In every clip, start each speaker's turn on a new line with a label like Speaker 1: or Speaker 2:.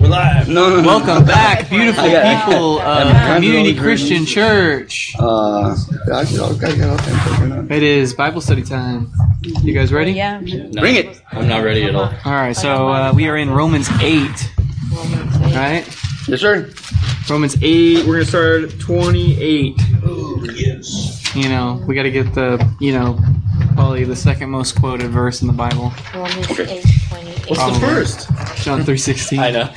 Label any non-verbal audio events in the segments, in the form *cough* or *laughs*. Speaker 1: We're live.
Speaker 2: No, no, no.
Speaker 3: Welcome back, beautiful
Speaker 2: *laughs* I got-
Speaker 3: people of
Speaker 2: got
Speaker 3: Community
Speaker 2: those
Speaker 3: Christian
Speaker 2: dreams.
Speaker 3: Church.
Speaker 2: Uh, I get all, I get all kinds of-
Speaker 3: It is Bible study time. You guys ready?
Speaker 4: Yeah.
Speaker 5: No,
Speaker 2: Bring it.
Speaker 5: I'm not ready at all.
Speaker 3: All right, so uh, we are in Romans 8, right?
Speaker 2: Yes, sir.
Speaker 3: Romans 8, we're going to start at 28.
Speaker 1: Oh, yes.
Speaker 3: You know, we got to get the, you know, probably the second most quoted verse in the Bible,
Speaker 4: Romans eight
Speaker 5: What's
Speaker 4: twenty-eight.
Speaker 3: Probably.
Speaker 5: the first?
Speaker 3: John 3:16.
Speaker 5: I know.
Speaker 3: *laughs*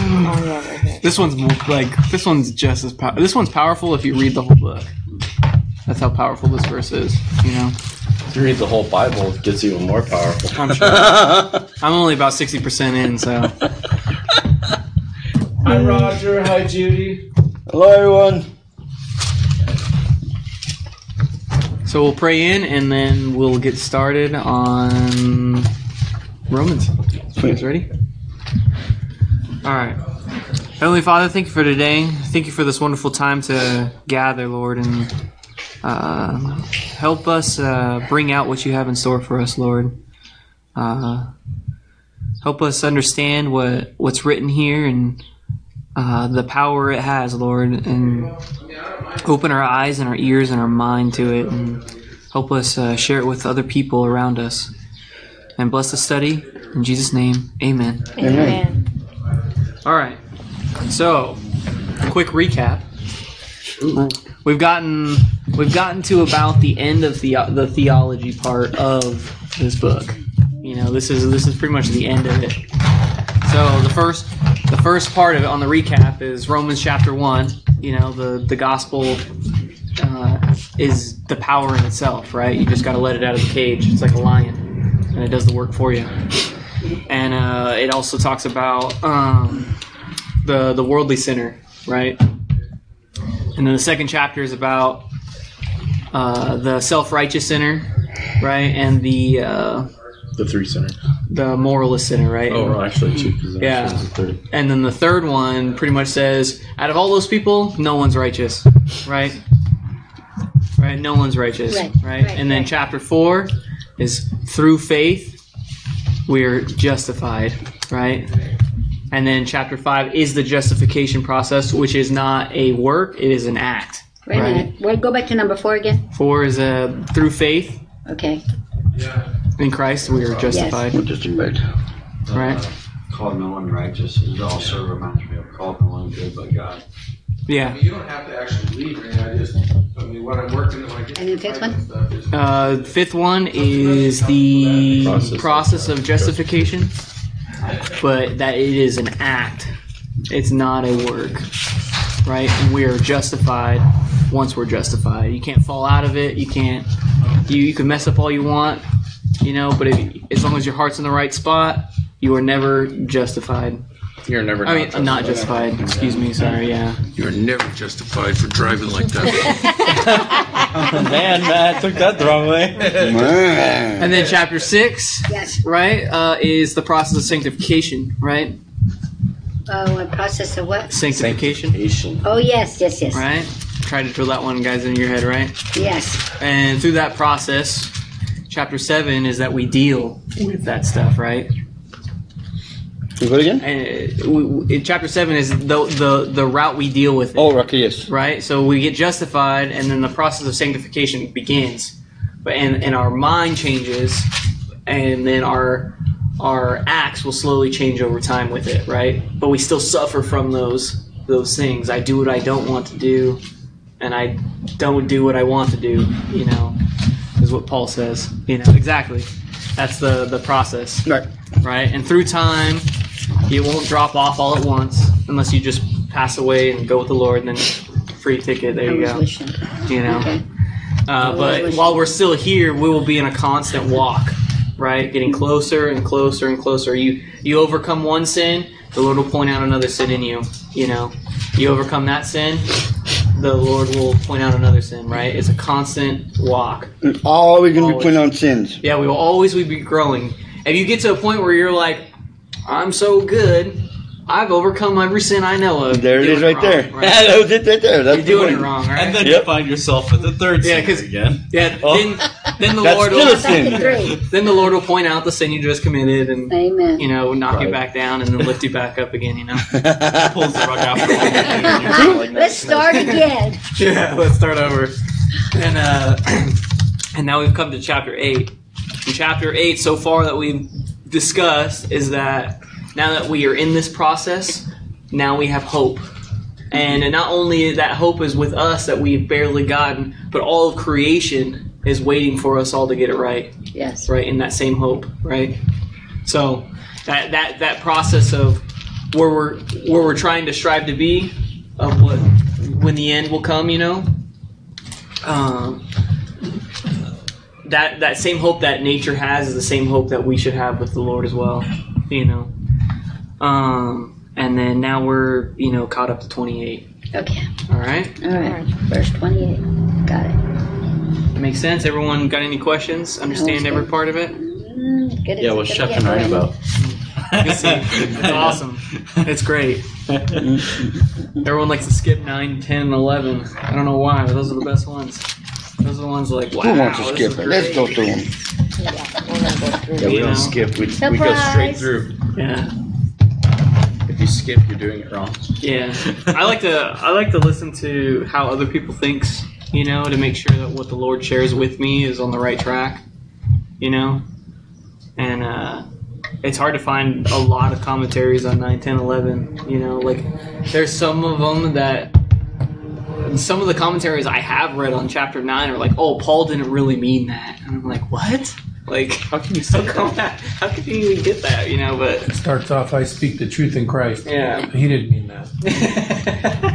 Speaker 4: Oh, yeah, right here.
Speaker 3: This one's mo- like this one's just as pow- this one's powerful if you read the whole book. That's how powerful this verse is, you know.
Speaker 5: if you read the whole Bible, it gets even more powerful.
Speaker 3: I'm sure.
Speaker 2: *laughs*
Speaker 3: I'm only about 60% in, so
Speaker 1: Hi, Roger. Hi, Judy.
Speaker 2: Hello, everyone.
Speaker 3: So we'll pray in and then we'll get started on Romans. You guys ready? All right. Heavenly Father, thank you for today. Thank you for this wonderful time to gather, Lord, and uh, help us uh, bring out what you have in store for us, Lord. Uh, help us understand what what's written here and uh, the power it has, Lord, and open our eyes and our ears and our mind to it and help us uh, share it with other people around us. And bless the study. In Jesus' name, amen.
Speaker 4: Amen.
Speaker 3: All right. So, quick recap. We've gotten we've gotten to about the end of the the theology part of this book. You know, this is this is pretty much the end of it. So the first the first part of it on the recap is Romans chapter one. You know, the the gospel uh, is the power in itself, right? You just got to let it out of the cage. It's like a lion, and it does the work for you and uh, it also talks about um, the the worldly sinner, right? And then the second chapter is about uh, the self righteous sinner, right, and the uh,
Speaker 5: The three center.
Speaker 3: the moralist sinner, right?
Speaker 5: Oh, well, actually, two. 'cause that
Speaker 3: Yeah.
Speaker 5: was the third.
Speaker 3: And then the third one pretty much says, out of all those people, no one's righteous, right? Right, no one's righteous, right?
Speaker 4: Right, right,
Speaker 3: and then
Speaker 4: right.
Speaker 3: chapter four is through faith we're justified, right? And then chapter five is the justification process, which is not a work; it is an act.
Speaker 6: Wait a minute. Well, go back to number four again.
Speaker 3: Four is a through faith
Speaker 6: Okay.
Speaker 3: in Christ we are justified,
Speaker 2: We're just invited.
Speaker 3: right?
Speaker 7: Called no one righteous. It also reminds me of called no one good but God.
Speaker 3: Yeah.
Speaker 8: You don't have to actually leave, I mean, I just, I mean, when I'm working, when I get.
Speaker 6: And then fifth one?
Speaker 8: Stuff is-
Speaker 3: Uh, fifth one is the
Speaker 5: Process.
Speaker 3: process of justification, but that it is an act. It's not a work, right? And we are justified once we're justified. You can't fall out of it. You can't. You you can mess up all you want, you know. But if, as long as your heart's in the right spot, you are never justified.
Speaker 2: You're never.
Speaker 3: I mean, not justified. Excuse me. Sorry. Yeah.
Speaker 9: You're never justified for driving like that.
Speaker 3: *laughs*
Speaker 5: Man, Matt took that the
Speaker 6: *laughs*
Speaker 5: wrong way.
Speaker 3: And then chapter six,
Speaker 6: Yes.
Speaker 3: right, uh, is the process of sanctification, right?
Speaker 6: Oh, a process of what?
Speaker 3: Sanctification.
Speaker 5: Asian.
Speaker 6: Oh, yes, yes, yes.
Speaker 3: right? Try to drill that one, guys, in your head, right?
Speaker 6: Yes.
Speaker 3: And through that process, chapter seven is that we deal with that stuff, right?
Speaker 2: Do it again?
Speaker 3: And it- we- we- in chapter seven is the the the route we deal with it,
Speaker 2: Oh, Rocky, yes.
Speaker 3: right? So we get justified, and then the process of sanctification begins, but and and our mind changes, and then our our acts will slowly change over time with it, right? But we still suffer from those those things. I do what I don't want to do, and I don't do what I want to do. You know, is what Paul says. You know exactly. That's the the process,
Speaker 2: Right.
Speaker 3: right? And through time, it won't drop off all at once unless you just pass away and go with the Lord. And then free ticket. There you go.
Speaker 6: Resolution.
Speaker 3: You know.
Speaker 6: Okay.
Speaker 3: Uh, but while we're still here, we will be in a constant walk, right? Getting closer and closer and closer. You you overcome one sin, the Lord will point out another sin in you. You know, you overcome that sin, the Lord will point out another sin. Right? It's a constant walk.
Speaker 2: And always going to be
Speaker 3: Always.
Speaker 2: putting on sins.
Speaker 3: Yeah, we will always be growing. If you get to a point where you're like, I'm so good, I've overcome every sin I know of.
Speaker 2: There it
Speaker 3: you're
Speaker 2: is
Speaker 3: doing
Speaker 2: right there.
Speaker 3: wrong, right?
Speaker 2: *laughs* that was it right there. That's
Speaker 3: You're doing
Speaker 2: the
Speaker 3: it
Speaker 2: point.
Speaker 3: wrong, right?
Speaker 5: And then you find yourself at the third
Speaker 3: Yeah,
Speaker 5: center
Speaker 3: 'cause-
Speaker 5: again.
Speaker 3: Yeah,
Speaker 5: Oh.
Speaker 3: then then the
Speaker 2: That's
Speaker 3: Lord
Speaker 6: Now
Speaker 3: will,
Speaker 6: back
Speaker 2: jealousy.
Speaker 6: to three.
Speaker 3: then the Lord will point out the sin you just committed and
Speaker 6: Amen.
Speaker 3: you know knock you
Speaker 2: Right.
Speaker 3: back down and then lift you back up again. You
Speaker 2: *laughs*
Speaker 3: know.
Speaker 2: Pulls
Speaker 5: the rug out from under you.
Speaker 6: Ah, Let's start again.
Speaker 3: *laughs* yeah, let's start over. And uh, *clears throat* and now we've come to chapter eight. And chapter eight, so far that we've discussed, is that now that we are in this process, now we have hope. And not only that hope is with us that we've barely gotten, but all of creation is waiting for us all to get it right
Speaker 6: Yes.
Speaker 3: right in that same hope right so that that that process of where we're where we're trying to strive to be of what when the end will come you know um that that same hope that nature has is the same hope that we should have with the lord as well you know um and then now we're you know caught up to 28
Speaker 6: Okay.
Speaker 3: all right
Speaker 6: All right. Verse 28. Got it.
Speaker 3: makes sense everyone got any questions understand every part of it
Speaker 6: Mm, good
Speaker 5: Yeah,
Speaker 6: as
Speaker 5: what's
Speaker 6: it
Speaker 5: Shep
Speaker 6: could
Speaker 5: and
Speaker 6: get.
Speaker 5: right about?
Speaker 3: It's
Speaker 7: *laughs*
Speaker 3: awesome. It's great. Everyone likes to skip 9, 10, and 11. I don't know why, but those are the best ones. Those are the ones like, wow.
Speaker 2: Who wants to
Speaker 3: Oh, this
Speaker 2: skip
Speaker 3: is
Speaker 2: it? Let's
Speaker 3: great.
Speaker 2: go through them.
Speaker 7: Yeah, we
Speaker 3: You know.
Speaker 7: don't skip. We, we go straight
Speaker 6: Surprise.
Speaker 7: through.
Speaker 3: Yeah.
Speaker 7: If you skip, you're doing it wrong.
Speaker 3: *laughs* Yeah. I like to I like to listen to how other people thinks, you know, to make sure that what the Lord shares with me is on the right track, you know? And uh it's hard to find a lot of commentaries on 9, 10, 11, you know, like there's some of them that some of the commentaries I have read on chapter 9 are like, "Oh, Paul didn't really mean that." And I'm like, "What?" Like, *laughs* how can you so come that? How can you even get that, you know, but
Speaker 9: Starts off, I speak the truth in Christ.
Speaker 3: yeah.
Speaker 9: He didn't mean that.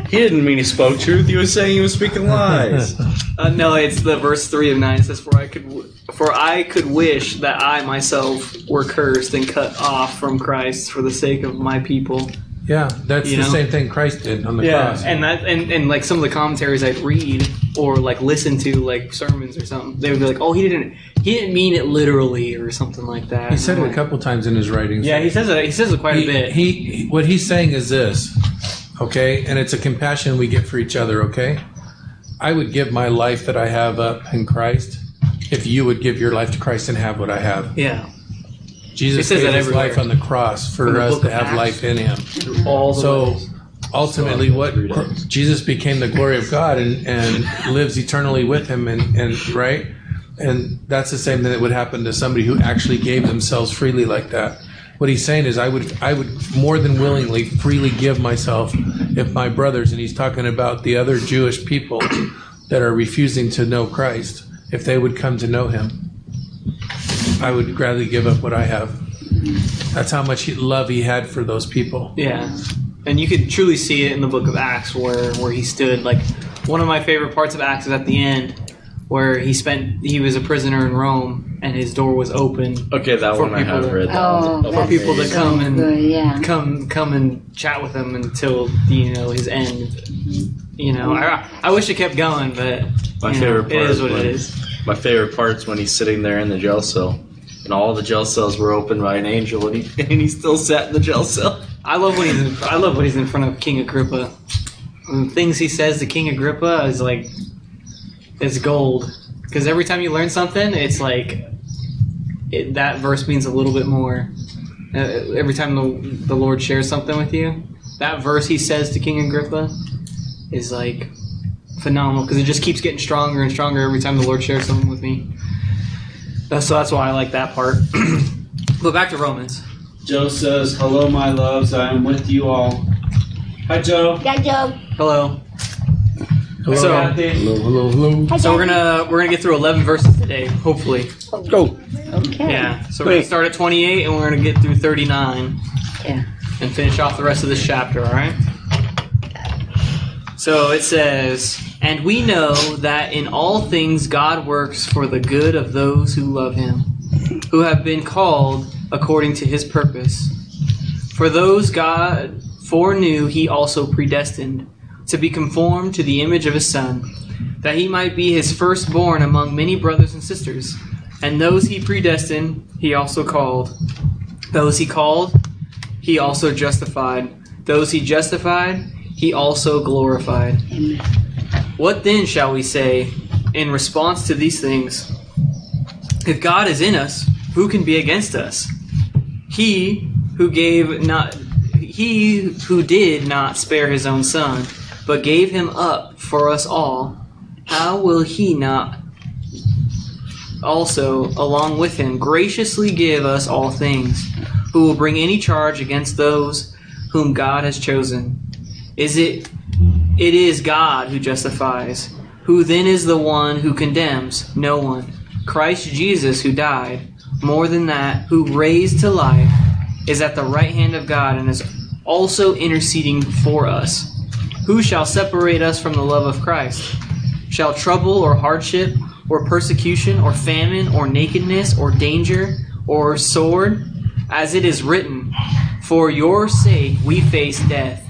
Speaker 5: He didn't mean he spoke truth. He was saying he was speaking
Speaker 9: *laughs*
Speaker 5: lies.
Speaker 3: Uh, no, it's the verse three of nine. It says, "For I could, w- for I could wish that I myself were cursed and cut off from Christ for the sake of my people."
Speaker 9: Yeah, that's
Speaker 3: You
Speaker 9: the
Speaker 3: know?
Speaker 9: same thing Christ did on the cross.
Speaker 3: and that, and, and like some of the commentaries I'd read or like listen to, like sermons or something, they would be like, "Oh, he didn't, he didn't mean it literally," or something like that.
Speaker 9: He
Speaker 3: And
Speaker 9: said
Speaker 3: I'm
Speaker 9: it a
Speaker 3: like-
Speaker 9: couple times in his writings.
Speaker 3: Yeah, he says it. He says it quite
Speaker 9: he,
Speaker 3: a bit.
Speaker 9: He, what he's saying is this, okay, and it's a compassion we get for each other, okay. I would give my life that I have up in Christ if you would give your life to Christ and have what I have.
Speaker 3: yeah, He
Speaker 9: Jesus
Speaker 3: says
Speaker 9: gave
Speaker 3: that
Speaker 9: his
Speaker 3: everywhere.
Speaker 9: life on the cross
Speaker 3: In
Speaker 9: for
Speaker 3: the
Speaker 9: us
Speaker 3: book
Speaker 9: to
Speaker 3: of
Speaker 9: have
Speaker 3: Acts.
Speaker 9: life in Him.
Speaker 3: all the
Speaker 9: So
Speaker 3: ways.
Speaker 9: ultimately, what Jesus became the glory of God and, and lives eternally with Him, and, and right, and that's the same thing that would happen to somebody who actually gave themselves freely like that. What he's saying is, I would, I would more than willingly, freely give myself if my brothers, and he's talking about the other Jewish people that are refusing to know Christ, if they would come to know Him, I would gladly give up what I have. That's how much he- love he had for those people.
Speaker 3: Yeah, and you could truly see it in the Book of Acts, where where he stood. Like one of my favorite parts of Acts is at the end, where he spent he was a prisoner in Rome, and his door was open
Speaker 5: Okay, that
Speaker 3: For
Speaker 5: one I
Speaker 3: people
Speaker 5: have
Speaker 3: that-
Speaker 5: read. That
Speaker 6: Oh,
Speaker 5: one's
Speaker 3: for
Speaker 6: that's
Speaker 3: people to
Speaker 5: amazing.
Speaker 3: come and
Speaker 6: Good, yeah.
Speaker 3: come come and chat with him until you know his end. You know, I, I wish it kept going, but
Speaker 5: My
Speaker 3: you know,
Speaker 5: favorite part
Speaker 3: Mm, it is what
Speaker 5: when-
Speaker 3: it is.
Speaker 5: My favorite part's when he's sitting there in the jail cell, and all the jail cells were opened by an angel, and he, *laughs* and he still sat in the jail cell.
Speaker 3: I love when he's in, I love when he's in front of King Agrippa. And the things he says to King Agrippa is like it's gold because every time you learn something, it's like it, that verse means a little bit more. Uh, every time the the Lord shares something with you, that verse he says to King Agrippa is like phenomenal because it just keeps getting stronger and stronger every time the Lord shares something with me. That's, so that's why I like that part. *clears throat* but back to Romans.
Speaker 1: Joe says, hello, my loves. I am with you all. Hi, Joe.
Speaker 6: Got Joe.
Speaker 3: Hello.
Speaker 9: Hello.
Speaker 3: So-
Speaker 1: Kathy.
Speaker 9: Hello, hello, hello.
Speaker 6: Hi,
Speaker 3: So we're
Speaker 6: Daddy.
Speaker 3: gonna we're gonna get through 11 verses today, hopefully.
Speaker 2: Go.
Speaker 6: Okay.
Speaker 3: Yeah. So we're gonna start at 28 and we're gonna get through 39.
Speaker 6: Yeah.
Speaker 3: And finish off the rest of this chapter. All right. So it says, and we know that in all things God works for the good of those who love Him, who have been called according to His purpose. For those God foreknew, He also predestined to be conformed to the image of His Son that he might be his firstborn among many brothers and sisters. And those he predestined, he also called. Those he called, he also justified. Those he justified, he also glorified.
Speaker 6: Amen.
Speaker 3: What then shall we say in response to these things? If God is in us, who can be against us? He who gave not he who did not spare his own son, but gave him up for us all, how will he not also along with him graciously give us all things? Who will bring any charge against those whom God has chosen? Is it it is God who justifies? Who then is the one who condemns? No one. Christ Jesus, who died, more than that, who raised to life, is at the right hand of God and is also interceding for us. Who shall separate us from the love of Christ? Shall trouble or hardship or persecution or famine or nakedness or danger or sword? As it is written, For your sake we face death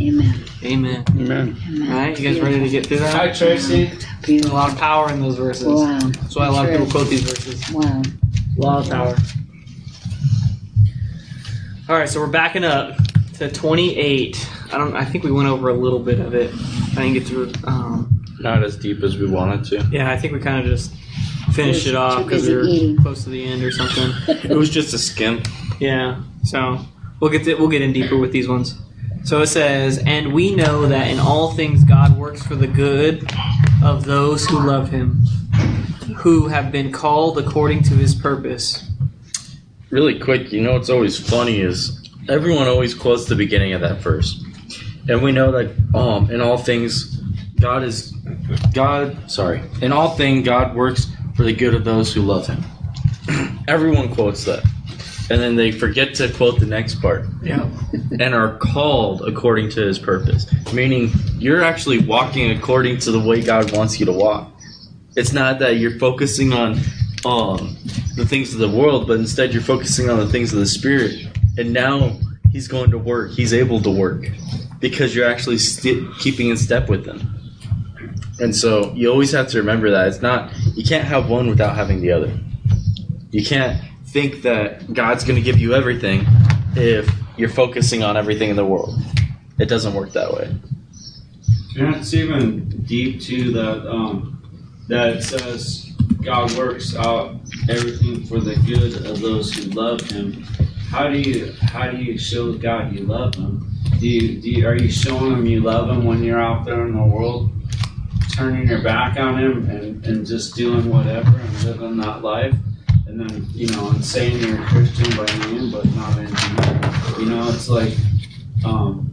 Speaker 6: Amen.
Speaker 3: Amen.
Speaker 10: Amen.
Speaker 3: All right, you guys ready to get through that?
Speaker 1: Hi, Tracy.
Speaker 3: A lot of power in those verses.
Speaker 6: Wow.
Speaker 3: That's why a lot of people quote these verses.
Speaker 6: Wow.
Speaker 3: A lot of power. All right, so we're backing up to 28. I don't. I think we went over a little bit of it. I didn't get through. Um,
Speaker 5: Not as deep as we wanted to.
Speaker 3: yeah, I think we kind of just finished it
Speaker 6: Too
Speaker 3: off because
Speaker 6: busy
Speaker 3: we were
Speaker 6: eating.
Speaker 3: close to the end or
Speaker 6: *laughs*
Speaker 3: something.
Speaker 5: It was just a skim.
Speaker 3: Yeah. So we'll get to, we'll get in deeper with these ones. So it says, and we know that in all things God works for the good of those who love Him, who have been called according to His purpose.
Speaker 5: Really quick, you know what's always funny is everyone always quotes the beginning of that verse. And we know that um in all things God is God sorry. In all thing God works for the good of those who love him. *clears throat* everyone quotes that. And then they forget to quote the next part.
Speaker 3: Yeah.
Speaker 5: and are called according to his purpose. Meaning, you're actually walking according to the way God wants you to walk. It's not that you're focusing on um, the things of the world, but instead you're focusing on the things of the Spirit. And now he's going to work, he's able to work because you're actually sti keeping in step with him. And so you always have to remember that. It's not, you can't have one without having the other. You can't think that God's going to give you everything if you're focusing on everything in the world. It doesn't work that way.
Speaker 1: And it's even deep too that um, that says God works out everything for the good of those who love Him. How do you how do you show God you love Him? Do you, do you, are you showing Him you love Him when you're out there in the world, turning your back on Him and, and just doing whatever and living that life? And then you know, and saying you're a Christian by name, but not in name. You know, it's like. Um,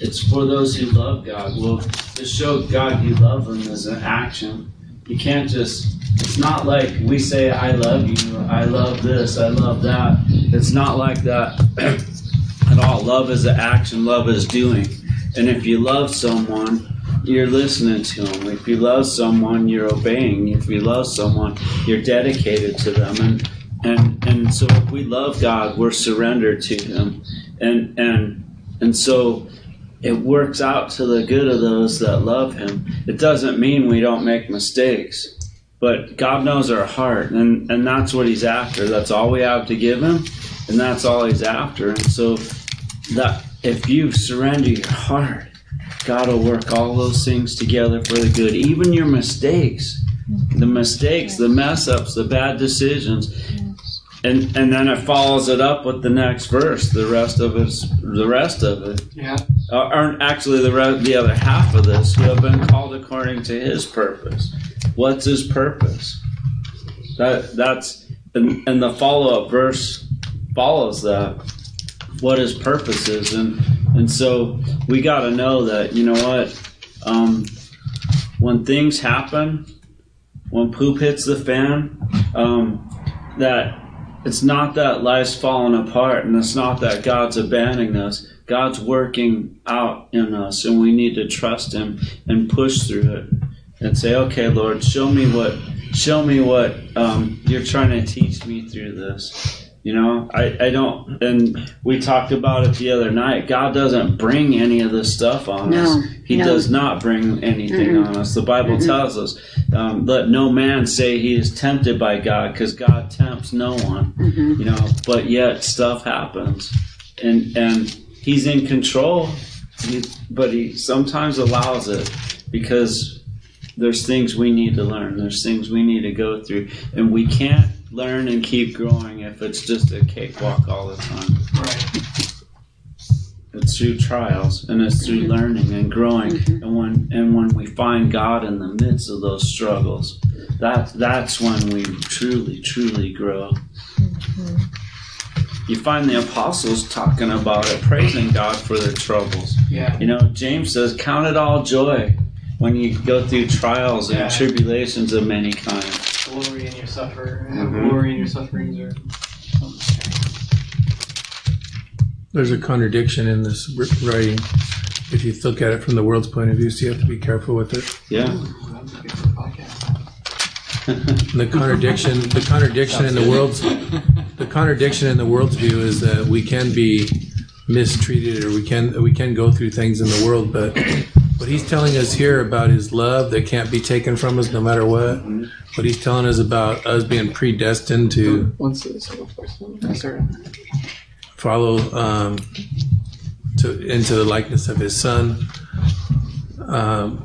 Speaker 1: it's for those who love God. Well, to show God you love Him is an action. You can't just, it's not like we say, I love you, I love this, I love that. It's not like that *clears throat* at all. Love is an action, love is doing. And if you love someone, you're listening to them. If you love someone, you're obeying. If you love someone, you're dedicated to them. And and and so if we love God, we're surrendered to Him. And and and so it works out to the good of those that love him. It doesn't mean we don't make mistakes, but God knows our heart, and, and that's what he's after. That's all we have to give him, and that's all he's after. And so that if you surrender your heart, God will work all those things together for the good, even your mistakes, the mistakes, the mess ups, the bad decisions. And, and then it follows it up with the next verse. The rest of it's the rest of it
Speaker 3: Yeah.
Speaker 1: uh, or actually the re- the other half of this who have been called according to his purpose what's his purpose that that's and, and the follow-up verse follows that what his purpose is and and so we got to know that you know what um, when things happen when poop hits the fan um, that it's not that life's falling apart and it's not that God's abandoning us. God's working out in us and we need to trust him and push through it and say, Okay, Lord, show me what show me what um, you're trying to teach me through this. You know, I, I don't, and we talked about it the other night. God doesn't bring any of this stuff on
Speaker 6: No,
Speaker 1: us. He
Speaker 6: no.
Speaker 1: does not bring anything on us. The Bible tells us, um, let no man say he is tempted by God because God tempts no one, you know, but yet stuff happens. And, and he's in control, he- but he sometimes allows it because there's things we need to learn. There's things we need to go through, and we can't learn and keep growing if it's just a cakewalk all the time. Right. It's through trials, and it's through learning and growing. And when and when we find God in the midst of those struggles, that that's when we truly, truly grow. You find the apostles talking about it, praising God for their troubles.
Speaker 11: Yeah.
Speaker 1: You know, James says, "Count it all joy." when you go through trials
Speaker 11: Yeah.
Speaker 1: and tribulations of many kinds.
Speaker 11: Glory in your suffer.
Speaker 9: Mm-hmm.
Speaker 1: Mhm.
Speaker 11: Glory in your sufferings. Or something.
Speaker 9: There's a contradiction in this r- writing. If you look at it from the world's point of view, so you have to be careful with it.
Speaker 1: Yeah.
Speaker 11: Ooh, that was good for the podcast.
Speaker 9: And the contradiction, the contradiction in the world's, the contradiction in the world's view is that we can be mistreated or we can we can go through things in the world, but what he's telling us here about his love that can't be taken from us no matter what. What he's telling us about us being predestined to
Speaker 11: Once this whole first one, I started.
Speaker 9: follow um, to into the likeness of his son. Um,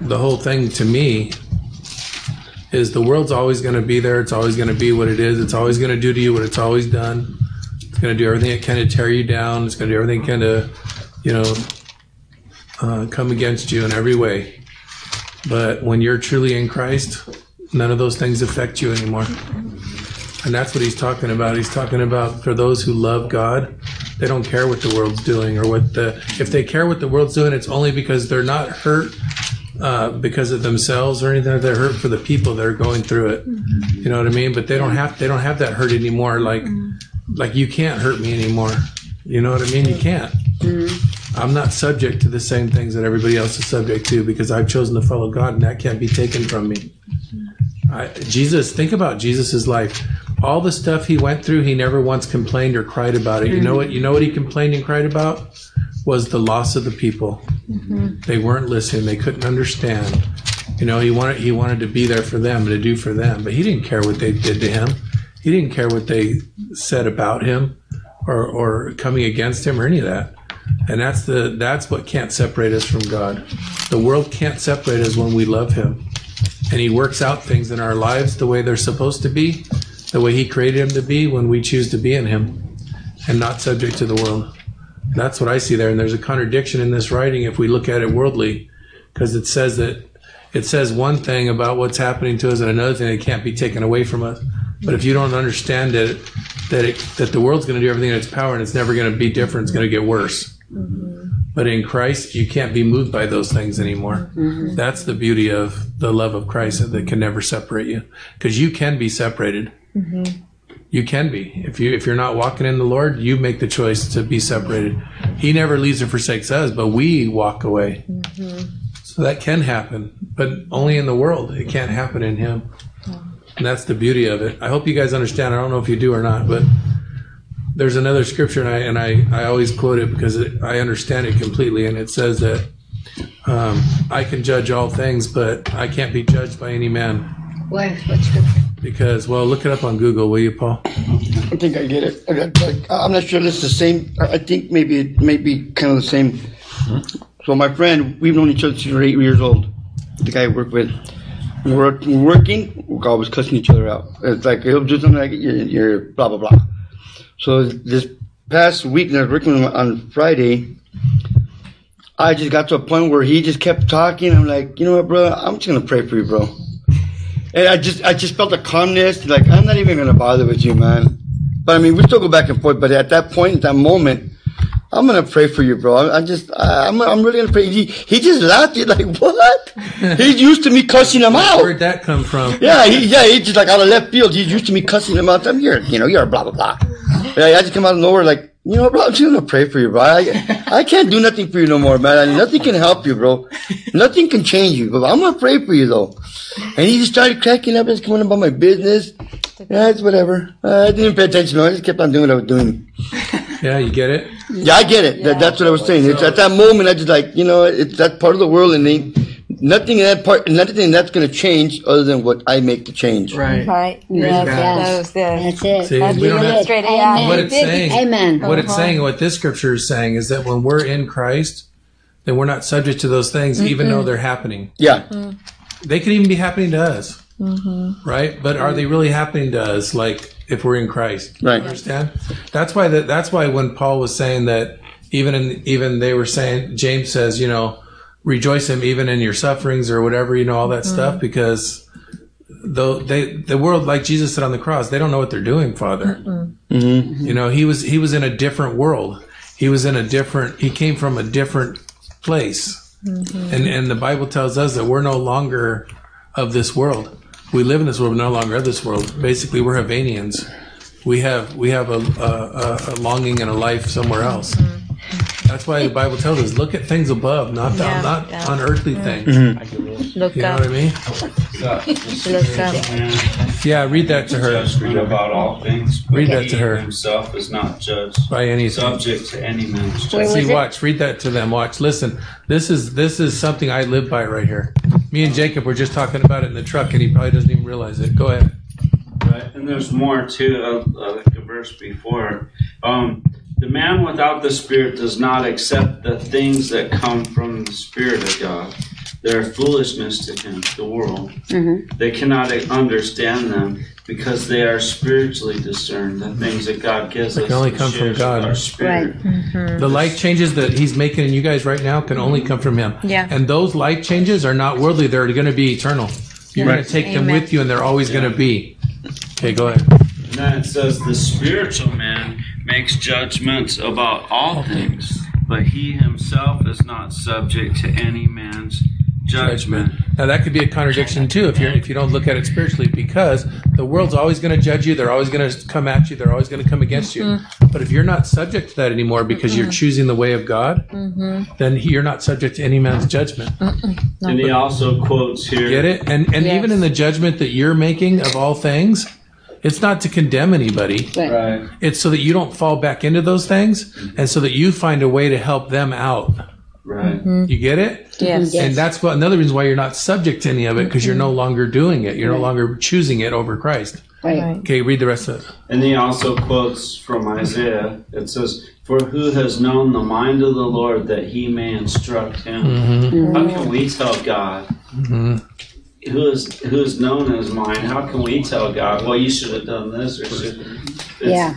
Speaker 9: the whole thing to me is the world's always going to be there. It's always going to be what it is. It's always going to do to you what it's always done. It's going to do everything it can to tear you down. It's going to do everything it can to, you know, uh, come against you in every way. But when you're truly in Christ, none of those things affect you anymore. And that's what he's talking about. He's talking about for those who love God, they don't care what the world's doing or what the. If they care what the world's doing, it's only because they're not hurt uh, because of themselves or anything. They're hurt for the people that are going through it. You know what I mean? But they don't have they don't have that hurt anymore. Like like you can't hurt me anymore. You know what I mean? You can't. I'm not subject to the same things that everybody else is subject to because I've chosen to follow God, and that can't be taken from me. I, Jesus, think about Jesus's life. All the stuff he went through, he never once complained or cried about it. You know what? You know what he complained and cried about was the loss of the people.
Speaker 3: Mm-hmm.
Speaker 9: They weren't listening. They couldn't understand. You know, he wanted he wanted to be there for them to do for them, but he didn't care what they did to him. He didn't care what they said about him or or coming against him or any of that. And that's the that's what can't separate us from God. The world can't separate us when we love him and he works out things in our lives the way they're supposed to be, the way he created them to be when we choose to be in him and not subject to the world. That's what I see there. And there's a contradiction in this writing if we look at it worldly, because it says that it says one thing about what's happening to us and another thing that can't be taken away from us. But if you don't understand that it, that it, that the world's going to do everything in its power and it's never going to be different, it's going to get worse. But in Christ, you can't be moved by those things anymore. That's the beauty of the love of Christ that can never separate you, because you can be separated. Mm-hmm. You can be if you if you're not walking in the Lord, you make the choice to be separated. He never leaves or forsakes us, but we walk away. So that can happen, but only in the world. It can't happen in Him, and that's the beauty of it. I hope you guys understand. I don't know if you do or not, but there's another scripture, and I and I, I always quote it because it, I understand it completely, and it says that um, I can judge all things, but I can't be judged by any man.
Speaker 6: What, what scripture?
Speaker 9: Because, well, look it up on Google, will you, Paul?
Speaker 2: I think I get it. I got, like, I- I'm not sure this is the same. I I think maybe it may be kind of the same. So my friend, we've known each other since we were eight years old. The guy I work with, we we're we we're working. We're always cussing each other out. It's like he'll do something like you're, you're blah blah blah. So this past week, when I was working with him on Friday, I just got to a point where he just kept talking. I'm like, you know what, bro? I'm just gonna pray for you, bro. And I just, I just felt a calmness. Like I'm not even gonna bother with you, man. But I mean, we still go back and forth. But at that point, at that moment, I'm gonna pray for you, bro. I, I just, I, I'm, I'm really gonna pray. He, he just laughed. He's like, what? He's used to me cussing him out.
Speaker 9: Where'd that come from?
Speaker 2: Yeah, he, yeah, he's just like out of left field. He's used to me cussing him out. I'm here, you know, you're a blah blah blah. Yeah, I just come out of nowhere like, you know, bro, I'm just gonna pray for you, bro. I, I can't do nothing for you no more, man. I mean, nothing can help you, bro. Nothing can change you, but I'm gonna pray for you though. And he just started cracking up, just coming about my business. Yeah, it's whatever. Uh, I didn't pay attention. I just kept on doing what I was doing.
Speaker 9: Yeah, you get it?
Speaker 2: Yeah, I get it. That, that's what I was saying. It's at that moment I just like you know it's that part of the world, and they, nothing in that part, nothing that's going to change other than what I make the change.
Speaker 11: Right.
Speaker 4: Right.
Speaker 9: Yes,
Speaker 6: yes. That's it.
Speaker 9: See, we don't have-
Speaker 4: Straight
Speaker 6: Amen.
Speaker 4: out.
Speaker 9: What it's saying,
Speaker 6: Amen.
Speaker 9: what it's saying, what this scripture is saying is that when we're in Christ, then we're not subject to those things, even though they're happening.
Speaker 2: Yeah,
Speaker 7: Mm-hmm.
Speaker 9: Mm-hmm. They could even be happening to us, right? But are they really happening to us? Like if we're in Christ,
Speaker 2: right.
Speaker 9: You understand? That's why that that's why when Paul was saying that, even in, even they were saying James says, you know, rejoice him even in your sufferings or whatever, you know, all that stuff because. Though they, the world, like Jesus said on the cross, they don't know what they're doing, Father.
Speaker 2: hmm
Speaker 9: You know, he was he was in a different world. He was in a different. He came from a different place,
Speaker 4: Mm-hmm.
Speaker 9: and and the Bible tells us that we're no longer of this world. We live in this world, but no longer of this world. Basically, we're Havanians. We have we have a, a, a- a longing and a life somewhere else. That's why the Bible tells us: look at things above, not
Speaker 4: Mm-hmm. Yeah,
Speaker 9: down, not
Speaker 4: yeah.
Speaker 9: unearthly things.
Speaker 4: Look
Speaker 9: You know
Speaker 4: up.
Speaker 9: what I mean?
Speaker 4: Look up.
Speaker 9: Yeah, read that to her
Speaker 1: Judgment about all things. but
Speaker 9: Read that
Speaker 1: he
Speaker 9: to her.
Speaker 1: Himself is not judged,
Speaker 9: by anything.
Speaker 1: subject to any man's judgment.
Speaker 6: was
Speaker 9: See,
Speaker 6: it?
Speaker 9: watch, read that to them. Watch, listen. This is this is something I live by right here. Me and Jacob were just talking about it in the truck, and he probably doesn't even realize it. Go ahead.
Speaker 1: Right, and there's more too of, of the verse before. Um, the man without the spirit does not accept the things that come from the spirit of God. They're foolishness to him, the world.
Speaker 6: Mhm.
Speaker 1: They cannot understand them because they are spiritually discerned. The things that God gives
Speaker 9: They
Speaker 1: us
Speaker 9: can only
Speaker 1: He
Speaker 9: come from
Speaker 1: shares with
Speaker 9: God.
Speaker 1: Our spirit.
Speaker 4: Mm-hmm.
Speaker 9: The life changes that he's making in you guys right now can only come from him.
Speaker 11: Yeah.
Speaker 9: And those life changes are not worldly; they're going to be eternal. You're going
Speaker 2: Right.
Speaker 9: to take them
Speaker 11: Amen.
Speaker 9: with you, and they're always going to be. Okay, go ahead.
Speaker 1: And then it says the spiritual man makes judgments about all things, but he himself is not subject to any man's judgment.
Speaker 9: Now that could be a contradiction too if you are if you don't look at it spiritually because the world's always going to judge you, they're always going to come at you, they're always going to come against you. But if you're not subject to that anymore because you're choosing the way of God, then you're not subject to any man's judgment.
Speaker 1: And he also quotes here.
Speaker 9: Get it? And and even in the judgment that you're making of all things, it's not to condemn anybody.
Speaker 1: Right.
Speaker 9: It's so that you don't fall back into those things and so that you find a way to help them out.
Speaker 1: Right.
Speaker 9: You get it?
Speaker 6: Mm-hmm.
Speaker 4: Yes.
Speaker 9: And that's what another reason why you're not subject to any of it because you're no
Speaker 6: Mm-hmm.
Speaker 9: longer doing it. You're no longer choosing it over Christ.
Speaker 6: Right.
Speaker 9: Okay, read the rest of it.
Speaker 1: And he also quotes from Isaiah. It says, "For who has known the mind of the Lord that he may instruct him?"
Speaker 9: Mm-hmm.
Speaker 1: How can we tell God
Speaker 5: Mm-hmm.
Speaker 1: who is who is known as mine? How can we tell God? Well, you should have done this or should. it's-
Speaker 6: Yeah.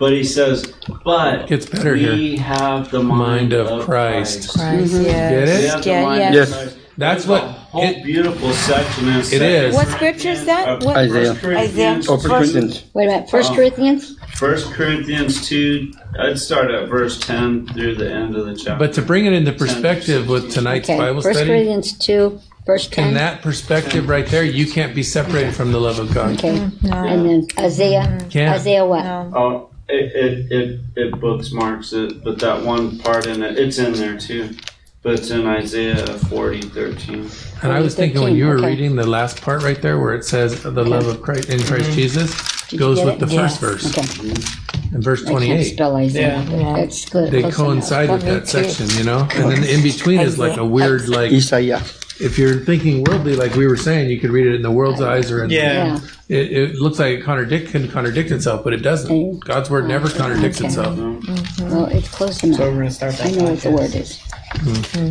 Speaker 1: But he says, "But
Speaker 9: Gets better
Speaker 1: we
Speaker 9: here.
Speaker 1: have the mind,
Speaker 9: Mind of Christ. Get
Speaker 1: We
Speaker 9: it?
Speaker 1: have the
Speaker 4: Yeah,
Speaker 1: mind
Speaker 4: yeah.
Speaker 1: of
Speaker 2: Yes.
Speaker 1: Christ.
Speaker 9: That's
Speaker 1: There's
Speaker 9: what-
Speaker 1: a whole
Speaker 9: it-
Speaker 1: beautiful section. in Second
Speaker 9: is.
Speaker 4: What scripture is that?
Speaker 1: Corinthians-
Speaker 4: What-
Speaker 1: uh,
Speaker 2: Isaiah.
Speaker 1: First Corinthians.
Speaker 2: Oh, First Corinthians.
Speaker 6: Wait a minute. First
Speaker 1: Oh.
Speaker 6: Corinthians.
Speaker 1: First Corinthians two. I'd start at verse ten through the end of the chapter.
Speaker 9: But to bring it into perspective with tonight's
Speaker 6: Okay.
Speaker 9: Bible
Speaker 6: First
Speaker 9: study,
Speaker 6: Corinthians two, verse ten.
Speaker 9: in that perspective right there, you can't be separated from the love of God.
Speaker 6: okay. And then Isaiah.
Speaker 9: Can't.
Speaker 6: Isaiah what?
Speaker 1: oh, it it it, it bookmarks it, but that one part in it, it's in there too. But it's in Isaiah forty thirteen.
Speaker 9: And I was thinking when
Speaker 6: 13,
Speaker 9: you were
Speaker 6: okay.
Speaker 9: reading the last part right there where it says the love of Christ in Christ Jesus
Speaker 6: Mm-hmm. Did you
Speaker 9: goes
Speaker 6: get
Speaker 9: with
Speaker 6: it?
Speaker 9: the first
Speaker 6: Yeah.
Speaker 9: verse
Speaker 6: Okay.
Speaker 9: and verse
Speaker 6: I can't
Speaker 9: 28.
Speaker 6: spell Isaiah.
Speaker 11: Yeah.
Speaker 6: That's good.
Speaker 9: They
Speaker 6: Close enough.
Speaker 9: coincide with that section, you know? And then in between is like a weird, like,
Speaker 2: Isaiah.
Speaker 9: if you're thinking worldly, like we were saying, you could read it in the world's eyes or in the
Speaker 11: Yeah.
Speaker 6: Yeah.
Speaker 9: It, it looks like it contradict can contradict itself, but it doesn't.
Speaker 6: Mm.
Speaker 9: God's word never contradicts
Speaker 6: Okay.
Speaker 9: itself.
Speaker 6: Well, it's close enough.
Speaker 11: So we're gonna start that.
Speaker 6: I know what the
Speaker 11: podcast.
Speaker 6: word is.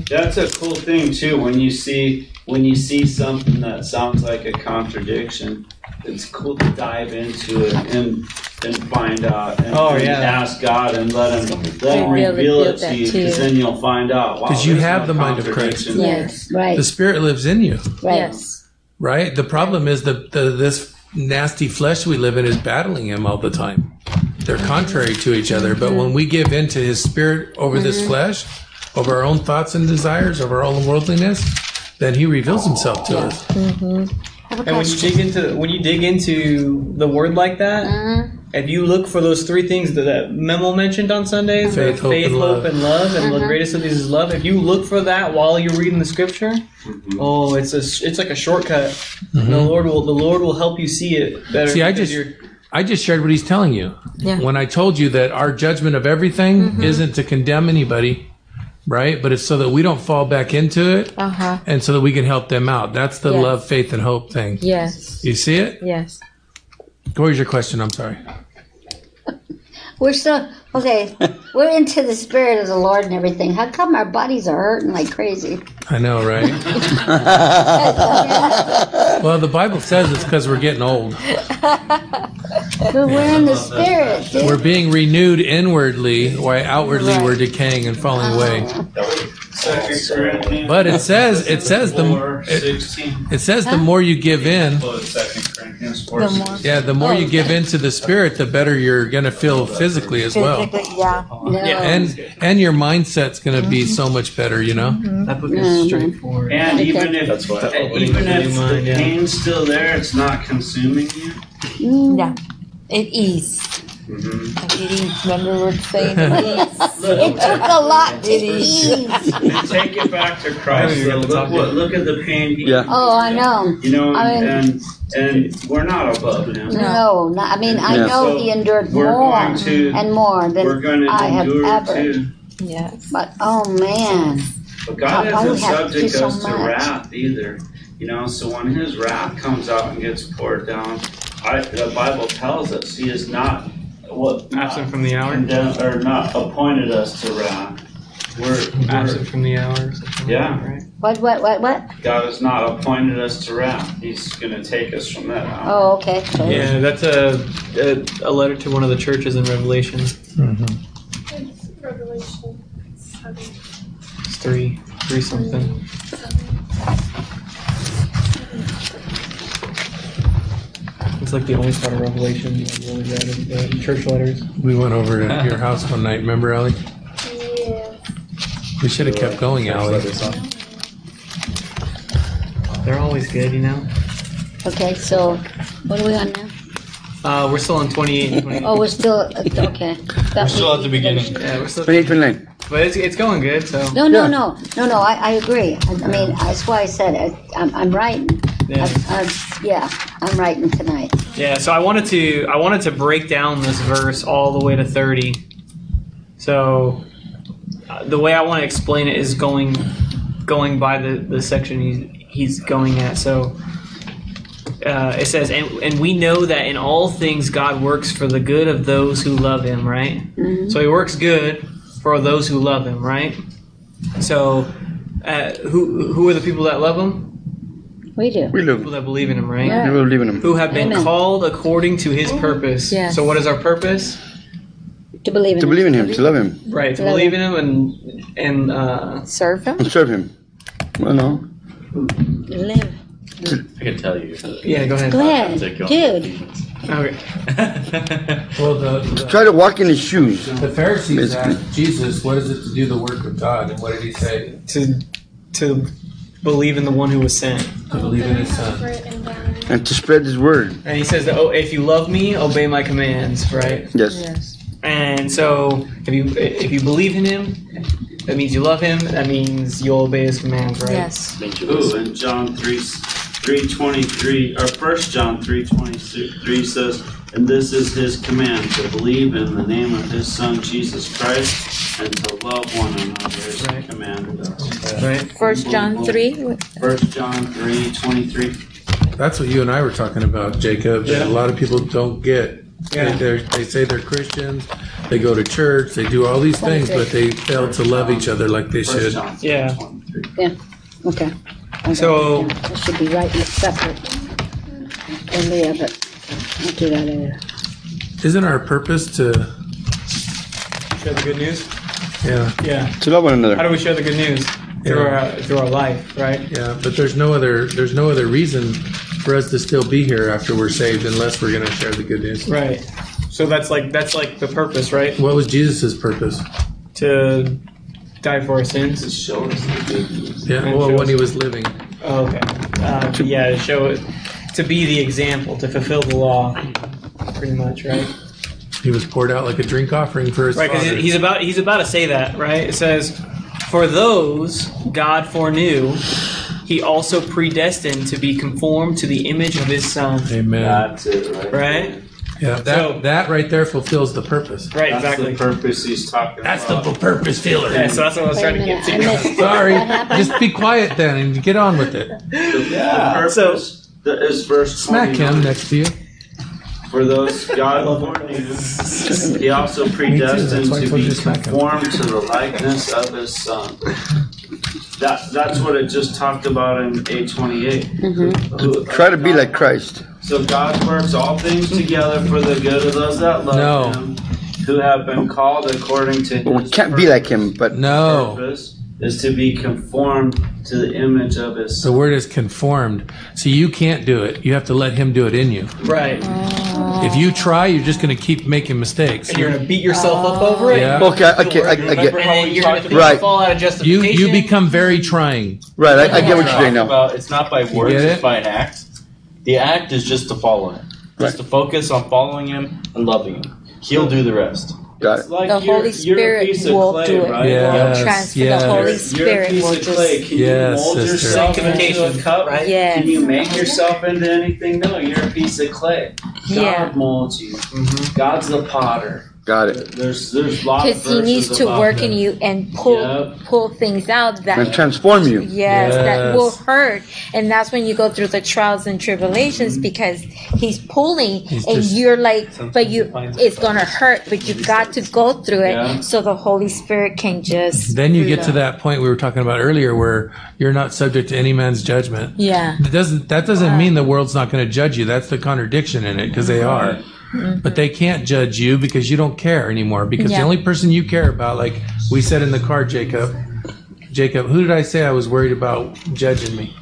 Speaker 1: That's a cool thing too. When you see when you see something that sounds like a contradiction, it's cool to dive into it and and find out. And,
Speaker 11: Oh,
Speaker 1: and
Speaker 11: yeah.
Speaker 1: ask God and let Him let Him
Speaker 4: Reveal-
Speaker 1: reveal
Speaker 4: reveal
Speaker 1: it
Speaker 4: that
Speaker 1: to you,
Speaker 4: to you.
Speaker 1: because then you'll find out. wow,
Speaker 9: 'Cause you
Speaker 1: there's
Speaker 9: have
Speaker 1: no
Speaker 9: the mind of Christ.
Speaker 1: contradiction there.
Speaker 4: Yes.
Speaker 6: Right.
Speaker 9: The spirit lives in you,
Speaker 6: right.
Speaker 4: Yes.
Speaker 9: right? The problem is the, the this nasty flesh we live in is battling him all the time. They're contrary to each other, but when we give in to his spirit over
Speaker 4: Mm-hmm.
Speaker 9: this flesh, over our own thoughts and desires, over our own worldliness, then he reveals himself to us.
Speaker 7: Mm-hmm.
Speaker 6: Uh-huh.
Speaker 11: And when you dig into when you dig into the word like that,
Speaker 3: If you look for those three things that, that Memo mentioned on Sundays,
Speaker 9: Faith, hope, and love.
Speaker 3: and love, and the
Speaker 9: Mhm.
Speaker 3: greatest of these is love. If you look for that while you're reading the scripture,
Speaker 9: Mm-hmm.
Speaker 3: oh, it's a it's like a shortcut. The Lord will the Lord will help you see it better.
Speaker 9: See, I
Speaker 3: because
Speaker 9: just-
Speaker 3: you're-
Speaker 9: I just shared what he's telling you.
Speaker 3: Yeah.
Speaker 9: When I told you that our judgment of everything
Speaker 4: Mm-hmm.
Speaker 9: isn't to condemn anybody, right? But it's so that we don't fall back into it
Speaker 4: Uh huh.
Speaker 6: Uh-huh.
Speaker 9: and so that we can help them out. That's the
Speaker 4: Yes.
Speaker 9: love, faith, and hope thing.
Speaker 4: Yes.
Speaker 9: You see it?
Speaker 4: Yes.
Speaker 9: What was your question? I'm sorry.
Speaker 6: We're so okay. We're into the spirit of the Lord and everything. How come our bodies are hurting like crazy?
Speaker 9: I know, right? well, the Bible says it's because we're getting old.
Speaker 6: But we're in the spirit, dude.
Speaker 9: We're being renewed inwardly, while outwardly we're decaying and falling away. But it says it says the it, it says the more you give in,
Speaker 1: Second Corinthians four.
Speaker 4: The more.
Speaker 9: yeah, the more you give in to the spirit, the better you're gonna feel physically
Speaker 7: *laughs*
Speaker 9: as well.
Speaker 4: Physically, yeah.
Speaker 9: And and your mindset's gonna be so much better, you know.
Speaker 1: That
Speaker 6: book is
Speaker 1: straightforward. And
Speaker 6: Okay.
Speaker 1: even if
Speaker 9: That's why-
Speaker 1: and even if the pain's still there, it's not consuming you.
Speaker 4: Yeah. It eased.
Speaker 1: Mm-hmm.
Speaker 4: Like it eased. Remember we're saying it
Speaker 6: *laughs*
Speaker 4: eased.
Speaker 1: It
Speaker 4: took a lot to
Speaker 6: ease.
Speaker 1: *laughs* And take it back to Christ. though. Look, what, look at the pain. He,
Speaker 2: Yeah.
Speaker 6: Oh, I know.
Speaker 1: You know,
Speaker 6: I mean-
Speaker 1: and, and and we're not above him.
Speaker 6: No, no I mean I
Speaker 1: Yeah.
Speaker 6: know
Speaker 1: So
Speaker 6: he endured
Speaker 1: we're
Speaker 6: more
Speaker 1: going to-
Speaker 6: and more than
Speaker 1: We're going
Speaker 6: I
Speaker 1: to
Speaker 6: have
Speaker 1: endure
Speaker 6: ever.
Speaker 1: too.
Speaker 4: Yes.
Speaker 6: But oh man,
Speaker 1: But God
Speaker 6: Why we
Speaker 1: isn't
Speaker 6: have Oh, to do
Speaker 1: subject
Speaker 6: so
Speaker 1: us to
Speaker 6: much?
Speaker 1: wrath either. You know, so when His wrath comes out and gets poured down, I, the Bible tells us He is not what absent
Speaker 3: from the hour,
Speaker 1: or not appointed us to wrath. We're,
Speaker 3: absent
Speaker 1: we're
Speaker 3: from the hour. or something.
Speaker 1: yeah.
Speaker 6: what, what, what, what?
Speaker 1: God has not appointed us to wrath. He's going to take us from that out.
Speaker 6: Oh, okay.
Speaker 3: Yeah, that's a, a a letter to one of the churches in Revelation.
Speaker 12: Revelation seven.
Speaker 3: It's three three something. It's like the only part of Revelation that I really read in the church letters.
Speaker 9: We went over to your house one night, remember, Ellie?
Speaker 12: Yeah.
Speaker 9: We should have kept going, Ellie.
Speaker 3: They're always good, you know.
Speaker 6: Okay, so what are we on now?
Speaker 3: Uh, we're still on 28 and 29.
Speaker 6: Oh, we're still
Speaker 2: *laughs*
Speaker 6: okay. That-
Speaker 3: still at the beginning. Yeah, we're still.
Speaker 2: 28, 29.
Speaker 3: But it's, it's going good, so.
Speaker 6: No, no, no, no, no. I, I agree. I, I mean, that's why I said it. I'm, I'm writing.
Speaker 3: Yeah.
Speaker 6: I'm, yeah, I'm writing tonight.
Speaker 3: Yeah, so I wanted to I wanted to break down this verse all the way to 30. So uh, the way I want to explain it is going going by the, the section he's he's going at. So uh, it says and, and we know that in all things God works for the good of those who love him, right?
Speaker 6: Mm-hmm.
Speaker 3: So he works good for those who love him, right? So uh, who who are the people that love him?
Speaker 6: We do.
Speaker 2: We
Speaker 3: People that believe in him, right?
Speaker 2: Yeah. We believe in him.
Speaker 3: Who have been
Speaker 2: Amen.
Speaker 3: called according to his purpose.
Speaker 6: Yes.
Speaker 3: So what is our purpose?
Speaker 6: To believe in
Speaker 2: To
Speaker 6: him.
Speaker 2: believe in him, to love him,
Speaker 3: Right, to
Speaker 6: Love
Speaker 3: believe in him and and uh,
Speaker 4: serve him.
Speaker 2: and serve him. Well, no.
Speaker 6: Live.
Speaker 7: I can tell you.
Speaker 3: Yeah, go ahead.
Speaker 6: Go ahead,
Speaker 7: Take you on.
Speaker 6: dude.
Speaker 7: *laughs*
Speaker 3: Okay.
Speaker 9: Well, the,
Speaker 2: Try to walk in his shoes.
Speaker 9: the Pharisees
Speaker 2: Basically.
Speaker 9: asked Jesus, "What is it to do the work of God?" And what did he say?
Speaker 3: to to believe in the one who was sent.
Speaker 9: To believe in His Son.
Speaker 2: And to spread his word.
Speaker 3: And he says that oh, if you love me, obey my commands, right?
Speaker 2: Yes.
Speaker 3: And so if you if you believe in him, that means you love him. That means you'll obey his commands, right?
Speaker 4: Yes.
Speaker 1: Ooh, and John three three twenty three or First John three twenty three says, and this is his command to believe in the name of his Son Jesus Christ and to love one another is the command of us.
Speaker 3: Right.
Speaker 4: First John three.
Speaker 1: First John three twenty three.
Speaker 9: That's what you and I were talking about, Jacob. that
Speaker 1: Yeah.
Speaker 9: A lot of people don't get.
Speaker 1: Yeah.
Speaker 9: They, they're- they say they're Christians. They go to church. They do all these things, but they fail to love each other like they
Speaker 1: First
Speaker 9: should.
Speaker 1: John.
Speaker 3: Yeah.
Speaker 6: Yeah. Okay. Okay.
Speaker 3: So-
Speaker 6: Yeah, I should be writing it separate. And the other. I'll do that later.
Speaker 9: Isn't our purpose to
Speaker 3: Share the good news.
Speaker 9: yeah
Speaker 3: Yeah.
Speaker 2: To love one
Speaker 3: How
Speaker 2: another.
Speaker 3: do we share the good news through
Speaker 9: Yeah.
Speaker 3: our through our life, right?
Speaker 9: yeah? But there's no other there's no other reason for us to still be here after we're saved unless we're going to share the good news.
Speaker 3: Right. So that's like that's like the purpose, right?
Speaker 9: What was Jesus' purpose?
Speaker 3: To die for our sins. To
Speaker 1: show us the good news.
Speaker 9: Yeah, well, when he was living.
Speaker 3: Oh, okay. Uh, yeah, to show it, to be the example, to fulfill the law, pretty much, right?
Speaker 9: He was poured out like a drink offering for his
Speaker 3: Right,
Speaker 9: father.
Speaker 3: because he's about he's about to say that, right? It says, "For those God foreknew, He also predestined to be conformed to the image of His Son."
Speaker 9: Amen.
Speaker 1: That's it, right?
Speaker 3: Right.
Speaker 9: yeah, that, that right there fulfills the purpose.
Speaker 3: Right, exactly.
Speaker 1: purpose he's talking
Speaker 9: That's the purpose filler.
Speaker 3: Yeah, so that's what I was trying to get
Speaker 4: Wait a minute, I
Speaker 3: to.
Speaker 4: missed-
Speaker 9: Sorry,
Speaker 4: What happened?
Speaker 9: just be quiet then and get on with it.
Speaker 1: Yeah. The purpose that is verse
Speaker 9: Smack
Speaker 1: 29.
Speaker 9: him next to you.
Speaker 1: For those God *laughs* foreknew, he also predestined
Speaker 9: that's why I
Speaker 1: to
Speaker 9: told you
Speaker 1: be
Speaker 9: to smack him.
Speaker 1: conformed to the likeness of his son. That, that's what it just talked about in eight twenty-eight.
Speaker 2: Try to be like Christ.
Speaker 1: So God works all things together for the good of those that love
Speaker 2: No.
Speaker 1: him, who have been called according to
Speaker 2: Well, we
Speaker 1: his
Speaker 2: can't be like him, but
Speaker 9: No.
Speaker 1: purpose, is to be conformed to the image of his
Speaker 9: The word is conformed. So you can't do it. You have to let him do it in you.
Speaker 3: Right.
Speaker 9: If you try, you're just going to keep making mistakes.
Speaker 3: And you're gonna beat yourself up over it.
Speaker 9: Yeah.
Speaker 2: Okay, okay, I, I get
Speaker 3: Remember how we you're gonna think
Speaker 2: Right.
Speaker 3: you fall out of
Speaker 9: You
Speaker 3: justification.
Speaker 9: you become very trying.
Speaker 2: right. I, I get what you're
Speaker 5: talking
Speaker 2: saying now.
Speaker 5: About, it's not by words,
Speaker 9: get
Speaker 5: it's
Speaker 9: it?
Speaker 5: by an act. The act is just to follow him. Just to focus on following him and loving him. He'll do the rest.
Speaker 2: Got
Speaker 1: It's like
Speaker 4: The
Speaker 1: you're,
Speaker 4: Holy
Speaker 1: you're a
Speaker 4: Spirit
Speaker 1: piece of
Speaker 4: will
Speaker 1: clay,
Speaker 4: do it.
Speaker 1: right?
Speaker 9: Yes,
Speaker 4: Transfer the
Speaker 9: yes.
Speaker 4: Holy
Speaker 1: You're-
Speaker 4: Spirit
Speaker 1: You're a
Speaker 4: will
Speaker 1: piece of
Speaker 4: just-
Speaker 1: clay. Can
Speaker 9: Yes,
Speaker 1: you mold
Speaker 9: sister.
Speaker 1: yourself into a
Speaker 3: Sanctification.
Speaker 1: cup? Right?
Speaker 4: Yes.
Speaker 1: Can you make yourself into anything? No, you're a piece of clay. God
Speaker 4: Yeah.
Speaker 1: molds you. God's the potter.
Speaker 2: Got it.
Speaker 1: There's there's lots of
Speaker 4: Because he needs
Speaker 1: verses
Speaker 4: to
Speaker 1: about
Speaker 4: work
Speaker 1: that.
Speaker 4: in you and pull
Speaker 1: Yep.
Speaker 4: pull things out that
Speaker 2: And transform you.
Speaker 4: Yes, that will
Speaker 9: Yes.
Speaker 4: hurt. And that's when you go through the trials and tribulations
Speaker 1: Mm-hmm.
Speaker 4: because he's pulling
Speaker 9: He's
Speaker 4: and
Speaker 9: just-
Speaker 4: you're like, but
Speaker 3: Sometimes
Speaker 4: you,
Speaker 3: he finds
Speaker 4: it's
Speaker 3: it.
Speaker 4: going to hurt, but you got to go through it
Speaker 1: Yeah.
Speaker 4: so the Holy Spirit can just.
Speaker 9: Then you get to that point we were talking about earlier where you're not subject to any man's judgment.
Speaker 4: Yeah.
Speaker 9: That doesn't that doesn't mean the world's not going to judge you. That's the contradiction in it because they are. But they can't judge you because you don't care anymore. Because
Speaker 4: Yeah.
Speaker 9: the only person you care about, like we said in the car, Jacob, Jacob, who did I say I was worried about judging me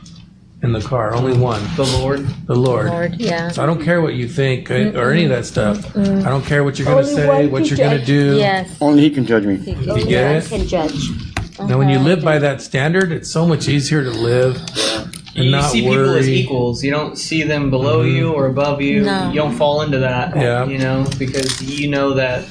Speaker 9: in the car? Only one,
Speaker 3: the Lord.
Speaker 9: the Lord.
Speaker 4: Lord, yeah.
Speaker 9: So I don't care what you think uh, or any of that stuff. I don't care what you're going to
Speaker 6: Only
Speaker 9: say,
Speaker 6: one
Speaker 9: what
Speaker 6: can
Speaker 9: you're going to
Speaker 6: judge.
Speaker 9: do.
Speaker 4: Yes.
Speaker 2: Only he can judge me.
Speaker 9: You get it?
Speaker 6: Can judge.
Speaker 9: Now, when you live by that standard, it's so much easier to live and
Speaker 3: You
Speaker 9: not
Speaker 3: see people as
Speaker 9: worry. Mm-hmm.
Speaker 3: equals. You don't see them below you or above you.
Speaker 4: No.
Speaker 3: You don't fall into that.
Speaker 9: Yeah.
Speaker 3: You know, because you know that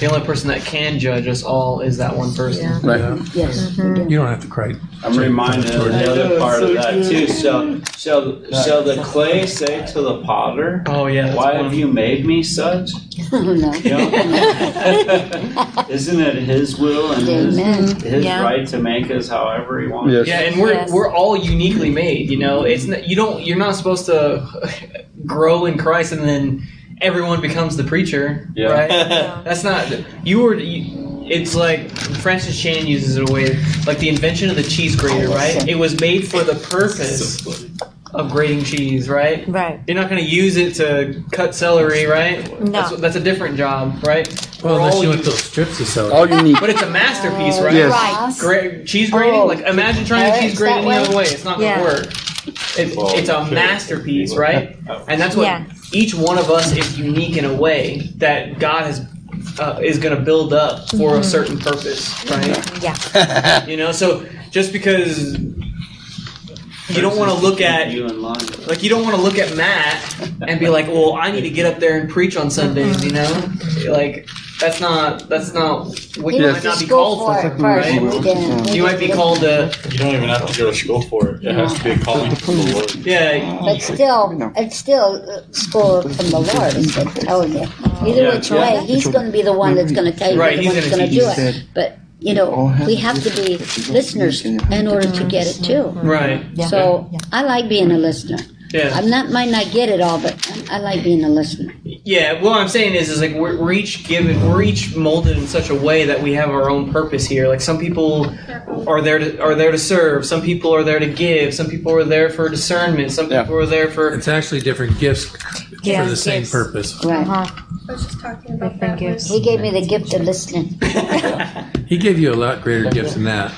Speaker 3: the only person that can judge us all is that one person.
Speaker 4: Yeah.
Speaker 2: Right.
Speaker 9: Yeah.
Speaker 6: Yes.
Speaker 9: You don't have to cry.
Speaker 1: I'm reminded of the other part of that too. Shall shall shall the clay say to the potter,
Speaker 3: Oh yeah. that's
Speaker 1: Why
Speaker 3: one. Oh,
Speaker 1: have you made
Speaker 3: *laughs*
Speaker 1: me such?
Speaker 6: no.
Speaker 1: You know? Isn't it His will and His,
Speaker 6: Amen.
Speaker 1: his
Speaker 4: Yeah.
Speaker 1: right to make us however He wants?
Speaker 2: Yes.
Speaker 3: Yeah, and we're
Speaker 4: Yes.
Speaker 3: we're all uniquely made. You know, it's not, you don't you're not supposed to *laughs* grow in Christ and then everyone becomes the preacher,
Speaker 1: *laughs* Yeah.
Speaker 3: right? That's not you were. You, it's like Francis Chan uses it a way like the invention of the cheese grater,
Speaker 4: Oh,
Speaker 3: right? It was made for the purpose of grating cheese, right?
Speaker 4: Right.
Speaker 3: You're not going to use it to cut celery, right?
Speaker 4: No.
Speaker 3: That's, that's a different job, right?
Speaker 9: Well,
Speaker 3: We're
Speaker 9: unless
Speaker 3: all
Speaker 9: you want
Speaker 3: unique.
Speaker 9: those strips to sell.
Speaker 2: All you need.
Speaker 3: But it's a masterpiece, Oh. right?
Speaker 2: Yes.
Speaker 3: Gra- cheese grating?
Speaker 6: Oh.
Speaker 3: like, imagine trying
Speaker 6: Eric's
Speaker 3: to cheese grate
Speaker 6: that
Speaker 3: any
Speaker 6: way?
Speaker 3: other way. It's not going to
Speaker 4: Yeah.
Speaker 3: work. It's,
Speaker 1: Well,
Speaker 3: it's a
Speaker 1: sure.
Speaker 3: masterpiece, right? And that's what
Speaker 4: Yeah.
Speaker 3: each one of us is unique in a way that God has. Uh, is going to build up for a certain purpose, right?
Speaker 4: Yeah.
Speaker 3: *laughs* You know, so just because you don't want to look at
Speaker 1: you in line.
Speaker 3: like you don't want to look at Matt and be like, "Well, I need to get up there and preach on Sundays," you know? Like that's not that's not what you
Speaker 2: Yes.
Speaker 3: might not be
Speaker 6: Just go
Speaker 3: called
Speaker 6: for
Speaker 3: for,
Speaker 6: it first.
Speaker 3: right?
Speaker 6: and begin.
Speaker 3: You might be called to
Speaker 5: You don't even have to go to school for it. It has to be a calling from the Lord.
Speaker 7: Oh,
Speaker 3: yeah.
Speaker 6: But still, it's still uh, school from the Lord. Is what I'm telling you. Either
Speaker 1: Yeah.
Speaker 6: which way, He's going to be the one that's going to tell you.
Speaker 3: Right,
Speaker 6: the
Speaker 3: he's
Speaker 6: one that's
Speaker 3: gonna
Speaker 6: going to
Speaker 3: teach.
Speaker 6: do it. But you know, we have to be listeners in order to get it too.
Speaker 3: Right.
Speaker 6: So I like being a listener.
Speaker 3: Yeah.
Speaker 6: I'm not might not get it all, but I I like being a listener.
Speaker 3: Yeah. What I'm saying is, is like we're, we're each given, we're each molded in such a way that we have our own purpose here. Like some people are there to are there to serve. Some people are there to give. Some people are there for discernment. Some
Speaker 2: Yeah.
Speaker 3: people are there for.
Speaker 9: It's actually different gifts
Speaker 4: Yeah,
Speaker 9: for the same
Speaker 4: gifts.
Speaker 9: purpose.
Speaker 6: Right.
Speaker 4: Uh-huh.
Speaker 12: I was just talking
Speaker 4: Different
Speaker 12: about that.
Speaker 4: gifts.
Speaker 6: He gave me the gift of listening.
Speaker 9: He gave you a lot greater gift than that.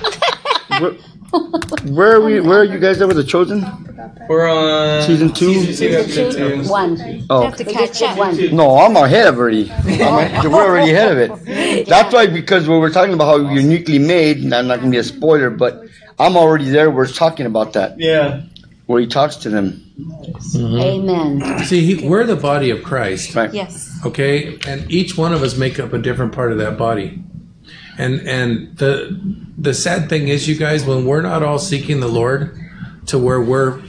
Speaker 2: Where, where are we? Where are you guys at with the chosen?
Speaker 3: We're on
Speaker 2: Season two?
Speaker 3: episode two.
Speaker 6: One.
Speaker 2: Oh,
Speaker 4: have to catch up.
Speaker 6: One.
Speaker 2: No, I'm ahead of already. I'm a- we're already ahead of it. That's why, because we were talking about how you're uniquely made, and I'm not gonna be a spoiler, but I'm already there. We're talking about that.
Speaker 3: Yeah.
Speaker 2: where he talks to them.
Speaker 6: Amen.
Speaker 9: See, he, we're the body of Christ.
Speaker 6: Yes.
Speaker 9: Okay, and each one of us make up a different part of that body. And and the the sad thing is, you guys, when we're not all seeking the Lord, to where we're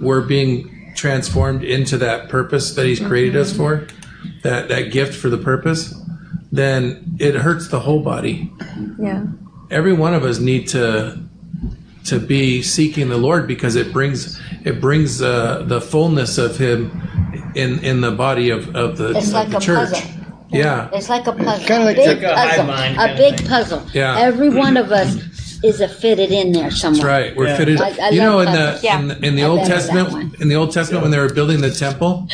Speaker 9: we're being transformed into that purpose that He's created us for, that that gift for the purpose, then it hurts the whole body.
Speaker 12: Yeah.
Speaker 9: Every one of us need to to be seeking the Lord because it brings it brings uh, the fullness of Him in in the body of of the,
Speaker 6: It's
Speaker 9: of
Speaker 6: like
Speaker 9: the
Speaker 6: a
Speaker 9: church.
Speaker 6: puzzle.
Speaker 9: Yeah,
Speaker 6: It's like a puzzle.
Speaker 9: kinda like
Speaker 6: a
Speaker 9: like
Speaker 6: big
Speaker 9: a hive
Speaker 6: puzzle.
Speaker 9: mind
Speaker 6: A
Speaker 9: kinda
Speaker 6: big puzzle.
Speaker 9: Yeah.
Speaker 6: Every one of
Speaker 9: *laughs*
Speaker 6: us is a fitted in there somewhere.
Speaker 9: that's right. We're
Speaker 6: Yeah.
Speaker 9: fitted.
Speaker 6: I- I
Speaker 9: you
Speaker 6: love
Speaker 9: know, in the,
Speaker 6: puzzles. Yeah.
Speaker 9: in the in the
Speaker 6: I
Speaker 9: Old
Speaker 6: love that one.
Speaker 9: Testament, in the Old Testament, when they were building the temple,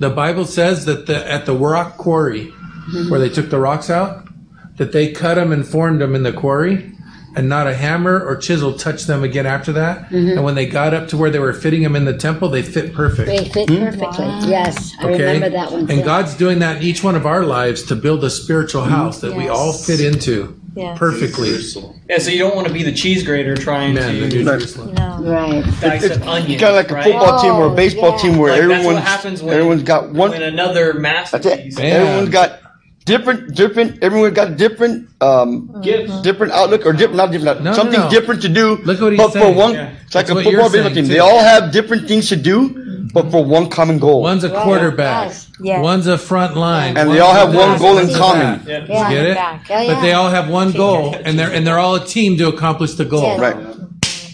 Speaker 9: the Bible says that the at the rock quarry,
Speaker 6: Mm-hmm.
Speaker 9: where they took the rocks out, that they cut them and formed them in the quarry. And not a hammer or chisel touched them again after that.
Speaker 6: Mm-hmm.
Speaker 9: And when they got up to where they were fitting them in the temple, they fit perfect.
Speaker 6: They fit perfectly. Yes. I remember that one.
Speaker 9: Hmm? And
Speaker 6: too.
Speaker 9: God's doing that in each one of our lives to build a spiritual house that we
Speaker 3: Yes.
Speaker 9: all fit into
Speaker 3: Yes.
Speaker 9: perfectly.
Speaker 3: Yeah, so you don't want to be the cheese grater trying
Speaker 9: the
Speaker 3: to
Speaker 9: New
Speaker 6: Right.
Speaker 3: dice an onion.
Speaker 2: Kind of like a
Speaker 3: right?
Speaker 2: football team or a baseball team where
Speaker 3: Like, that's what
Speaker 2: everyone's
Speaker 3: happens when-
Speaker 2: everyone's got one.
Speaker 3: When another masterpiece.
Speaker 2: Everyone's got different, different. Everyone got a different, um,
Speaker 3: Gifts.
Speaker 2: different outlook or different, not different,
Speaker 9: no,
Speaker 2: something
Speaker 9: no.
Speaker 2: different to do. Look
Speaker 9: what he's
Speaker 2: but
Speaker 9: saying.
Speaker 2: for one,
Speaker 9: Yeah.
Speaker 2: it's like
Speaker 9: That's
Speaker 2: a
Speaker 9: what you're
Speaker 2: football baseball
Speaker 9: saying,
Speaker 2: team. They
Speaker 9: too.
Speaker 2: all have different things to do, but for one common goal.
Speaker 9: One's a
Speaker 2: Right.
Speaker 9: quarterback.
Speaker 2: Yes. Yes.
Speaker 9: One's a front line.
Speaker 2: And they all have one
Speaker 9: one's a
Speaker 2: goal in
Speaker 9: defensive
Speaker 2: common.
Speaker 9: back. Oh,
Speaker 2: Yeah.
Speaker 9: Get it?
Speaker 6: Yeah,
Speaker 9: But they
Speaker 6: yeah.
Speaker 9: all have one goal, and they're and they're all a team to accomplish the goal.
Speaker 1: Right.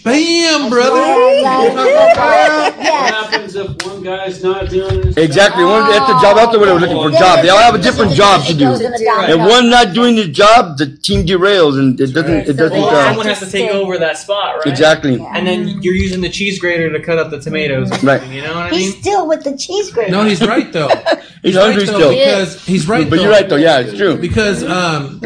Speaker 9: Bam, *laughs* brother.
Speaker 1: What happens if one guy's not doing his
Speaker 2: Exactly. One that's the job out there. What they were looking for job. They all have a different job to do. And one not doing the job, the team derails, and it doesn't. It doesn't.
Speaker 3: Well, someone
Speaker 2: Uh,
Speaker 3: has to take over that spot, right?
Speaker 2: Exactly.
Speaker 3: And then you're using the cheese grater to cut up the tomatoes.
Speaker 2: Right.
Speaker 3: You know what I mean?
Speaker 6: He's still with the cheese grater.
Speaker 9: No, he's right though.
Speaker 2: He's
Speaker 9: right,
Speaker 2: hungry
Speaker 9: though,
Speaker 2: still.
Speaker 9: Because he's right.
Speaker 2: But you're right, though. Yeah, it's true.
Speaker 9: Because um,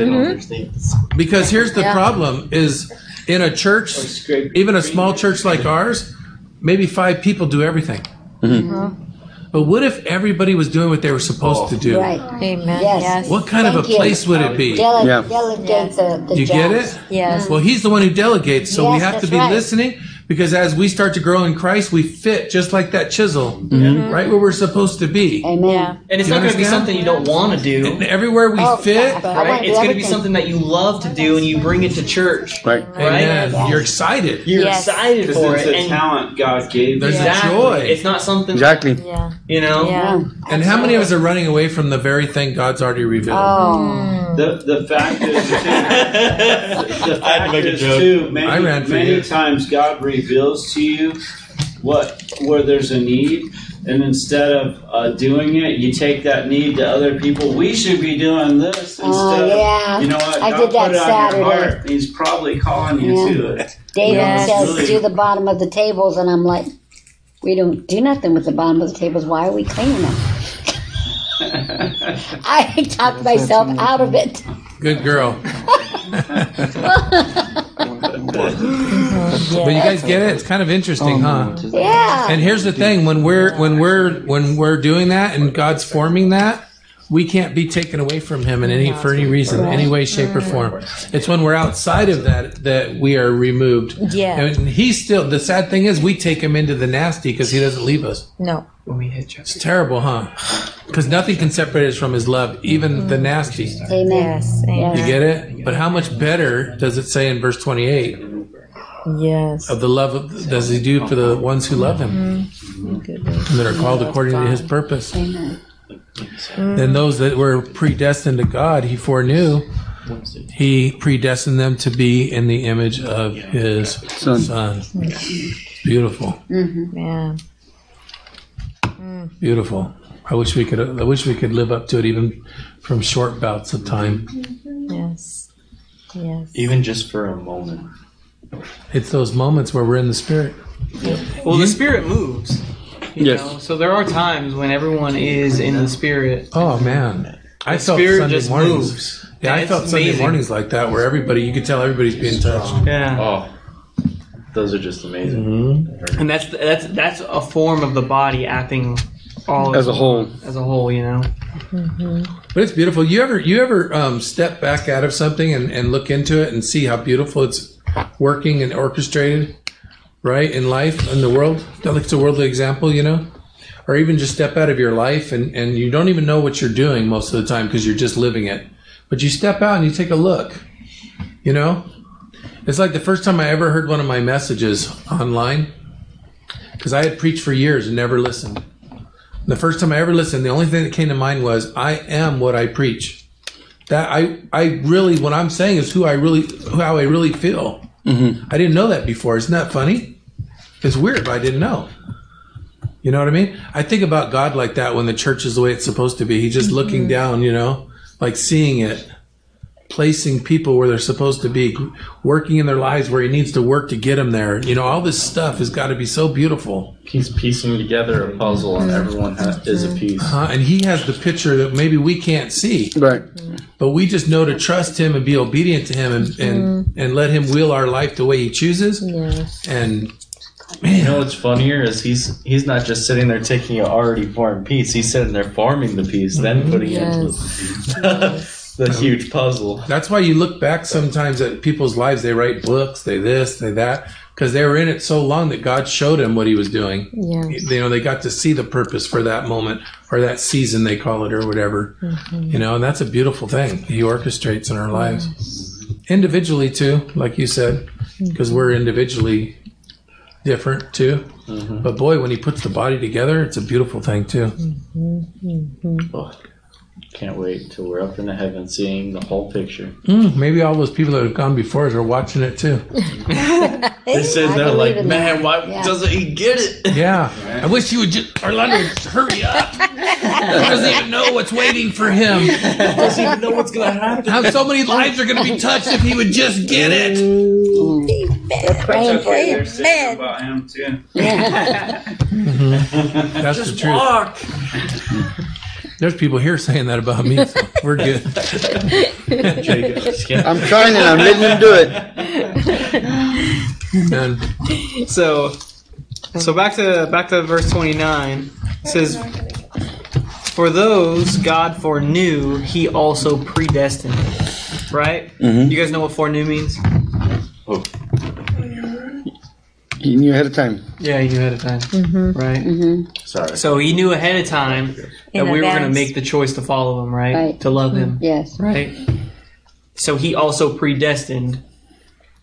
Speaker 9: because here's the problem: is in a church, even a small church like ours, maybe five people do everything.
Speaker 2: Mm-hmm.
Speaker 9: But what if everybody was doing what they were supposed to do?
Speaker 6: *laughs* Right. Amen. Yes.
Speaker 9: What kind of
Speaker 6: Thank
Speaker 9: a
Speaker 6: you.
Speaker 9: place would it be?
Speaker 6: Dele-
Speaker 9: Yeah.
Speaker 6: Delegate the, the
Speaker 9: Do you get
Speaker 6: jobs.
Speaker 9: it?
Speaker 6: Yes.
Speaker 9: Well, he's the one who delegates, so we
Speaker 6: Yes,
Speaker 9: have to
Speaker 6: that's
Speaker 9: be
Speaker 6: right.
Speaker 9: listening because as we start to grow in Christ, we fit just like that chisel, right where we're supposed to be.
Speaker 6: Mm-hmm. Amen. Oh,
Speaker 3: And it's not going to be something you don't want to do.
Speaker 9: everywhere we fit,
Speaker 3: right? It's going to be something that you love to do, and you bring it to church.
Speaker 2: Right. uh,
Speaker 3: Right.
Speaker 9: Amen. You're excited.
Speaker 3: You're excited
Speaker 1: Because
Speaker 3: for
Speaker 1: it's
Speaker 3: it.
Speaker 1: a
Speaker 3: and
Speaker 1: talent God gave.
Speaker 9: There's
Speaker 1: you.
Speaker 9: a joy.
Speaker 3: It's not something.
Speaker 2: Exactly.
Speaker 3: Yeah. You know.
Speaker 6: Yeah.
Speaker 9: And how many of us are running away from the very thing God's already revealed?
Speaker 6: Oh.
Speaker 1: The, the fact is, too, the fact
Speaker 9: had to make a
Speaker 1: is
Speaker 9: joke.
Speaker 1: too, many,
Speaker 9: I ran for
Speaker 1: many
Speaker 9: you.
Speaker 1: times God reveals to you what where there's a need, and instead of uh, doing it, you take that need to other people. We should be doing this instead.
Speaker 6: Oh, yeah.
Speaker 1: of, you know what?
Speaker 6: I
Speaker 1: God
Speaker 6: did that
Speaker 1: put it on your
Speaker 6: Saturday.
Speaker 1: heart. He's probably calling you
Speaker 6: Yeah.
Speaker 1: to it.
Speaker 6: David
Speaker 1: You know, it's
Speaker 6: says,
Speaker 1: really-
Speaker 6: "Do the bottom of the tables," and I'm like, "We don't do nothing with the bottom of the tables. Why are we cleaning them?" *laughs* I talked myself out of it.
Speaker 9: *laughs* Good girl. But you guys get it? It's kind of interesting, huh?
Speaker 6: Yeah.
Speaker 9: And here's the thing, when we're when we're when we're doing that and God's forming that, we can't be taken away from him in any for any reason, any way, shape, or form. It's when we're outside of that that we are removed.
Speaker 11: Yeah.
Speaker 9: And he's still the sad thing is we take him into the nasty because he doesn't leave us.
Speaker 11: No.
Speaker 3: When we hit you.
Speaker 9: It's terrible, huh? Because nothing can separate us from his love, even the nasty.
Speaker 6: Amen. Yes.
Speaker 9: You get it? But how much better does it say in verse 28?
Speaker 11: Yes.
Speaker 9: Of the love of, does he do for the ones who love him
Speaker 3: Mm-hmm.
Speaker 9: and that are called according to his purpose? Then those that were predestined to God, he foreknew. He predestined them to be in the image of his son. Beautiful,
Speaker 11: Mm-hmm. Yeah.
Speaker 9: beautiful. I wish we could. I wish we could live up to it, even from short bouts of time. Mm-hmm.
Speaker 11: Yes. Yes.
Speaker 7: Even just for a moment.
Speaker 9: It's those moments where we're in the spirit.
Speaker 3: Well, the spirit moves. You
Speaker 9: Yes.
Speaker 3: Know? So there are times when everyone is in the spirit.
Speaker 9: Oh man, I
Speaker 3: The
Speaker 9: felt
Speaker 3: spirit
Speaker 9: Sunday
Speaker 3: just
Speaker 9: mornings.
Speaker 3: moves.
Speaker 9: Yeah, I
Speaker 3: It's
Speaker 9: felt Sunday
Speaker 3: amazing.
Speaker 9: mornings like that, where everybody you could tell everybody's being touched.
Speaker 3: Yeah.
Speaker 7: Oh, those are just amazing.
Speaker 3: And that's that's that's a form of the body acting all
Speaker 9: As a whole.
Speaker 3: As a whole, you know.
Speaker 9: But it's beautiful. You ever you ever um, step back out of something and, and look into it and see how beautiful it's working and orchestrated? right in life in the world that like it's a worldly example you know or even just step out of your life and, and you don't even know what you're doing most of the time because you're just living it but you step out and you take a look you know it's like the first time i ever heard one of my messages online because i had preached for years and never listened the first time i ever listened the only thing that came to mind was i am what i preach that i i really what i'm saying is who i really who, how i really feel I didn't know that before. Isn't that funny? It's weird, but I didn't know. You know what I mean? I think about God like that when the church is the way it's supposed to be. He's just looking down, you know, like seeing it, placing people where they're supposed to be, working in their lives where He needs to work to get them there. You know, all this stuff has got to be so beautiful.
Speaker 5: He's piecing together a puzzle, and everyone has, is a piece.
Speaker 9: Uh-huh, and he has the picture that maybe we can't see.
Speaker 2: Right.
Speaker 9: But we just know to trust him and be obedient to him and, and, and let him will our life the way he chooses.
Speaker 5: *laughs*
Speaker 9: And
Speaker 5: You know what's funnier is he's he's not just sitting there taking an already formed piece. He's sitting there forming the piece, then putting it into the, the huge puzzle.
Speaker 9: that's why you look back sometimes at people's lives. They write books, they this, they that, because they were in it so long that God showed him what he was doing.
Speaker 11: Yes.
Speaker 9: You know, they got to see the purpose for that moment or that season, they call it, or whatever. You know, and that's a beautiful thing he orchestrates in our lives. Individually, too, like you said, because we're individually different, too. But boy, when he puts the body together, it's a beautiful thing, too.
Speaker 5: Oh, can't wait till we're up in the heaven seeing the whole picture.
Speaker 9: Mm, maybe all those people that have gone before us are watching it, too.
Speaker 5: They sit there
Speaker 9: believe
Speaker 5: like,
Speaker 9: in
Speaker 5: man, why
Speaker 9: Yeah.
Speaker 5: doesn't he get it?
Speaker 9: Yeah. I wish you would just, Orlando, hurry *laughs* up. He doesn't even know what's waiting for him.
Speaker 5: doesn't even know what's gonna happen.
Speaker 9: How so many lives are going to be touched if he would just get it?
Speaker 1: That's okay. They're saying about him too. *laughs*
Speaker 9: That's the truth. There's people here saying that about me. So we're good.
Speaker 2: I'm trying and I'm letting him do
Speaker 3: *laughs*
Speaker 2: it.
Speaker 9: *laughs*
Speaker 3: so so back to back to verse 29 it says for those god foreknew he also predestined right
Speaker 9: Mm-hmm.
Speaker 2: Mhm.
Speaker 3: you guys know what foreknew means
Speaker 2: He knew ahead of time.
Speaker 3: yeah he knew ahead of time
Speaker 7: Mm-hmm.
Speaker 9: Mm-hmm.
Speaker 3: right
Speaker 5: sorry
Speaker 3: so he knew ahead of time that
Speaker 6: In
Speaker 3: we were going to
Speaker 6: advance.
Speaker 3: make the choice to follow him right,
Speaker 6: Right. Mm-hmm.
Speaker 3: to love him
Speaker 6: Yes.
Speaker 3: right so he also predestined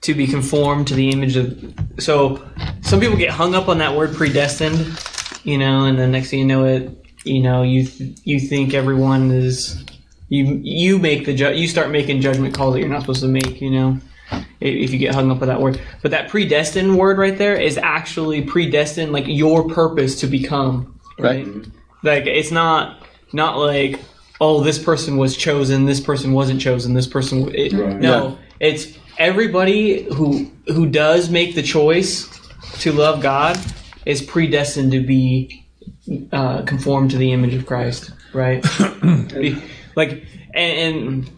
Speaker 3: to be conformed to the image of so some people get hung up on that word predestined you know and then next thing you know it you know you you think everyone is you you make the ju- you start making judgment calls that you're not supposed to make you know i- if you get hung up with that word but that predestined word right there is actually predestined like your purpose to become right, Mm-hmm. like it's not not like oh this person was chosen this person wasn't chosen this person w- it,
Speaker 1: Right.
Speaker 3: no it's everybody who who does make the choice to love god is predestined to be uh, conformed to the image of christ right Be- like and, and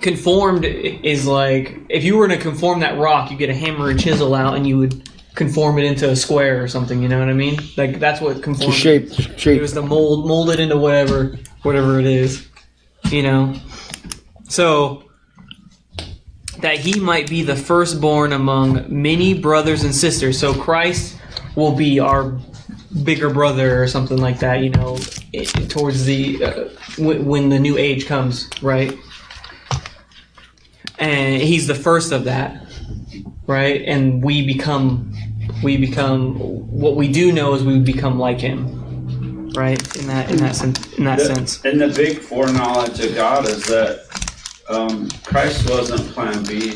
Speaker 3: conformed is like if you were to conform that rock you get a hammer and chisel out and you would conform it into a square or something you know what i mean like that's what conformed
Speaker 2: shape, shape.
Speaker 3: it was the mold molded into whatever whatever it is you know so that he might be the firstborn among many brothers and sisters so christ will be our bigger brother or something like that you know it, towards the uh, w- when the new age comes right and he's the first of that right and we become we become what we do know is we become like him right in that in that sen- in that
Speaker 1: The-
Speaker 3: sense
Speaker 1: And the big foreknowledge of God is that um, Christ wasn't Plan B. He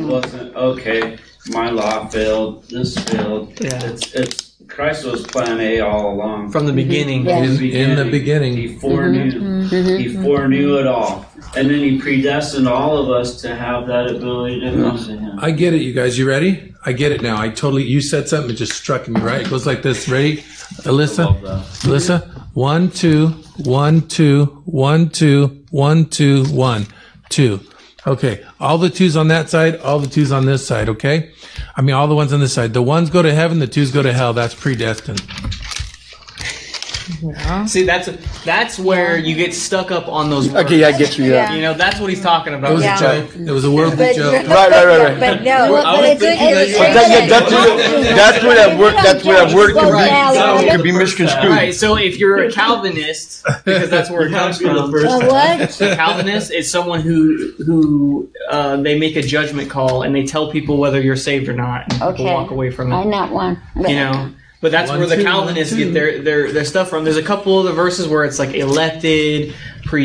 Speaker 3: Mm.
Speaker 1: wasn't okay. My law failed. This failed.
Speaker 3: Yeah.
Speaker 1: It's, it's Christ was Plan A all along
Speaker 3: From the Mhm. beginning. Yeah.
Speaker 1: From
Speaker 9: In- in the beginning.
Speaker 1: He foreknew. He
Speaker 3: Mm-hmm.
Speaker 1: foreknew it all, and then he predestined all of us to have that ability
Speaker 3: Mm-hmm.
Speaker 1: to come to him.
Speaker 9: I get it, you guys. You ready? I get it now. I totally. You said something. It just struck me. Right? It goes like this. Ready, Alyssa? Alyssa, one, two, one, two, one, two, one, two, one, two. Okay. All the twos on that side. All the twos on this side. Okay. I mean, all the ones on this side. The ones go to heaven. The twos go to hell. That's predestined.
Speaker 3: See, that's that's where you get stuck up on those. Words.
Speaker 2: Okay, yeah, I get you, yeah.
Speaker 3: You know, that's what he's talking about.
Speaker 9: It was a joke. It was a worldly
Speaker 3: But-
Speaker 9: joke.
Speaker 2: Right, right, right, right.
Speaker 3: But no,
Speaker 2: Well,
Speaker 3: but I would it's- think it's- that-
Speaker 2: That- yeah, that's where, that's where that word, that's where that word can be, can be
Speaker 3: All right,
Speaker 2: misconstrued.
Speaker 3: so if you're a Calvinist, because that's where it comes from.
Speaker 2: A what?
Speaker 3: A Calvinist is someone who who uh, they make a judgment call and they tell people whether you're saved or not. And
Speaker 6: Okay.
Speaker 3: People walk away from it.
Speaker 6: I'm not one.
Speaker 3: You know, but that's
Speaker 6: One,
Speaker 3: where the
Speaker 6: two,
Speaker 3: Calvinists
Speaker 6: one, two.
Speaker 3: get their, their their stuff from. There's a couple of the verses where it's like elected,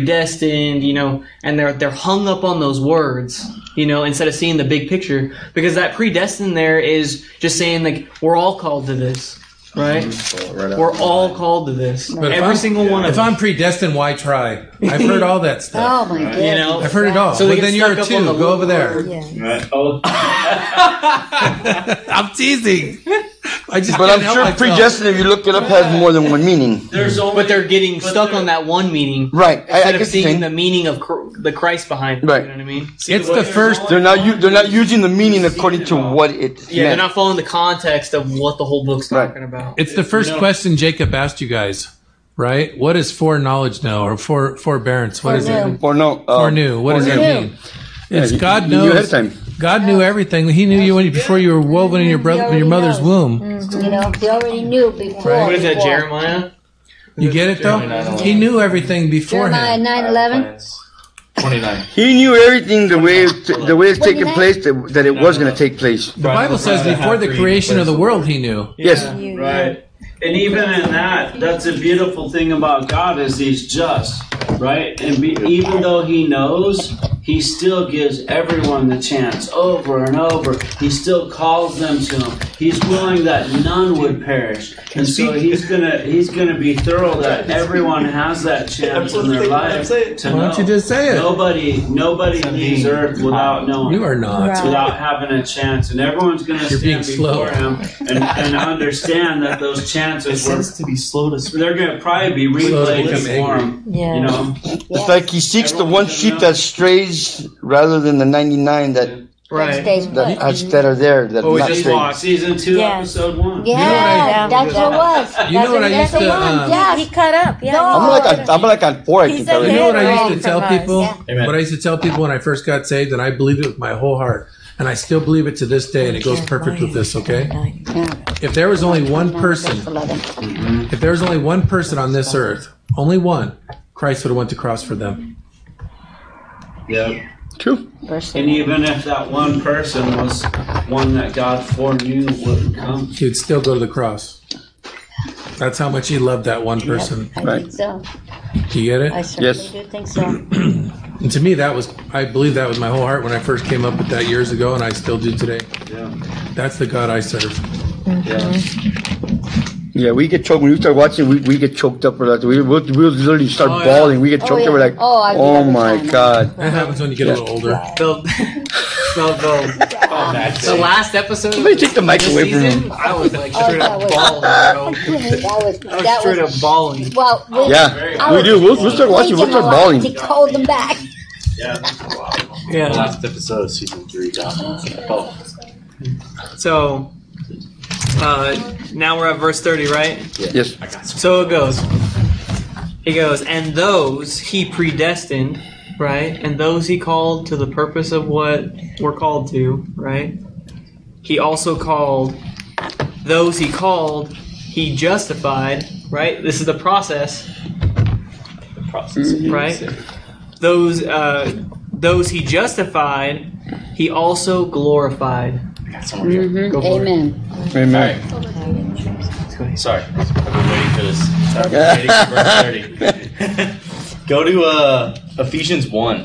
Speaker 3: predestined, you know, and they're they're hung up on those words, you know, instead of seeing the big picture because that predestined there is just saying like we're all called to this, right?
Speaker 9: Mm-hmm.
Speaker 3: We're all called to this.
Speaker 9: But if
Speaker 3: Every
Speaker 9: I'm-
Speaker 3: single one of us.
Speaker 9: If I'm predestined, why try? I've heard all that
Speaker 6: *laughs*
Speaker 9: stuff.
Speaker 6: Oh my
Speaker 3: Right. You know?
Speaker 9: I've heard it all.
Speaker 3: So they
Speaker 9: well,
Speaker 3: get
Speaker 9: then you're
Speaker 3: stuck
Speaker 9: a
Speaker 3: up on
Speaker 9: two.
Speaker 3: the
Speaker 9: Go over there.
Speaker 1: Oh,
Speaker 9: I'm teasing. *laughs* I just
Speaker 2: But I'm
Speaker 9: can't help
Speaker 2: sure
Speaker 9: myself.
Speaker 2: predestined, if you look it up, has more than one meaning.
Speaker 3: There's Mm. but they're getting stuck on that one meaning,
Speaker 2: Right. I-
Speaker 3: Instead
Speaker 2: I get
Speaker 3: of
Speaker 2: the thing.
Speaker 3: seeing the meaning of cr- the Christ behind it.
Speaker 2: Right.
Speaker 3: You know what I mean?
Speaker 2: They're not, u- they're not using the meaning according to what it
Speaker 3: Yeah, they're
Speaker 2: meant.
Speaker 3: not following the context of what the whole book's talking about.
Speaker 9: It's the first
Speaker 3: You know?
Speaker 9: question Jacob asked you guys, right? What is foreknowledge now or fore, forbearance? What is
Speaker 2: Foreknew.
Speaker 9: it? Foreknow. Foreknew. What does that
Speaker 2: foreknew.
Speaker 9: mean? It's
Speaker 2: uh, Yeah,
Speaker 9: God
Speaker 2: you- you knew
Speaker 9: knows.
Speaker 2: ahead of time.
Speaker 9: God knew everything. He knew you when you, before you were woven in your brother, your mother's womb.
Speaker 6: You know, he already knew before.
Speaker 3: What is that,
Speaker 6: before.
Speaker 3: Jeremiah?
Speaker 9: You get it though? He knew everything
Speaker 6: Jeremiah
Speaker 9: beforehand.
Speaker 6: nine eleven.
Speaker 5: 29.
Speaker 2: He knew everything the way, it- the way it's
Speaker 6: What do you
Speaker 2: taking
Speaker 6: mean?
Speaker 2: place, that, that it was gonna take place.
Speaker 9: The Bible says before the creation of the world, he knew.
Speaker 2: Yes.
Speaker 1: Right. And even in that, that's a beautiful thing about God is He's just, right? And be, even though He knows, He still gives everyone the chance over and over. He still calls them to Him. He's willing that none would perish, and so He's gonna He's gonna be thorough that everyone has that chance in their life to
Speaker 9: Why don't
Speaker 1: know.
Speaker 9: you just say it?
Speaker 1: Nobody, nobody leaves earth without knowing.
Speaker 9: You are not. Right.
Speaker 1: without having a chance, and everyone's going to
Speaker 9: You're being
Speaker 1: stand before
Speaker 9: slow.
Speaker 1: him and, and understand that those chances were.
Speaker 5: to be slow to
Speaker 1: They're going to probably be
Speaker 9: Slow to
Speaker 1: replayed
Speaker 9: become
Speaker 1: for him.
Speaker 11: Yeah.
Speaker 1: You know,
Speaker 2: It's like he seeks the one sheep that strays rather than the ninety-nine that,
Speaker 3: Right.
Speaker 2: that, has- that are there, that
Speaker 1: Oh,
Speaker 2: are
Speaker 1: we
Speaker 2: not
Speaker 1: just
Speaker 2: straying.
Speaker 1: watched season two, episode one.
Speaker 6: Yeah, that's what it was.
Speaker 9: You know what I used to, um,
Speaker 6: yeah, he cut up. Yeah,
Speaker 2: I'm like, on- I'm like on four, I
Speaker 6: He's
Speaker 2: think.
Speaker 6: a
Speaker 9: You
Speaker 2: already.
Speaker 9: know what I used
Speaker 6: From
Speaker 9: to tell
Speaker 6: us,
Speaker 9: people?
Speaker 6: yeah.
Speaker 5: Amen.
Speaker 9: What I used to tell people when I first got saved, and I believed it with my whole heart, and I still believe it to this day, and it goes perfect with this, okay? If there was only one person, if there was only one person on this earth, only one, Christ would have went to cross for them.
Speaker 1: Yep.
Speaker 2: True.
Speaker 1: And even if that one person was one that God foreknew wouldn't come,
Speaker 9: He would still go to the cross. That's how much he loved that one person.
Speaker 6: I think so.
Speaker 9: Do you get it?
Speaker 6: I certainly do think so.
Speaker 9: And to me, that was, I believe that with my whole heart when I first came up with that years ago, and I still do today.
Speaker 1: yeah.
Speaker 9: That's the God I serve.
Speaker 2: Yeah, we get choked when we start watching. We, we get choked up with that. We we'll, we'll literally start
Speaker 9: Oh, yeah.
Speaker 2: bawling. We get
Speaker 6: Oh,
Speaker 2: choked up. We're
Speaker 6: yeah.
Speaker 2: like,
Speaker 6: Oh,
Speaker 2: oh,
Speaker 6: I do every
Speaker 2: my
Speaker 6: time.
Speaker 2: god.
Speaker 9: That happens when you get a little older.
Speaker 3: The, *laughs* the, the, the
Speaker 6: *laughs*
Speaker 3: last episode.
Speaker 2: Somebody take the mic
Speaker 3: this
Speaker 2: away from
Speaker 3: season,
Speaker 2: him.
Speaker 3: I was like
Speaker 6: Oh,
Speaker 3: straight
Speaker 6: that
Speaker 3: up
Speaker 6: was,
Speaker 3: balling,
Speaker 6: that
Speaker 3: bro.
Speaker 6: was,
Speaker 3: I
Speaker 6: *laughs*
Speaker 3: was
Speaker 6: that
Speaker 3: Oh, straight
Speaker 6: was,
Speaker 3: up balling.
Speaker 6: well, we,
Speaker 2: Yeah,
Speaker 6: I
Speaker 2: we
Speaker 6: was
Speaker 2: do. We'll, we'll start watching. We'll
Speaker 6: thinking
Speaker 2: start
Speaker 6: a lot
Speaker 2: bawling.
Speaker 6: To hold them back. Mm-hmm.
Speaker 3: Yeah.
Speaker 5: Last episode of season three. God. Oh,
Speaker 3: So uh, now we're at verse 30, right?
Speaker 2: Yes.
Speaker 3: So it goes. It goes, and those he predestined, right? And those he called to the purpose of what we're called to, right? He also called those he called, he justified, right? This is the process,
Speaker 5: the process. Mm-hmm.
Speaker 3: right? Those uh, those he justified, he also glorified. Go for it.
Speaker 6: Amen.
Speaker 2: Amen.
Speaker 5: Sorry, I've been waiting for this. I've been *laughs* waiting for verse 30. Go to uh, Ephesians 1.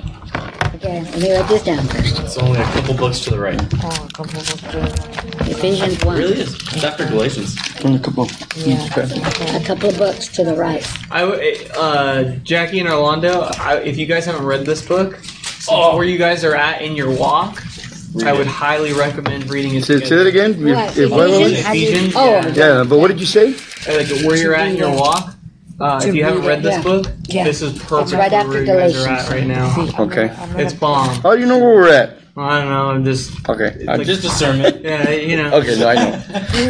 Speaker 6: Okay, let me write this down first.
Speaker 5: It's only a couple books to the right. It
Speaker 6: Ephesians one.
Speaker 5: really is. It's after Galatians.
Speaker 2: Only a couple.
Speaker 6: A couple of books to the right.
Speaker 3: I w- uh, Jackie and Orlando, I, if you guys haven't read this book, since where you guys are at in your walk, I would highly recommend reading it.
Speaker 2: Say, say
Speaker 3: together.
Speaker 2: it again. You-
Speaker 6: What?
Speaker 2: if- what- what-
Speaker 6: Ephesians? How do you-
Speaker 3: Ephesians,
Speaker 6: Oh,
Speaker 3: yeah.
Speaker 2: Yeah, but what did you say?
Speaker 3: Uh, Like where you're at in your walk. Uh,
Speaker 6: To
Speaker 3: if you haven't
Speaker 6: read it,
Speaker 3: read this
Speaker 6: yeah.
Speaker 3: book,
Speaker 6: Yeah.
Speaker 3: this is perfect
Speaker 6: right
Speaker 3: for
Speaker 6: after
Speaker 3: where you guys are
Speaker 6: Galatians.
Speaker 3: at right now.
Speaker 2: Okay.
Speaker 3: It's bomb.
Speaker 2: How do you know where we're at?
Speaker 3: Well, I don't know. I'm just
Speaker 2: okay.
Speaker 9: Uh,
Speaker 3: just discernment. *laughs* yeah, you know.
Speaker 2: Okay, no,
Speaker 6: *laughs*
Speaker 2: I know.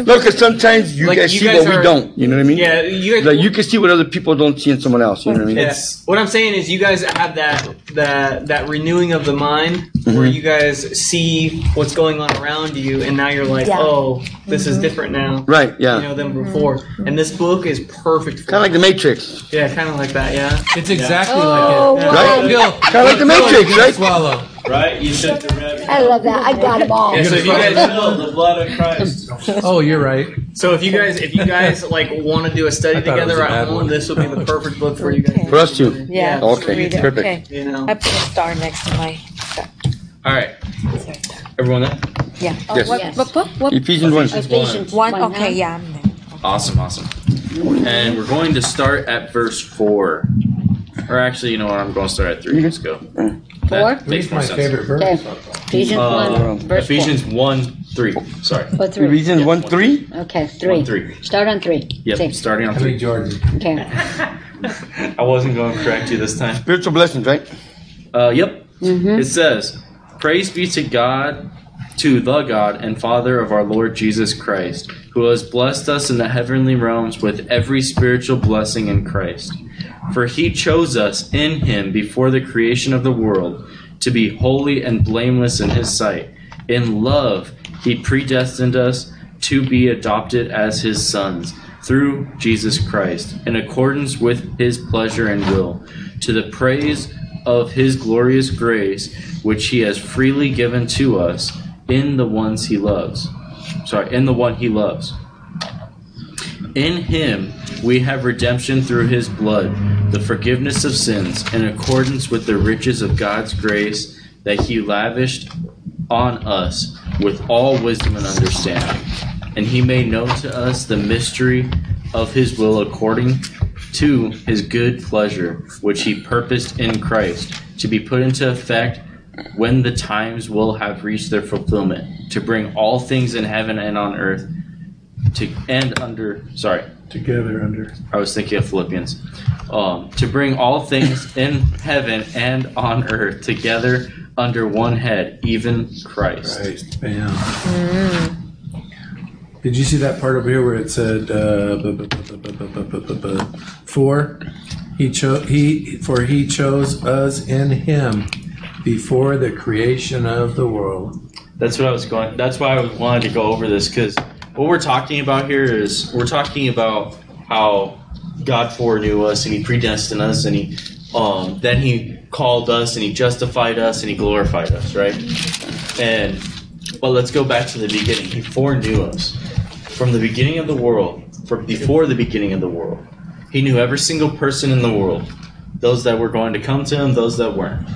Speaker 2: no, because sometimes you
Speaker 3: Like,
Speaker 2: guys
Speaker 3: you
Speaker 2: see
Speaker 3: guys
Speaker 2: what
Speaker 3: are-
Speaker 2: we don't. You know what I mean?
Speaker 3: Yeah, you guys-
Speaker 2: Like, you can see what other people don't see in someone else. You know what I mean?
Speaker 3: Yeah. What I'm saying is, you guys have that that that renewing of the mind, where
Speaker 2: Mhm.
Speaker 3: you guys see what's going on around you, and now you're like,
Speaker 2: Yeah.
Speaker 3: oh, this is different now.
Speaker 2: Right, yeah.
Speaker 3: You know than before, and this book is perfect.
Speaker 2: Kind of like The Matrix.
Speaker 3: Yeah, kind of like that. Yeah.
Speaker 9: It's
Speaker 11: Oh,
Speaker 2: exactly
Speaker 7: Oh,
Speaker 9: like it.
Speaker 2: Right? Kind of like The Matrix, right?
Speaker 9: Swallow.
Speaker 1: Right? You said the red.
Speaker 6: I love that. I got them all.
Speaker 3: Yeah, so if you guys
Speaker 1: know the blood of Christ.
Speaker 9: Oh, you're right.
Speaker 3: So if you guys if you guys like want to do a study
Speaker 9: thought it was
Speaker 3: together
Speaker 9: a
Speaker 3: at
Speaker 9: bad
Speaker 3: home, this would be the perfect book for you guys.
Speaker 2: For us too.
Speaker 11: Yeah.
Speaker 2: Okay.
Speaker 11: read it.
Speaker 2: Perfect.
Speaker 11: Okay.
Speaker 3: You know.
Speaker 11: I put a star next to my.
Speaker 5: All right. Everyone there?
Speaker 11: Yeah.
Speaker 5: Oh, Yes.
Speaker 11: What, what, what, what?
Speaker 2: Ephesians one.
Speaker 5: Ephesians
Speaker 11: one.
Speaker 6: one, huh?
Speaker 11: Okay. Yeah. I'm there.
Speaker 5: Awesome, awesome. And we're going to start at verse 4. Or actually, you know what? I'm going to start at 3. Let's go.
Speaker 2: Mm-hmm.
Speaker 6: Four?
Speaker 5: Makes more
Speaker 9: my
Speaker 5: sense.
Speaker 9: favorite verse.
Speaker 6: Ephesians
Speaker 5: Uh,
Speaker 6: 1, verse
Speaker 5: Ephesians 1 3. Sorry.
Speaker 6: 4. Oh, 3.
Speaker 2: Ephesians 1 3?
Speaker 6: Okay, 3.
Speaker 5: One, three.
Speaker 6: Start on 3.
Speaker 5: Yep,
Speaker 6: Okay.
Speaker 5: starting on 3.
Speaker 9: Jordan.
Speaker 6: Okay.
Speaker 5: I wasn't going to correct you this time.
Speaker 2: Spiritual blessings, right?
Speaker 5: Uh, yep. It says, Praise be to God, to the God and Father of our Lord Jesus Christ, who has blessed us in the heavenly realms with every spiritual blessing in Christ. For he chose us in him before the creation of the world to be holy and blameless in his sight. In love, he predestined us to be adopted as his sons through Jesus Christ, in accordance with his pleasure and will, to the praise of his glorious grace, which he has freely given to us in the ones he loves. Sorry, in the one he loves. In him we have redemption through his blood, the forgiveness of sins, in accordance with the riches of God's grace that he lavished on us with all wisdom and understanding. And he made known to us the mystery of his will according to his good pleasure, which he purposed in Christ, to be put into effect when the times will have reached their fulfillment, to bring all things in heaven and on earth to and under sorry
Speaker 9: Together under.
Speaker 5: I was thinking of Philippians. Um, to bring all things in heaven and on earth together under one head, even Christ.
Speaker 9: Christ, bam.
Speaker 2: Mm-hmm.
Speaker 9: Did you see that part over here where it said uh, bu- bu- bu- bu- bu- bu- bu- bu- bu- bu- for he chose he for he chose us in him before the creation of the world?
Speaker 5: That's what I was going. That's why I wanted to go over this because what we're talking about here is we're talking about how God foreknew us and He predestined us and He um, then He called us and He justified us and He glorified us, right? And but let's go back to the beginning. He foreknew us from the beginning of the world, from before the beginning of the world. He knew every single person in the world, those that were going to come to Him, those that weren't.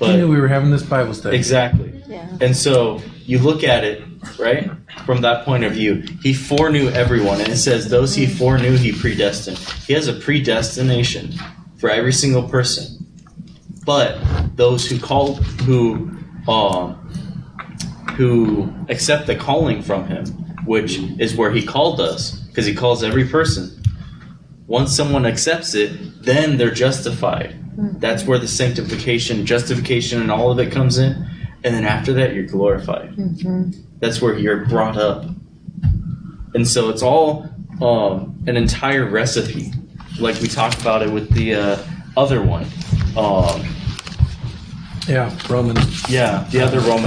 Speaker 9: He knew we were having this Bible study.
Speaker 5: Exactly. And so you look at it, right, from that point of view. He foreknew everyone, and it says, Those he foreknew, he predestined. He has a predestination for every single person. But those who call, who, um, who accept the calling from him, which is where he called us, because he calls every person. Once someone accepts it, then they're justified. That's where the sanctification, justification, and all of it comes in. And then after that, you're glorified.
Speaker 3: Mm-hmm.
Speaker 5: That's where you're brought up. And so it's all um, an entire recipe, like we talked about it with the uh, other one. Um,
Speaker 9: Yeah, Romans.
Speaker 5: yeah, the other Romans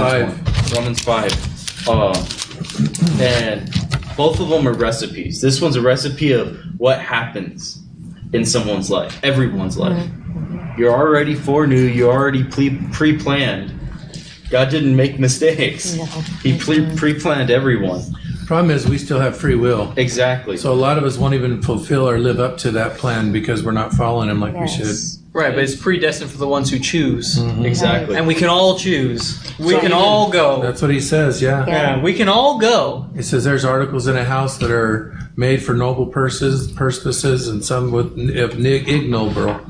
Speaker 5: one.
Speaker 9: Five.
Speaker 5: Romans 5. Uh, and both of them are recipes. This one's a recipe of what happens in someone's life, everyone's life. You're already foreknew, you already pre planned. God didn't make mistakes, He pre planned everyone.
Speaker 9: Problem is, we still have free will.
Speaker 5: Exactly.
Speaker 9: So a lot of us won't even fulfill or live up to that plan because we're not following him like we should.
Speaker 3: Right, but it's predestined for the ones who choose.
Speaker 9: Mm-hmm.
Speaker 5: Exactly.
Speaker 3: And we can all choose. We
Speaker 9: So-
Speaker 3: can all go.
Speaker 9: That's what he says. Yeah.
Speaker 3: Yeah, we can all go.
Speaker 9: It says there's articles in a house that are made for noble purposes, purposes, and some with n- of ni- ignoble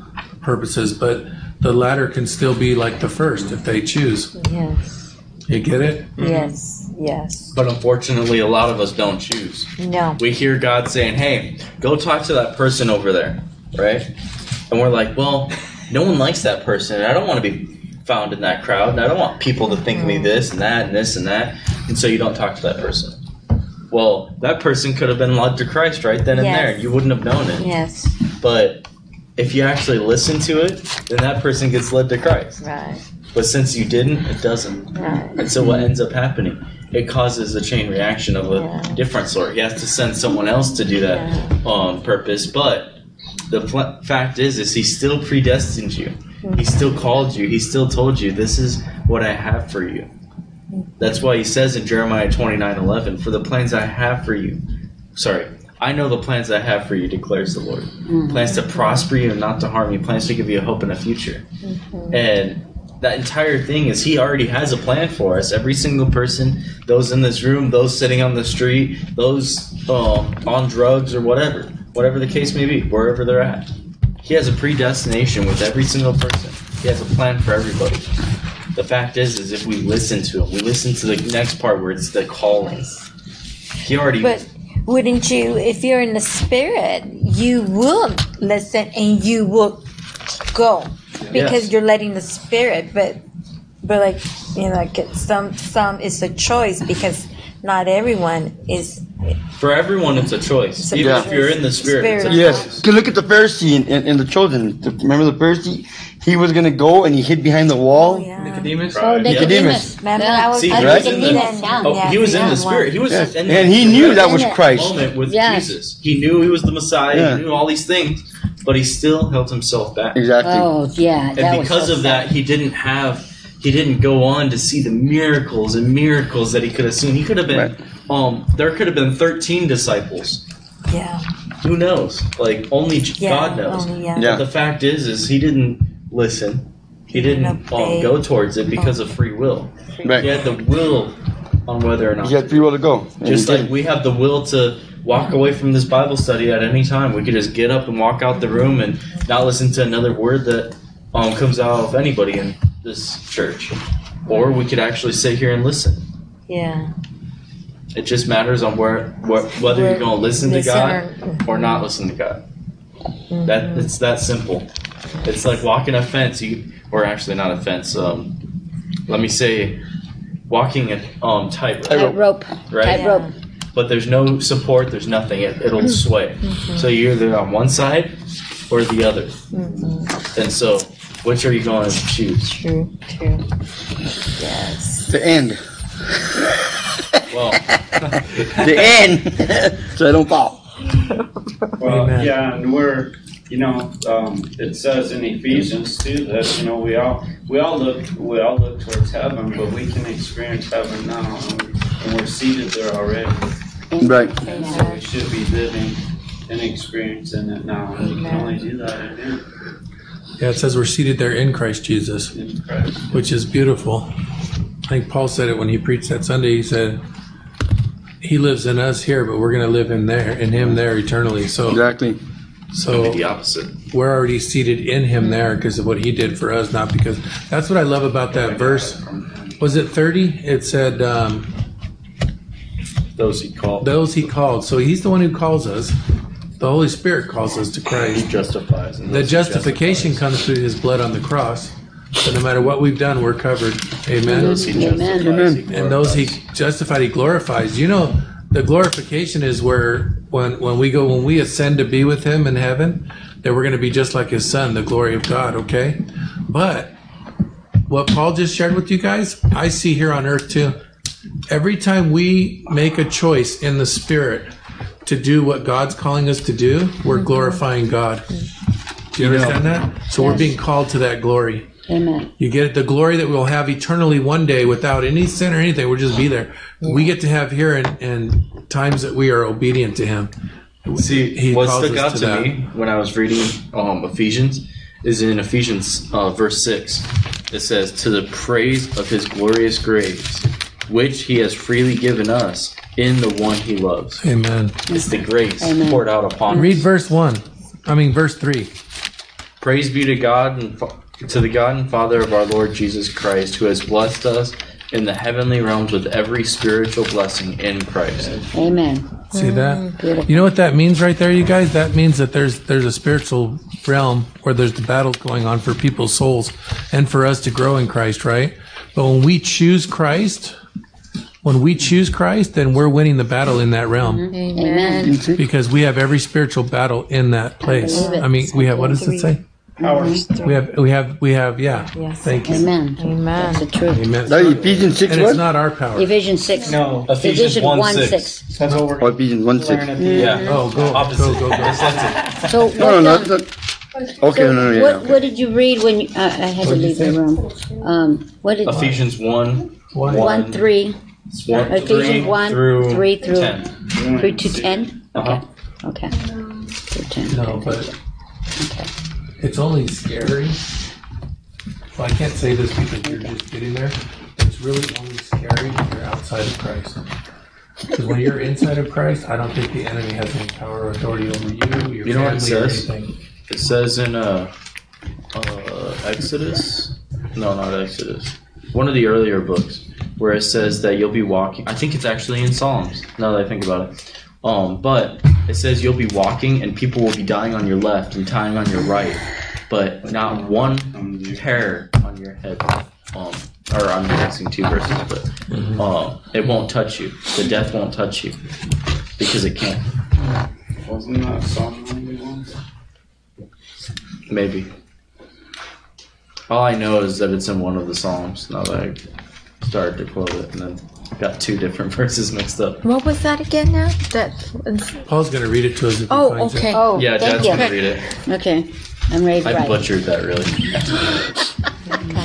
Speaker 9: purposes. But the latter can still be like the first if they choose.
Speaker 11: Yes.
Speaker 9: You get it?
Speaker 11: Yes. Yes.
Speaker 5: But unfortunately, a lot of us don't choose.
Speaker 11: No.
Speaker 5: We hear God saying, hey, go talk to that person over there, right? And we're like, well, no one likes that person. and I don't want to be found in that crowd, and I don't want people to think me this and that and this and that, and so you don't talk to that person. Well, that person could have been led to Christ right then and
Speaker 11: Yes.
Speaker 5: there, and you wouldn't have known it.
Speaker 11: Yes.
Speaker 5: But if you actually listen to it, then that person gets led to Christ.
Speaker 11: Right.
Speaker 5: But since you didn't, it doesn't.
Speaker 11: Right.
Speaker 5: And so what ends up happening? It causes a chain reaction of a different sort. He has to send someone else to do that um, purpose. But the fl- fact is, is he still predestined you. He still called you. He still told you, this is what I have for you. That's why he says in Jeremiah twenty nine eleven, for the plans I have for you. Sorry, I know the plans I have for you, declares the Lord. Plans to prosper you and not to harm you. Plans to give you a hope and a future.
Speaker 11: Mm-hmm.
Speaker 5: And that entire thing is he already has a plan for us. Every single person, those in this room, those sitting on the street, those um, on drugs or whatever, whatever the case may be, wherever they're at. He has a predestination with every single person. He has a plan for everybody. The fact is, is if we listen to him, we listen to the next part where it's the calling. He already
Speaker 11: But wouldn't you, if you're in the spirit, you will listen and you will go because
Speaker 5: Yes.
Speaker 11: you're letting the spirit. But but like you know, like it's some some it's a choice because not everyone is
Speaker 5: for everyone it's a choice.
Speaker 11: a
Speaker 5: Even
Speaker 11: choice.
Speaker 5: if you're in the spirit, it's a
Speaker 2: Yes, to look at the Pharisee and, and, and the children. Remember the Pharisee? He was gonna go and he hid behind the wall.
Speaker 3: Nicodemus.
Speaker 2: Oh, Nicodemus.
Speaker 11: Remember, I was
Speaker 5: See,
Speaker 11: I
Speaker 5: he
Speaker 2: right?
Speaker 5: was in the, oh, he was in the spirit. He was
Speaker 2: Yeah.
Speaker 5: just in
Speaker 2: And
Speaker 5: the
Speaker 2: he knew that was
Speaker 5: direct
Speaker 2: Christ.
Speaker 5: Moment with
Speaker 2: Yeah.
Speaker 5: Jesus. He knew he was the Messiah.
Speaker 2: Yeah.
Speaker 5: He knew all these things, but he still held himself back.
Speaker 2: Exactly.
Speaker 6: Oh, yeah. that
Speaker 5: and
Speaker 6: was
Speaker 5: because
Speaker 6: so
Speaker 5: of that, he didn't have. He didn't go on to see the miracles and miracles that he could have seen. He could have been. Um, there could have been thirteen disciples.
Speaker 11: yeah.
Speaker 5: Who knows? Like only J-
Speaker 11: Yeah,
Speaker 5: God knows.
Speaker 11: only, yeah.
Speaker 5: But the fact is, is he didn't listen. He didn't um,
Speaker 11: obey.
Speaker 5: go towards it because of free will.
Speaker 2: Right.
Speaker 5: He had the will on whether or not.
Speaker 2: He had free will to go. And
Speaker 5: Just
Speaker 2: he
Speaker 5: like we have the will to walk away from this Bible study at any time, we could just get up and walk out the room and not listen to another word that um, comes out of anybody in this church. Or we could actually sit here and listen.
Speaker 11: Yeah.
Speaker 5: It just matters on where, where whether
Speaker 11: Where-
Speaker 5: you're going to listen to
Speaker 11: listen
Speaker 5: God or not listen to God.
Speaker 11: Mm-hmm.
Speaker 5: That it's that simple. It's like walking a fence, you, or actually not a fence. Um, let me say, walking a um, tightrope.
Speaker 6: Tightrope.
Speaker 5: Right.
Speaker 6: Tightrope.
Speaker 5: But there's no support. There's nothing. It,
Speaker 11: Mm-hmm.
Speaker 5: it'll sway. So you're either on one side or the other.
Speaker 3: Mm-hmm.
Speaker 5: And so, which are you going to choose?
Speaker 11: True. True. Yes.
Speaker 2: The end.
Speaker 5: Well,
Speaker 2: the end. so I don't fall.
Speaker 1: Well,
Speaker 2: Amen.
Speaker 1: yeah, and we're, you know, um, it says in Ephesians too that you know we all we all look we all look towards heaven, but we can experience heaven now, and we're, and we're seated there already.
Speaker 2: Right.
Speaker 1: And so we should be living and experiencing it now, and we can only do that in Him.
Speaker 9: Yeah, it says we're seated there in Christ Jesus, which is beautiful. I think Paul said it when he preached that Sunday. He said, "He lives in us here, but we're going to live in there, in Him there eternally." So
Speaker 2: exactly.
Speaker 9: So
Speaker 5: the opposite.
Speaker 9: We're already seated in Him there because of what He did for us, not because. That's what I love about that verse. Was it thirty? It said. Um,
Speaker 5: those he called.
Speaker 9: Those he called. So he's the one who calls us. The Holy Spirit calls us to Christ.
Speaker 5: He justifies. and
Speaker 9: The
Speaker 5: those he
Speaker 9: justification comes through his blood on the cross. So no matter what we've done, we're covered. Amen.
Speaker 5: And those he justifies, he Amen. glorifies.
Speaker 9: And those he justified, he glorifies. You know, the glorification is where when when we go when we ascend to be with him in heaven, that we're going to be just like his son, the glory of God. Okay, but what Paul just shared with you guys, I see here on earth too. Every time we make a choice in the spirit to do what God's calling us to do, we're glorifying God. Do you
Speaker 6: You know.
Speaker 9: understand that? So we're
Speaker 6: Yes.
Speaker 9: being called to that glory.
Speaker 5: uh,
Speaker 6: Amen.
Speaker 9: You get the glory that we'll have eternally one day without any sin or anything. We'll just be there. We get to have here and, and times that we are obedient to Him.
Speaker 5: See,
Speaker 9: He
Speaker 5: what
Speaker 9: calls
Speaker 5: stuck
Speaker 9: us
Speaker 5: out
Speaker 9: to
Speaker 5: to,
Speaker 9: that.
Speaker 5: me when I was reading um, Ephesians is in Ephesians uh, verse six. It says, "To the praise of His glorious grace, which He has freely given us in the one He loves."
Speaker 9: Amen.
Speaker 5: It's the grace poured out upon us.
Speaker 9: Read verse one. I mean, verse three.
Speaker 5: Praise be to God and fa- to the God and Father of our Lord Jesus Christ, who has blessed us in the heavenly realms with every spiritual blessing in Christ.
Speaker 6: Amen.
Speaker 9: See that? You know what that means right there, you guys? That means that there's there's a spiritual realm where there's the battle going on for people's souls and for us to grow in Christ, right? But when we choose Christ, when we choose Christ, then we're winning the battle in that realm.
Speaker 6: Mm-hmm. Amen.
Speaker 9: Because we have every spiritual battle in that place.
Speaker 6: believe it.
Speaker 9: I mean, we have what does it say?
Speaker 6: Powers.
Speaker 9: We have we have we have yeah. Thank you.
Speaker 6: Mm-hmm. Amen. Amen. That's the truth.
Speaker 9: Amen.
Speaker 2: No, Ephesians 6
Speaker 9: And it's
Speaker 2: what?
Speaker 9: not our power.
Speaker 6: Division six.
Speaker 2: No.
Speaker 6: Ephesians Ephesians 1, 1, 6. 6.
Speaker 3: That's what
Speaker 2: Oh, Ephesians 1 6.
Speaker 5: Yeah.
Speaker 9: Oh, go, go, go, go.
Speaker 6: So what,
Speaker 2: No, no, no.
Speaker 6: um,
Speaker 2: that's not- Okay,
Speaker 6: so
Speaker 2: no, no, yeah.
Speaker 6: what,
Speaker 2: okay.
Speaker 6: what did you read when you, I, I had to
Speaker 5: What did you
Speaker 6: leave the
Speaker 5: say?
Speaker 6: room? Um, what did
Speaker 5: Ephesians 1,
Speaker 9: One,
Speaker 6: one three?
Speaker 5: one,
Speaker 6: Ephesians
Speaker 5: three
Speaker 6: one
Speaker 5: through
Speaker 6: three through
Speaker 5: 10.
Speaker 6: through to ten.
Speaker 5: Uh-huh.
Speaker 6: Okay. Through ten.
Speaker 9: No, but it's only scary. Well, I can't say this because you're just getting there. It's really only scary when you're outside of Christ. Because when you're inside of Christ, I don't think the enemy has any power or authority over you, your
Speaker 5: You know what it
Speaker 9: family, or
Speaker 5: says?
Speaker 9: anything.
Speaker 5: It says in uh, uh, Exodus. No, not Exodus. One of the earlier books where it says that you'll be walking. I think it's actually in Psalms. Now that I think about it, um, but it says you'll be walking and people will be dying on your left and dying on your right, but not one hair on your head. Um, or I'm guessing two verses, but um, it won't touch you. The death won't touch you because it can't.
Speaker 1: Wasn't that Psalm 91?
Speaker 5: Maybe. All I know is that it's in one of the Psalms. Now that I started to quote it and then got two different *laughs* verses mixed up.
Speaker 11: What was that again now? That
Speaker 9: Paul's gonna read it to us if he
Speaker 11: Oh,
Speaker 9: finds
Speaker 11: okay.
Speaker 9: it.
Speaker 11: Oh,
Speaker 5: yeah,
Speaker 6: thank
Speaker 5: Dad's
Speaker 6: you.
Speaker 5: gonna read it.
Speaker 6: Okay. I'm raised
Speaker 5: I
Speaker 6: right.
Speaker 5: butchered that really.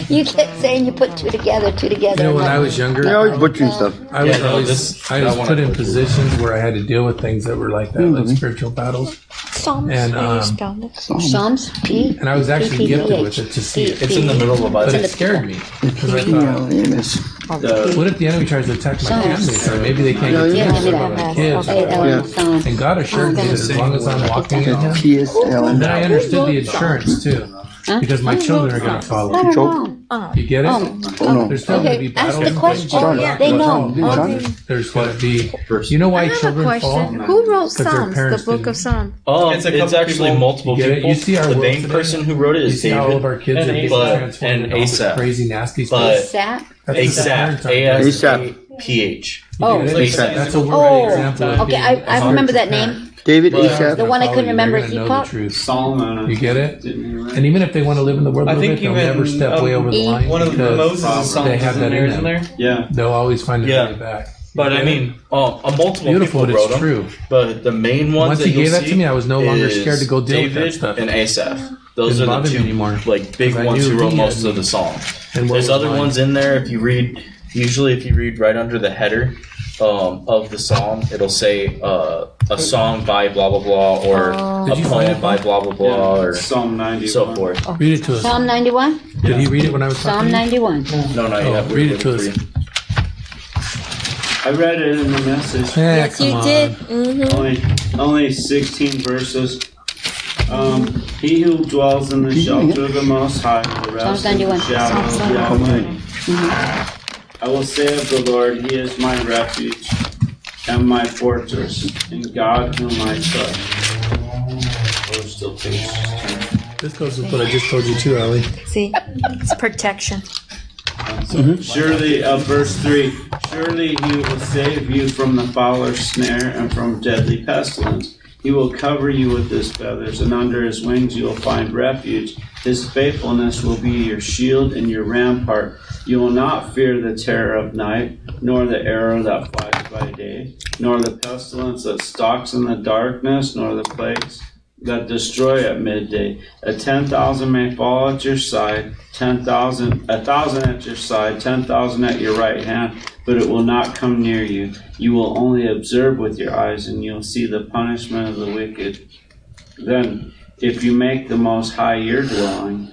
Speaker 6: You kept saying you put two together, two together.
Speaker 9: You know, when
Speaker 6: I'm
Speaker 9: I
Speaker 6: like,
Speaker 9: was younger,
Speaker 2: You're always butchering
Speaker 6: Uh,
Speaker 2: stuff.
Speaker 9: I was
Speaker 5: Yeah, no,
Speaker 9: always
Speaker 5: this-
Speaker 9: I
Speaker 5: that
Speaker 9: was
Speaker 5: one
Speaker 9: put
Speaker 5: I
Speaker 9: in
Speaker 5: put you.
Speaker 9: positions where I had to deal with things that were like that, like spiritual battles.
Speaker 11: Psalms.
Speaker 9: And,
Speaker 11: How do you
Speaker 9: um,
Speaker 11: spell it?
Speaker 6: Psalms. P.
Speaker 9: And I was actually
Speaker 6: P- P-
Speaker 9: gifted
Speaker 6: P-
Speaker 9: with it to see it.
Speaker 6: P- It's in the P- middle of
Speaker 9: But
Speaker 6: Isaiah.
Speaker 9: it scared me because I thought, what if the enemy tries to attack my
Speaker 6: Psalms.
Speaker 9: family? So maybe they can't
Speaker 2: Yeah,
Speaker 9: get
Speaker 2: yeah,
Speaker 9: to me or my
Speaker 2: yeah.
Speaker 9: kids.
Speaker 2: Okay, that one
Speaker 9: or-
Speaker 2: is Psalms.
Speaker 9: And God assured me that as long as I'm walking in Him,
Speaker 2: TSL.
Speaker 9: and then I understood the insurance too, because my children are going to
Speaker 6: I
Speaker 9: follow.
Speaker 6: don't know.
Speaker 9: You get
Speaker 6: Um,
Speaker 9: it?
Speaker 6: oh, no.
Speaker 9: Uh, There's still going to be
Speaker 6: Okay, ask
Speaker 9: battles.
Speaker 6: the
Speaker 9: and
Speaker 6: question.
Speaker 9: things
Speaker 6: Oh, yeah, they
Speaker 9: going
Speaker 6: know.
Speaker 9: on.
Speaker 11: Okay.
Speaker 9: There's going to be. You know why
Speaker 11: I have a
Speaker 9: children fall?
Speaker 11: question. Who wrote
Speaker 9: 'Cause their
Speaker 11: Psalms? The
Speaker 9: parents
Speaker 11: book
Speaker 9: didn't.
Speaker 11: of Psalms.
Speaker 5: Um,
Speaker 9: It's
Speaker 5: it's,
Speaker 9: a couple
Speaker 5: actually
Speaker 9: people-
Speaker 5: multiple
Speaker 9: You get it?
Speaker 5: people.
Speaker 9: You see our
Speaker 5: the
Speaker 9: world
Speaker 5: main
Speaker 9: today?
Speaker 5: person who wrote it
Speaker 9: You
Speaker 5: is
Speaker 9: see
Speaker 5: David.
Speaker 9: how all of our kids
Speaker 5: and
Speaker 9: are being
Speaker 5: but-
Speaker 9: transformed
Speaker 5: and
Speaker 9: into all this
Speaker 5: ASAP.
Speaker 9: crazy nasty stuff.
Speaker 5: But
Speaker 6: ASAP.
Speaker 9: That's what the parents
Speaker 5: ASAP.
Speaker 9: are doing.
Speaker 5: PH.
Speaker 6: Oh.
Speaker 9: You get it?
Speaker 5: ASAP.
Speaker 9: That's a
Speaker 6: Oh,
Speaker 9: real example. of
Speaker 6: okay,
Speaker 9: being
Speaker 6: I-
Speaker 9: a
Speaker 6: I remember that
Speaker 9: spiritual
Speaker 6: name.
Speaker 9: parent.
Speaker 2: David
Speaker 9: But
Speaker 2: Ishak.
Speaker 9: they're
Speaker 6: The one I couldn't
Speaker 9: gonna follow you.
Speaker 6: remember
Speaker 9: They're gonna
Speaker 6: is
Speaker 9: know the
Speaker 6: Epop.
Speaker 9: truth.
Speaker 1: Solomon.
Speaker 9: You get it?
Speaker 1: Didn't you write?
Speaker 9: And even if they want to live in the world a
Speaker 3: I
Speaker 9: little
Speaker 3: think
Speaker 9: bit, they'll
Speaker 3: even,
Speaker 9: never step
Speaker 3: um,
Speaker 9: way over the
Speaker 6: E-
Speaker 9: line.
Speaker 3: One of
Speaker 9: because
Speaker 3: Moses' songs
Speaker 9: they have
Speaker 3: is in
Speaker 9: that
Speaker 3: there,
Speaker 9: in
Speaker 3: isn't
Speaker 9: them.
Speaker 3: there?
Speaker 1: Yeah.
Speaker 9: They'll always find their
Speaker 5: Yeah.
Speaker 9: way back.
Speaker 5: But I mean,
Speaker 3: oh.
Speaker 5: uh, uh, multiple people
Speaker 9: Beautiful, but it's
Speaker 5: wrote 'em,
Speaker 9: true.
Speaker 5: But the main ones
Speaker 9: Once
Speaker 5: that
Speaker 9: he
Speaker 5: you'll
Speaker 9: gave that
Speaker 5: see
Speaker 9: to me, I was no longer
Speaker 5: is
Speaker 9: scared to go deal with that
Speaker 5: David
Speaker 9: stuff.
Speaker 5: and Asaph. Those
Speaker 9: Didn't
Speaker 5: are the
Speaker 9: bother me
Speaker 5: two
Speaker 9: anymore,
Speaker 5: like big
Speaker 9: 'cause I
Speaker 5: ones
Speaker 9: knew
Speaker 5: who wrote
Speaker 9: he
Speaker 5: most
Speaker 9: had
Speaker 5: of
Speaker 9: me.
Speaker 5: the songs.
Speaker 9: And what
Speaker 5: There's
Speaker 9: was
Speaker 5: other
Speaker 9: mine?
Speaker 5: ones in there. If you read, usually if you read right under the header um, of the psalm, it'll say uh, a song by blah blah blah or
Speaker 6: Oh.
Speaker 5: a
Speaker 9: Did you find
Speaker 5: poem
Speaker 9: it,
Speaker 5: by blah
Speaker 9: Paul?
Speaker 5: blah blah or
Speaker 1: Psalm 91.
Speaker 5: so forth.
Speaker 7: Oh.
Speaker 9: Read it to us.
Speaker 6: Psalm 91?
Speaker 9: Did he read it when I was
Speaker 6: Psalm
Speaker 9: talking? to you?
Speaker 6: 91.
Speaker 5: No, no, you
Speaker 9: Oh,
Speaker 5: have to
Speaker 9: read it to us.
Speaker 1: I read it in the message.
Speaker 9: Eh,
Speaker 11: Yes,
Speaker 9: come
Speaker 11: you
Speaker 9: on.
Speaker 11: did. Mm-hmm.
Speaker 1: Only, only 16 verses. Um, he who dwells in the shelter of the Most High will
Speaker 6: Psalms
Speaker 1: rest in the
Speaker 6: 91.
Speaker 1: shadow of the Almighty. I will say of the Lord, He is my refuge and my fortress, and God whom I trust. We're still patients.
Speaker 9: This goes with what I just told you too, Ali.
Speaker 11: See, *laughs* it's protection.
Speaker 1: Surely, uh, verse 3 Surely he will save you from the fowler's snare and from deadly pestilence. He will cover you with his feathers, and under his wings you will find refuge. His faithfulness will be your shield and your rampart. You will not fear the terror of night, nor the arrow that flies by day, nor the pestilence that stalks in the darkness, nor the plagues that destroy at midday. A ten thousand may fall at your side, ten thousand, a thousand at your side, ten thousand at your right hand, but it will not come near you. You will only observe with your eyes, and you'll see the punishment of the wicked. Then, if you make the Most High your dwelling,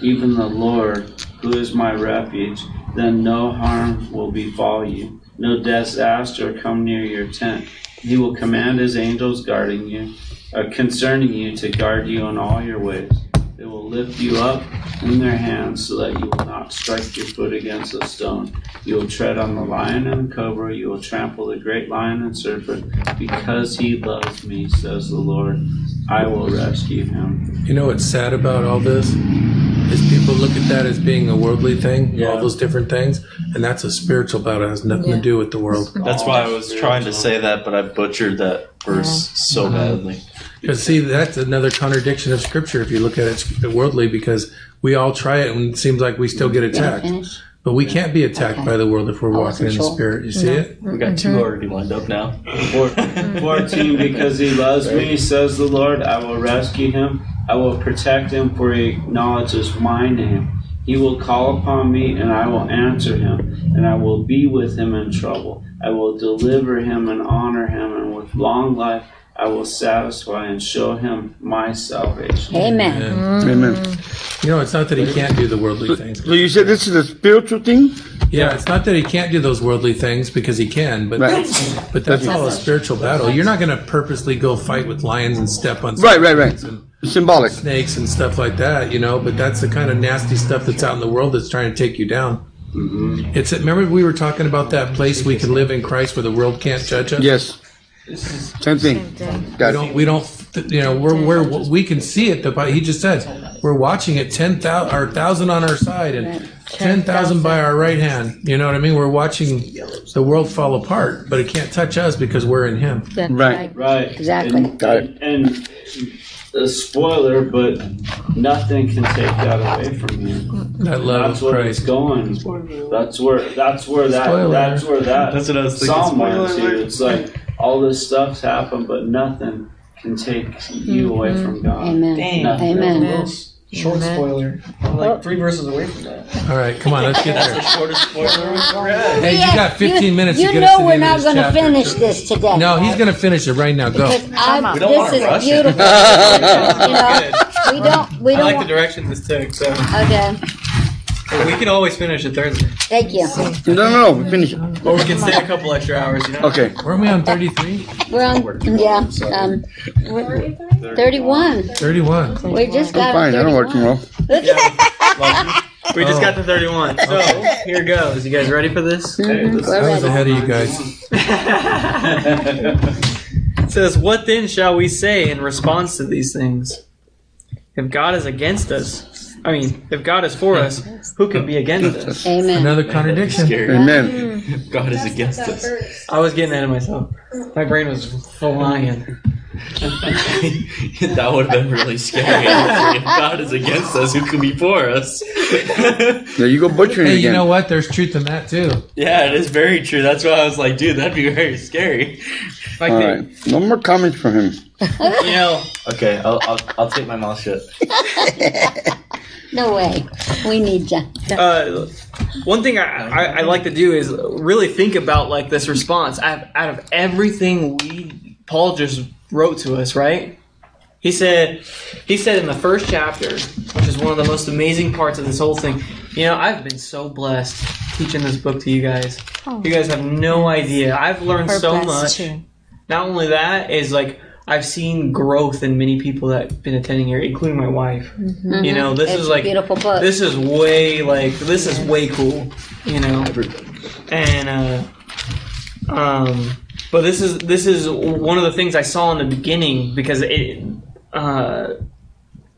Speaker 1: even the Lord, who is my refuge, then no harm will befall you, no disaster come near your tent. He will command his angels guarding you, uh, concerning you to guard you in all your ways. They will lift you up in their hands so that you will not strike your foot against a stone. You will tread on the lion and the cobra. You will trample the great lion and serpent. Because he loves me, says the Lord, I will rescue him.
Speaker 9: You know what's sad about all this is people look at that as being a worldly thing, all those different things, and that's a spiritual battle. It has nothing to do with the world.
Speaker 7: That's why I was trying to say that, but I butchered that verse so
Speaker 9: Uh-huh.
Speaker 7: badly.
Speaker 9: But see, that's another contradiction of scripture if you look at it worldly, because we all try it and it seems like we still get attacked. But we can't be attacked by the world if we're walking in the spirit. You see it?
Speaker 7: We got two already lined up now.
Speaker 1: Four- 14 because he loves me says the lord i will rescue him i will protect him for he acknowledges my name he will call upon me and i will answer him and i will be with him in trouble i will deliver him and honor him and with long life i will satisfy and show him my salvation
Speaker 2: Mm.
Speaker 9: Amen.
Speaker 2: Amen.
Speaker 9: You know, it's not that he can't do the worldly things.
Speaker 2: So you said this is a spiritual thing?
Speaker 9: Yeah, it's not that he can't do those worldly things because he can, but
Speaker 2: Right.
Speaker 9: but that's all a spiritual battle. You're not going to purposely go fight with lions and step on
Speaker 2: Right, right, right.
Speaker 9: symbolic snakes and stuff like that, you know. But that's the kind of nasty stuff that's out in the world that's trying to take you down. It's remember we were talking about that place we can live in Christ where the world can't judge us. Yes,
Speaker 2: Same thing.
Speaker 9: we don't. We don't. You know, we're, we're we can see it. The Bi- he just said we're watching it ten thousand or thousand on our side and ten thousand by our right hand. You know what I mean? We're watching the world fall apart, but it can't touch us because we're in Him.
Speaker 1: That's Right. Right. Exactly.
Speaker 9: Got it.
Speaker 1: and a spoiler but nothing can take that away from you
Speaker 9: That love
Speaker 1: that's where it's going. That's where that's where that
Speaker 7: Spoiler.
Speaker 1: that's where that
Speaker 7: That's what I was thinking,
Speaker 1: Psalm went
Speaker 7: spoiler
Speaker 1: to.
Speaker 7: alert.
Speaker 1: It's like all this stuff's happened, but nothing can take
Speaker 7: Mm-hmm.
Speaker 1: you away from God.
Speaker 6: Mm-hmm. Amen.
Speaker 1: Nothing.
Speaker 6: Amen.
Speaker 3: Short spoiler. I'm like three verses away from that.
Speaker 9: All right, come on, let's get
Speaker 3: That's
Speaker 9: there.
Speaker 3: the shortest spoiler we've ever had.
Speaker 9: Hey, you got fifteen minutes.
Speaker 6: You
Speaker 9: to get us
Speaker 6: know
Speaker 9: to the
Speaker 6: we're
Speaker 9: end of
Speaker 6: not
Speaker 9: this
Speaker 6: going to
Speaker 9: chapter.
Speaker 6: finish this today.
Speaker 9: No, he's going to finish it right now. Go.
Speaker 6: Because I,
Speaker 3: We don't
Speaker 6: this
Speaker 3: wanna
Speaker 6: is
Speaker 3: rush it.
Speaker 6: beautiful. you know, we don't. We
Speaker 3: I
Speaker 6: don't.
Speaker 3: like the
Speaker 6: Want,
Speaker 3: direction this took, so
Speaker 6: okay.
Speaker 3: but we can always finish it Thursday.
Speaker 6: Thank you.
Speaker 2: No, no, no. We finish it.
Speaker 3: Or we can stay a couple extra hours, you know?
Speaker 2: Okay.
Speaker 9: Weren't we on 33?
Speaker 6: We're on. Yeah. Um, we're- thirty-one.
Speaker 9: 31.
Speaker 6: We just got.
Speaker 2: I'm fine. I don't work tomorrow.
Speaker 3: We just got to 31. So here goes. Oh, You guys ready for this?
Speaker 9: I was ahead of you guys.
Speaker 3: *laughs* It says, What then shall we say in response to these things? If God is against us, I mean, if God is for us, who can be against us?
Speaker 6: Amen.
Speaker 9: Another contradiction.
Speaker 2: Amen.
Speaker 3: God is against *laughs* us. I was getting ahead of myself. My brain was flying.
Speaker 7: *laughs* that would have been really scary. *laughs* if God is against us, who can be for us?
Speaker 2: There you go butchering
Speaker 9: Hey,
Speaker 2: again.
Speaker 9: you know what? There's truth in that too.
Speaker 7: Yeah, it is very true. That's why I was like, dude, that'd be very scary.
Speaker 3: Like
Speaker 2: All right. No more comments from him.
Speaker 3: You know,
Speaker 7: Okay, I'll, I'll, I'll take my mouth shut.
Speaker 6: No way. We need you.
Speaker 3: uh, one thing I, I, I like to do is really think about like this response out of, out of everything we Paul just wrote to us, right? He said he said in the first chapter, which is one of the most amazing parts of this whole thing. You know, I've been so blessed teaching this book to you guys. You guys have no idea. I've learned
Speaker 11: We're
Speaker 3: so
Speaker 11: blessed
Speaker 3: much.
Speaker 11: too.
Speaker 3: Not only that is like I've seen growth in many people that have been attending here, including my wife.
Speaker 7: Mm-hmm.
Speaker 3: You know, this
Speaker 6: It's
Speaker 3: is
Speaker 6: a
Speaker 3: like *laughs*
Speaker 6: beautiful book.
Speaker 3: this is way like this is way cool, you know. And uh, um, but this is this is one of the things I saw in the beginning because it uh,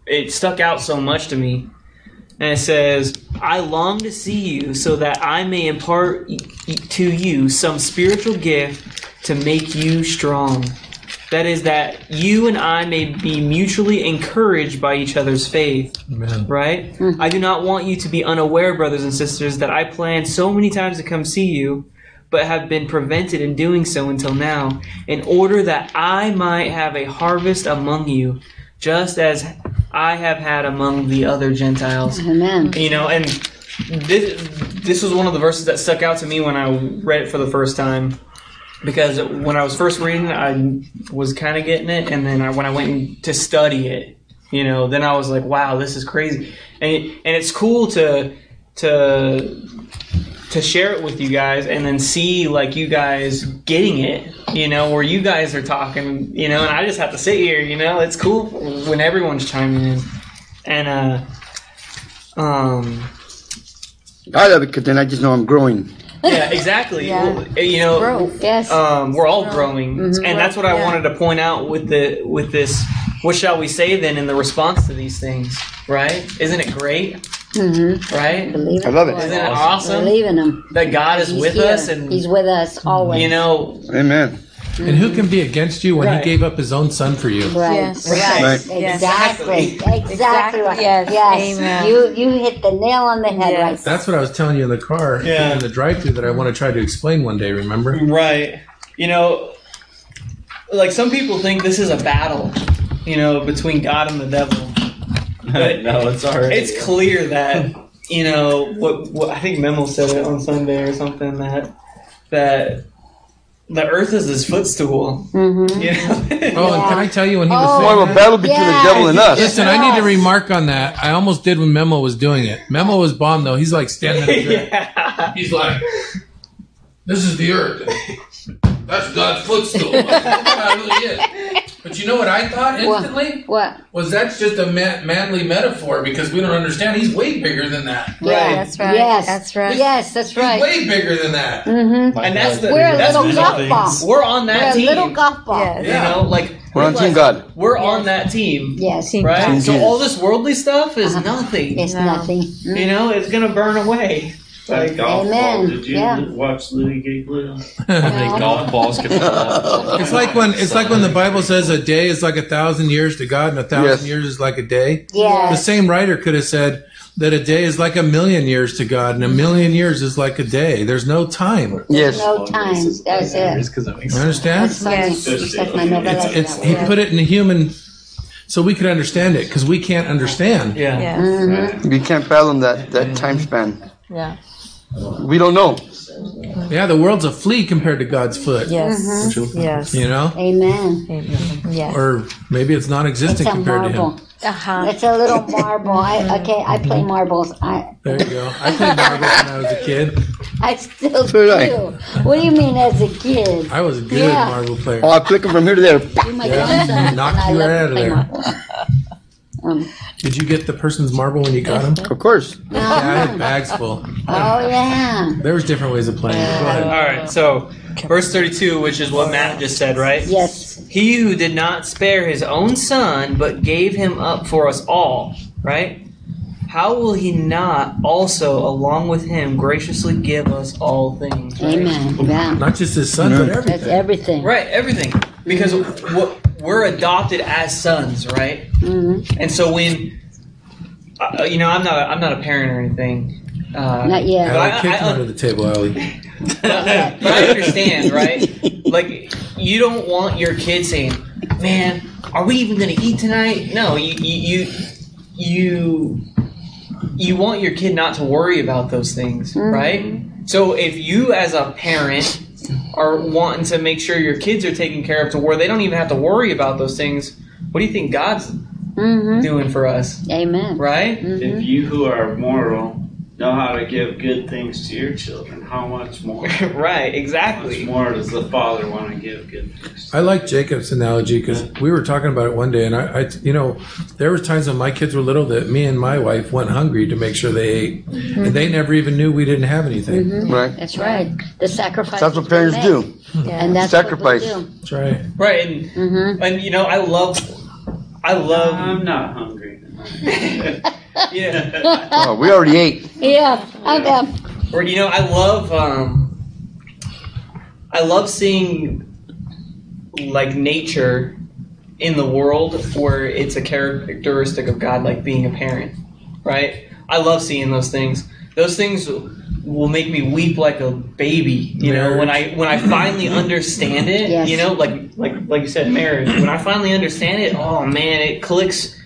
Speaker 3: it stuck out so much to me. And it says, "I long to see you, so that I may impart y- y- to you some spiritual gift to make you strong." That is, that you and I may be mutually encouraged by each other's faith. Right? I do not want you to be unaware, brothers and sisters, that I planned so many times to come see you, but have been prevented in doing so until now, in order that I might have a harvest among you, just as I have had among the other Gentiles.
Speaker 6: Amen.
Speaker 3: You know, and this this was one of the verses that stuck out to me when I read it for the first time because when I was first reading, it, I was kind of getting it, and then I, when I went to study it, you know, then I was like, wow, this is crazy, and and it's cool to to to share it with you guys and then see like you guys getting it you know where you guys are talking you know and i just have to sit here you know it's cool when everyone's chiming in and uh, um,
Speaker 2: I love it because then I just know I'm growing.
Speaker 3: yeah, exactly.
Speaker 4: Yeah.
Speaker 3: Well, you know,
Speaker 4: Growth, yes.
Speaker 3: um, we're all growing,
Speaker 4: Mhm.
Speaker 3: and that's what I
Speaker 4: Yeah.
Speaker 3: wanted to point out with the with this. What shall we say then in the response to these things? Right? Isn't it great?
Speaker 6: Mm-hmm.
Speaker 3: Right?
Speaker 2: I love
Speaker 3: Isn't it awesome?
Speaker 6: Believe in him.
Speaker 3: That God is
Speaker 6: He's
Speaker 3: with
Speaker 6: here.
Speaker 3: us, and
Speaker 6: He's with us always.
Speaker 3: you know,
Speaker 2: Amen.
Speaker 9: And who can be against you when
Speaker 3: Right.
Speaker 9: he gave up his own son for you?
Speaker 6: Right.
Speaker 4: Yes.
Speaker 6: Right.
Speaker 9: Right.
Speaker 6: Exactly. Exactly.
Speaker 4: Exactly.
Speaker 6: right.
Speaker 4: Yes.
Speaker 6: Yes.
Speaker 4: Amen.
Speaker 6: You you hit the nail on the head right
Speaker 9: That's what I was telling you in the car
Speaker 3: Yeah.
Speaker 9: in the drive-through that I want to try to explain one day. Remember?
Speaker 3: Right. You know, like some people think this is a battle, you know, between God and the
Speaker 1: *laughs*
Speaker 3: devil. But
Speaker 5: no, it's already.
Speaker 3: It's clear
Speaker 1: *laughs*
Speaker 3: that you know what, what I think Memo said it on Sunday or something that that the earth is his footstool.
Speaker 6: Mm-hmm.
Speaker 3: You know?
Speaker 9: *laughs* Oh, and can I tell you when he was
Speaker 3: Oh,
Speaker 9: saying
Speaker 3: more of a
Speaker 9: that?
Speaker 3: battle between the Yeah. devil and us.
Speaker 9: Listen, I need to remark on that. I almost did when Memo was doing it. Memo was bombed though. He's like standing up
Speaker 3: *laughs*
Speaker 9: there. He's like, "This is the earth. That's God's footstool." That really is. But you know what I thought instantly
Speaker 6: What?
Speaker 9: was that's just a ma- manly metaphor because we don't understand. He's way bigger than that.
Speaker 6: Yeah,
Speaker 4: that's right.
Speaker 6: Yes.
Speaker 4: That's right.
Speaker 6: Yes, that's
Speaker 9: He's
Speaker 6: right.
Speaker 9: way bigger than that.
Speaker 6: Mm-hmm.
Speaker 3: and that's the
Speaker 6: We're a
Speaker 3: that's
Speaker 6: little golf ball.
Speaker 3: We're on that
Speaker 6: We're
Speaker 3: team.
Speaker 6: A little golf ball.
Speaker 3: You know, like
Speaker 2: We're on Team
Speaker 3: *laughs*
Speaker 2: God.
Speaker 3: We're on that team.
Speaker 6: Yes.
Speaker 3: Right?
Speaker 2: God.
Speaker 3: So
Speaker 2: Jesus.
Speaker 3: all this worldly stuff is nothing.
Speaker 6: It's nothing.
Speaker 3: You know, it's gonna burn away.
Speaker 1: That golf ball.
Speaker 6: Amen.
Speaker 1: Did you
Speaker 6: Yeah.
Speaker 1: watch
Speaker 7: *laughs*
Speaker 1: Louis Giglio?
Speaker 5: golf balls can fall.
Speaker 9: It's like when it's like when the Bible says a day is like a thousand years to God, and a thousand years is like a day.
Speaker 6: Yes.
Speaker 9: The same writer could have said that a day is like a million years to God, and a million years is like a day. There's no time.
Speaker 2: Yes.
Speaker 6: No time. That's it.
Speaker 5: because that makes
Speaker 9: You understand?
Speaker 6: That's my, that's my novella.
Speaker 9: It's, it's he put it in human, so we could understand it because we can't understand.
Speaker 3: Yeah.
Speaker 6: Mhm.
Speaker 2: We can't fathom that that time span.
Speaker 4: Yeah.
Speaker 2: We don't know.
Speaker 9: Yeah, the world's a flea compared to God's foot.
Speaker 4: Yes. Yes.
Speaker 9: You know,
Speaker 6: Mm-hmm. Amen.
Speaker 4: Amen. Yes.
Speaker 9: or maybe it's
Speaker 6: It's
Speaker 9: non-existent
Speaker 6: a
Speaker 9: compared to
Speaker 6: marble.
Speaker 9: Him.
Speaker 4: uh-huh.
Speaker 6: It's a little marble. I, okay, I play
Speaker 9: Mm-hmm.
Speaker 6: marbles. I
Speaker 9: There you go. I played marbles when I was a kid.
Speaker 6: I still
Speaker 2: So did I.
Speaker 6: do. What do you mean as a kid?
Speaker 9: I was a good
Speaker 6: Yeah.
Speaker 9: marble player.
Speaker 2: Oh, I flick 'em from here to there.
Speaker 6: You my
Speaker 9: Yeah,
Speaker 6: grandson.
Speaker 9: knocked
Speaker 6: *laughs* I
Speaker 9: you
Speaker 6: love Um, to
Speaker 9: right out of
Speaker 6: play
Speaker 9: there.
Speaker 6: marbles.
Speaker 9: Did you get the person's marble when you got him?
Speaker 2: Of course.
Speaker 9: Yeah, I had bags full.
Speaker 6: Oh yeah.
Speaker 9: There was different ways of playing. it. Go ahead.
Speaker 3: All right, so verse 32, which is what Matt just said, right?
Speaker 6: Yes.
Speaker 3: He who did not spare his own son, but gave him up for us all, right? How will he not also, along with him, graciously give us all things? Right,
Speaker 6: Amen. Yeah.
Speaker 9: Not just his son, but
Speaker 6: That's everything.
Speaker 9: everything.
Speaker 3: right everything. Because what we're adopted as sons, right?
Speaker 6: hmm
Speaker 3: And so when, uh, you know, I'm not, a, I'm not a parent or anything. Uh,
Speaker 6: Not yet.
Speaker 3: But
Speaker 9: Allie,
Speaker 3: I-
Speaker 9: kick him
Speaker 3: I-
Speaker 9: under the table, Allie.
Speaker 3: but I understand, right? Like, you don't want your kid saying, "Man, are we even going to eat tonight?" No, you you you you, you want your kid not to worry about those things, right? So if you, as a parent, are wanting to make sure your kids are taken care of to where they don't even have to worry about those things, what do you think God's
Speaker 7: Mm-hmm.
Speaker 6: hmm
Speaker 3: doing for us,
Speaker 6: Amen.
Speaker 3: right?
Speaker 1: If you who are moral know how to give good things to your children, how much more? How
Speaker 3: *laughs* right,
Speaker 1: much
Speaker 3: exactly.
Speaker 1: more does the Father want to give good things?
Speaker 9: I like Jacob's analogy because we were talking about it one day, and I, I, you know, there was times when my kids were little that me and my wife went hungry to make sure they ate,
Speaker 6: Mm-hmm.
Speaker 9: and they never even knew we didn't have anything.
Speaker 2: Right.
Speaker 6: That's right. The sacrifice.
Speaker 9: *laughs*
Speaker 2: That's what parents do.
Speaker 6: And that's
Speaker 2: Sacrifice.
Speaker 6: What we
Speaker 9: That's right.
Speaker 3: Right, and
Speaker 6: do. hmm
Speaker 3: and you know, I love, I love.
Speaker 1: I'm not hungry.
Speaker 3: Yeah.
Speaker 2: Oh, we already ate.
Speaker 6: Yeah. Okay.
Speaker 3: Or you know, I love um I love seeing like nature in the world where it's a characteristic of God like being a parent, right? I love seeing those things. Those things will make me weep like a baby, you know, when I when I finally understand it,
Speaker 6: Yes.
Speaker 3: you know, like like like you said marriage. When I finally understand it, oh man, it clicks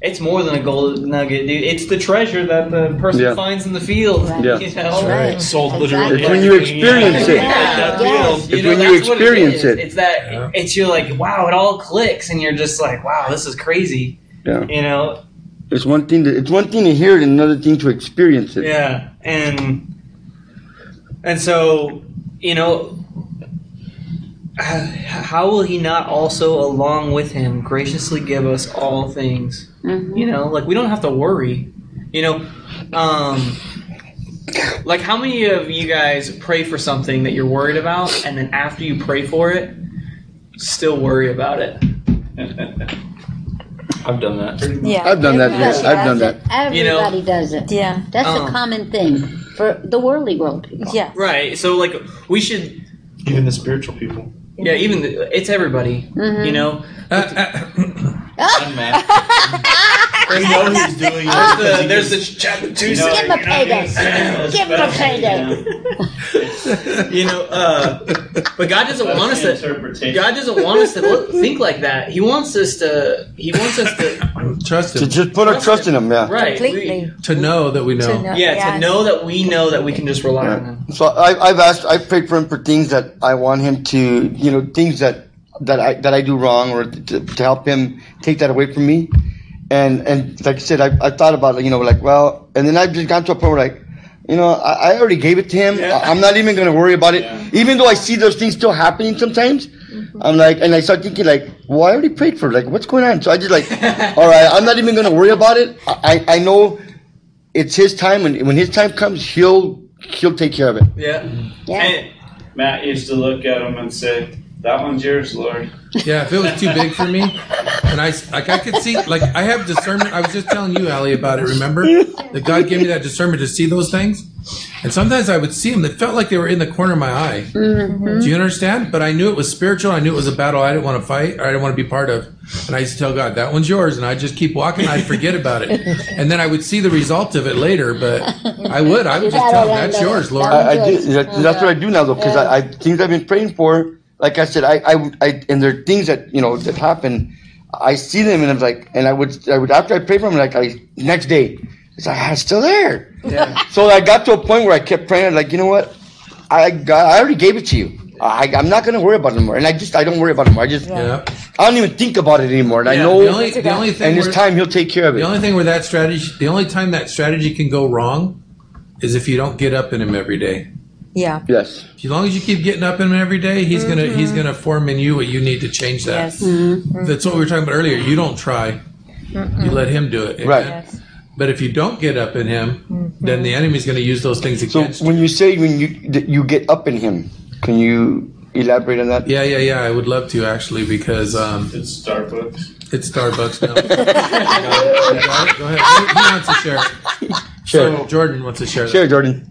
Speaker 3: it's more than a gold nugget, dude. It's the treasure that the person
Speaker 2: Yeah.
Speaker 3: finds in the field.
Speaker 6: Right.
Speaker 2: Yeah.
Speaker 3: You know?
Speaker 9: right.
Speaker 5: Sold
Speaker 6: Exactly.
Speaker 5: literally.
Speaker 2: It's when you experience it.
Speaker 3: Yeah.
Speaker 6: Yes.
Speaker 2: It's when you
Speaker 3: that's what
Speaker 2: experience
Speaker 3: it. Is.
Speaker 2: it.
Speaker 3: It's that
Speaker 9: Yeah.
Speaker 3: it's you're like, wow, it all clicks, and you're just like, wow, this is crazy.
Speaker 2: Yeah.
Speaker 3: You know,
Speaker 2: It's one thing to it's one thing to hear it and another thing to experience it.
Speaker 3: yeah, and and so you know, *sighs* how will he not also, along with him, graciously give us all things? You know, like we don't have to worry. You know, um, like how many of you guys pray for something that you're worried about, and then after you pray for it, still worry about it?
Speaker 5: I've done that.
Speaker 6: Yeah,
Speaker 2: I've done that, yes,
Speaker 6: everybody
Speaker 2: I've done
Speaker 6: does it.
Speaker 3: that. You know-
Speaker 6: Everybody does it.
Speaker 11: Yeah,
Speaker 6: that's
Speaker 3: Um,
Speaker 6: a common thing for the worldly world people.
Speaker 11: Yeah,
Speaker 3: Right. So like we should.
Speaker 5: Even the spiritual people.
Speaker 3: Yeah. Even the, it's everybody.
Speaker 6: Mm-hmm.
Speaker 3: You know.
Speaker 5: Uh, *coughs*
Speaker 6: *laughs*
Speaker 5: I know he's doing
Speaker 3: There's
Speaker 5: it.
Speaker 3: the, Uh, there's the chapter two.
Speaker 6: Give him a payday. Give him a payday.
Speaker 3: you know uh, but god doesn't want us
Speaker 1: That's the
Speaker 3: to
Speaker 1: interpretation.
Speaker 3: god doesn't want us to look, think like that he wants us to he wants us to
Speaker 9: Trust
Speaker 2: To
Speaker 9: him.
Speaker 2: just put our trust in him, yeah.
Speaker 3: right we-
Speaker 9: To know that we know.
Speaker 3: yeah to know that we know that we can just rely on him
Speaker 2: So I, I've asked, I've prayed for him for things that I want him to, you know, things that that I that I do wrong, or to, to help him take that away from me. And and like I said, I, I thought about it, you know, like well, and then I've just gotten to a point where like, you know, I, I already gave it to him. I, am not even going to worry about it, even though I see those things still happening sometimes. I'm like, and I start thinking like, well, I already prayed for it. Like, what's going on? So I just like, *laughs* all right, I'm not even going to worry about it. I I I know it's his time, and when his time comes, he'll he'll take care of it.
Speaker 3: yeah
Speaker 6: yeah
Speaker 1: Matt used to look at him and say, "That one's yours,
Speaker 6: *laughs*
Speaker 1: Lord."
Speaker 9: Yeah, if it was too big for me, and I like I could see like I have discernment. I was just telling you, Allie, about it. Remember that God gave me that discernment to see those things, and sometimes I would see them. They felt like they were in the corner of my eye.
Speaker 6: Mm-hmm.
Speaker 9: Do you understand? But I knew it was spiritual. I knew it was a battle I didn't want to fight or I didn't want to be part of. And I used to tell God, that one's yours. And I'd just keep walking. I'd forget about it. And then I would see the result of it later. But I would. I would just tell him, that's yours, Lord.
Speaker 2: I, I do, that, that's what I do now though, because I, I things I've been praying for, like I said, I, I, I and there are things that you know that happen. I see them and I'm like, and I would, I would after I pray for them, like I next day, it's like ah, it's still there.
Speaker 6: *laughs*
Speaker 3: yeah
Speaker 2: So I got to a point where I kept praying, like you know what, I got, I already gave it to you. I, I'm not gonna worry about it anymore, and I just I don't worry about it anymore. I just
Speaker 9: Yeah.
Speaker 2: I don't even think about it anymore, and I
Speaker 9: Yeah,
Speaker 2: know.
Speaker 9: the only- the only thing
Speaker 2: and this
Speaker 9: where-
Speaker 2: time he'll take care of it.
Speaker 9: The only thing where that strategy, the only time that strategy can go wrong is if you don't get up in him every day.
Speaker 11: yeah.
Speaker 2: yes.
Speaker 9: As long as you keep getting up in him every day, he's gonna he's
Speaker 6: Mm-hmm.
Speaker 9: gonna form in you what you need to change that. Mm-hmm.
Speaker 11: Yes. Mhm.
Speaker 9: That's what we were talking about earlier. You don't try; you let him do it.
Speaker 2: Right.
Speaker 9: But if you don't get up in him,
Speaker 6: Mm-hmm.
Speaker 9: then the enemy's going to use those things against.
Speaker 2: So when you say when you that you get up in him, can you elaborate on that?
Speaker 9: Yeah, yeah, yeah. I would love to actually because um,
Speaker 1: It's Starbucks.
Speaker 9: it's Starbucks now. You got it? You got it? Go ahead. Who, who wants to share?
Speaker 2: Share.
Speaker 9: So Jordan wants to share. that.
Speaker 2: Share, Jordan.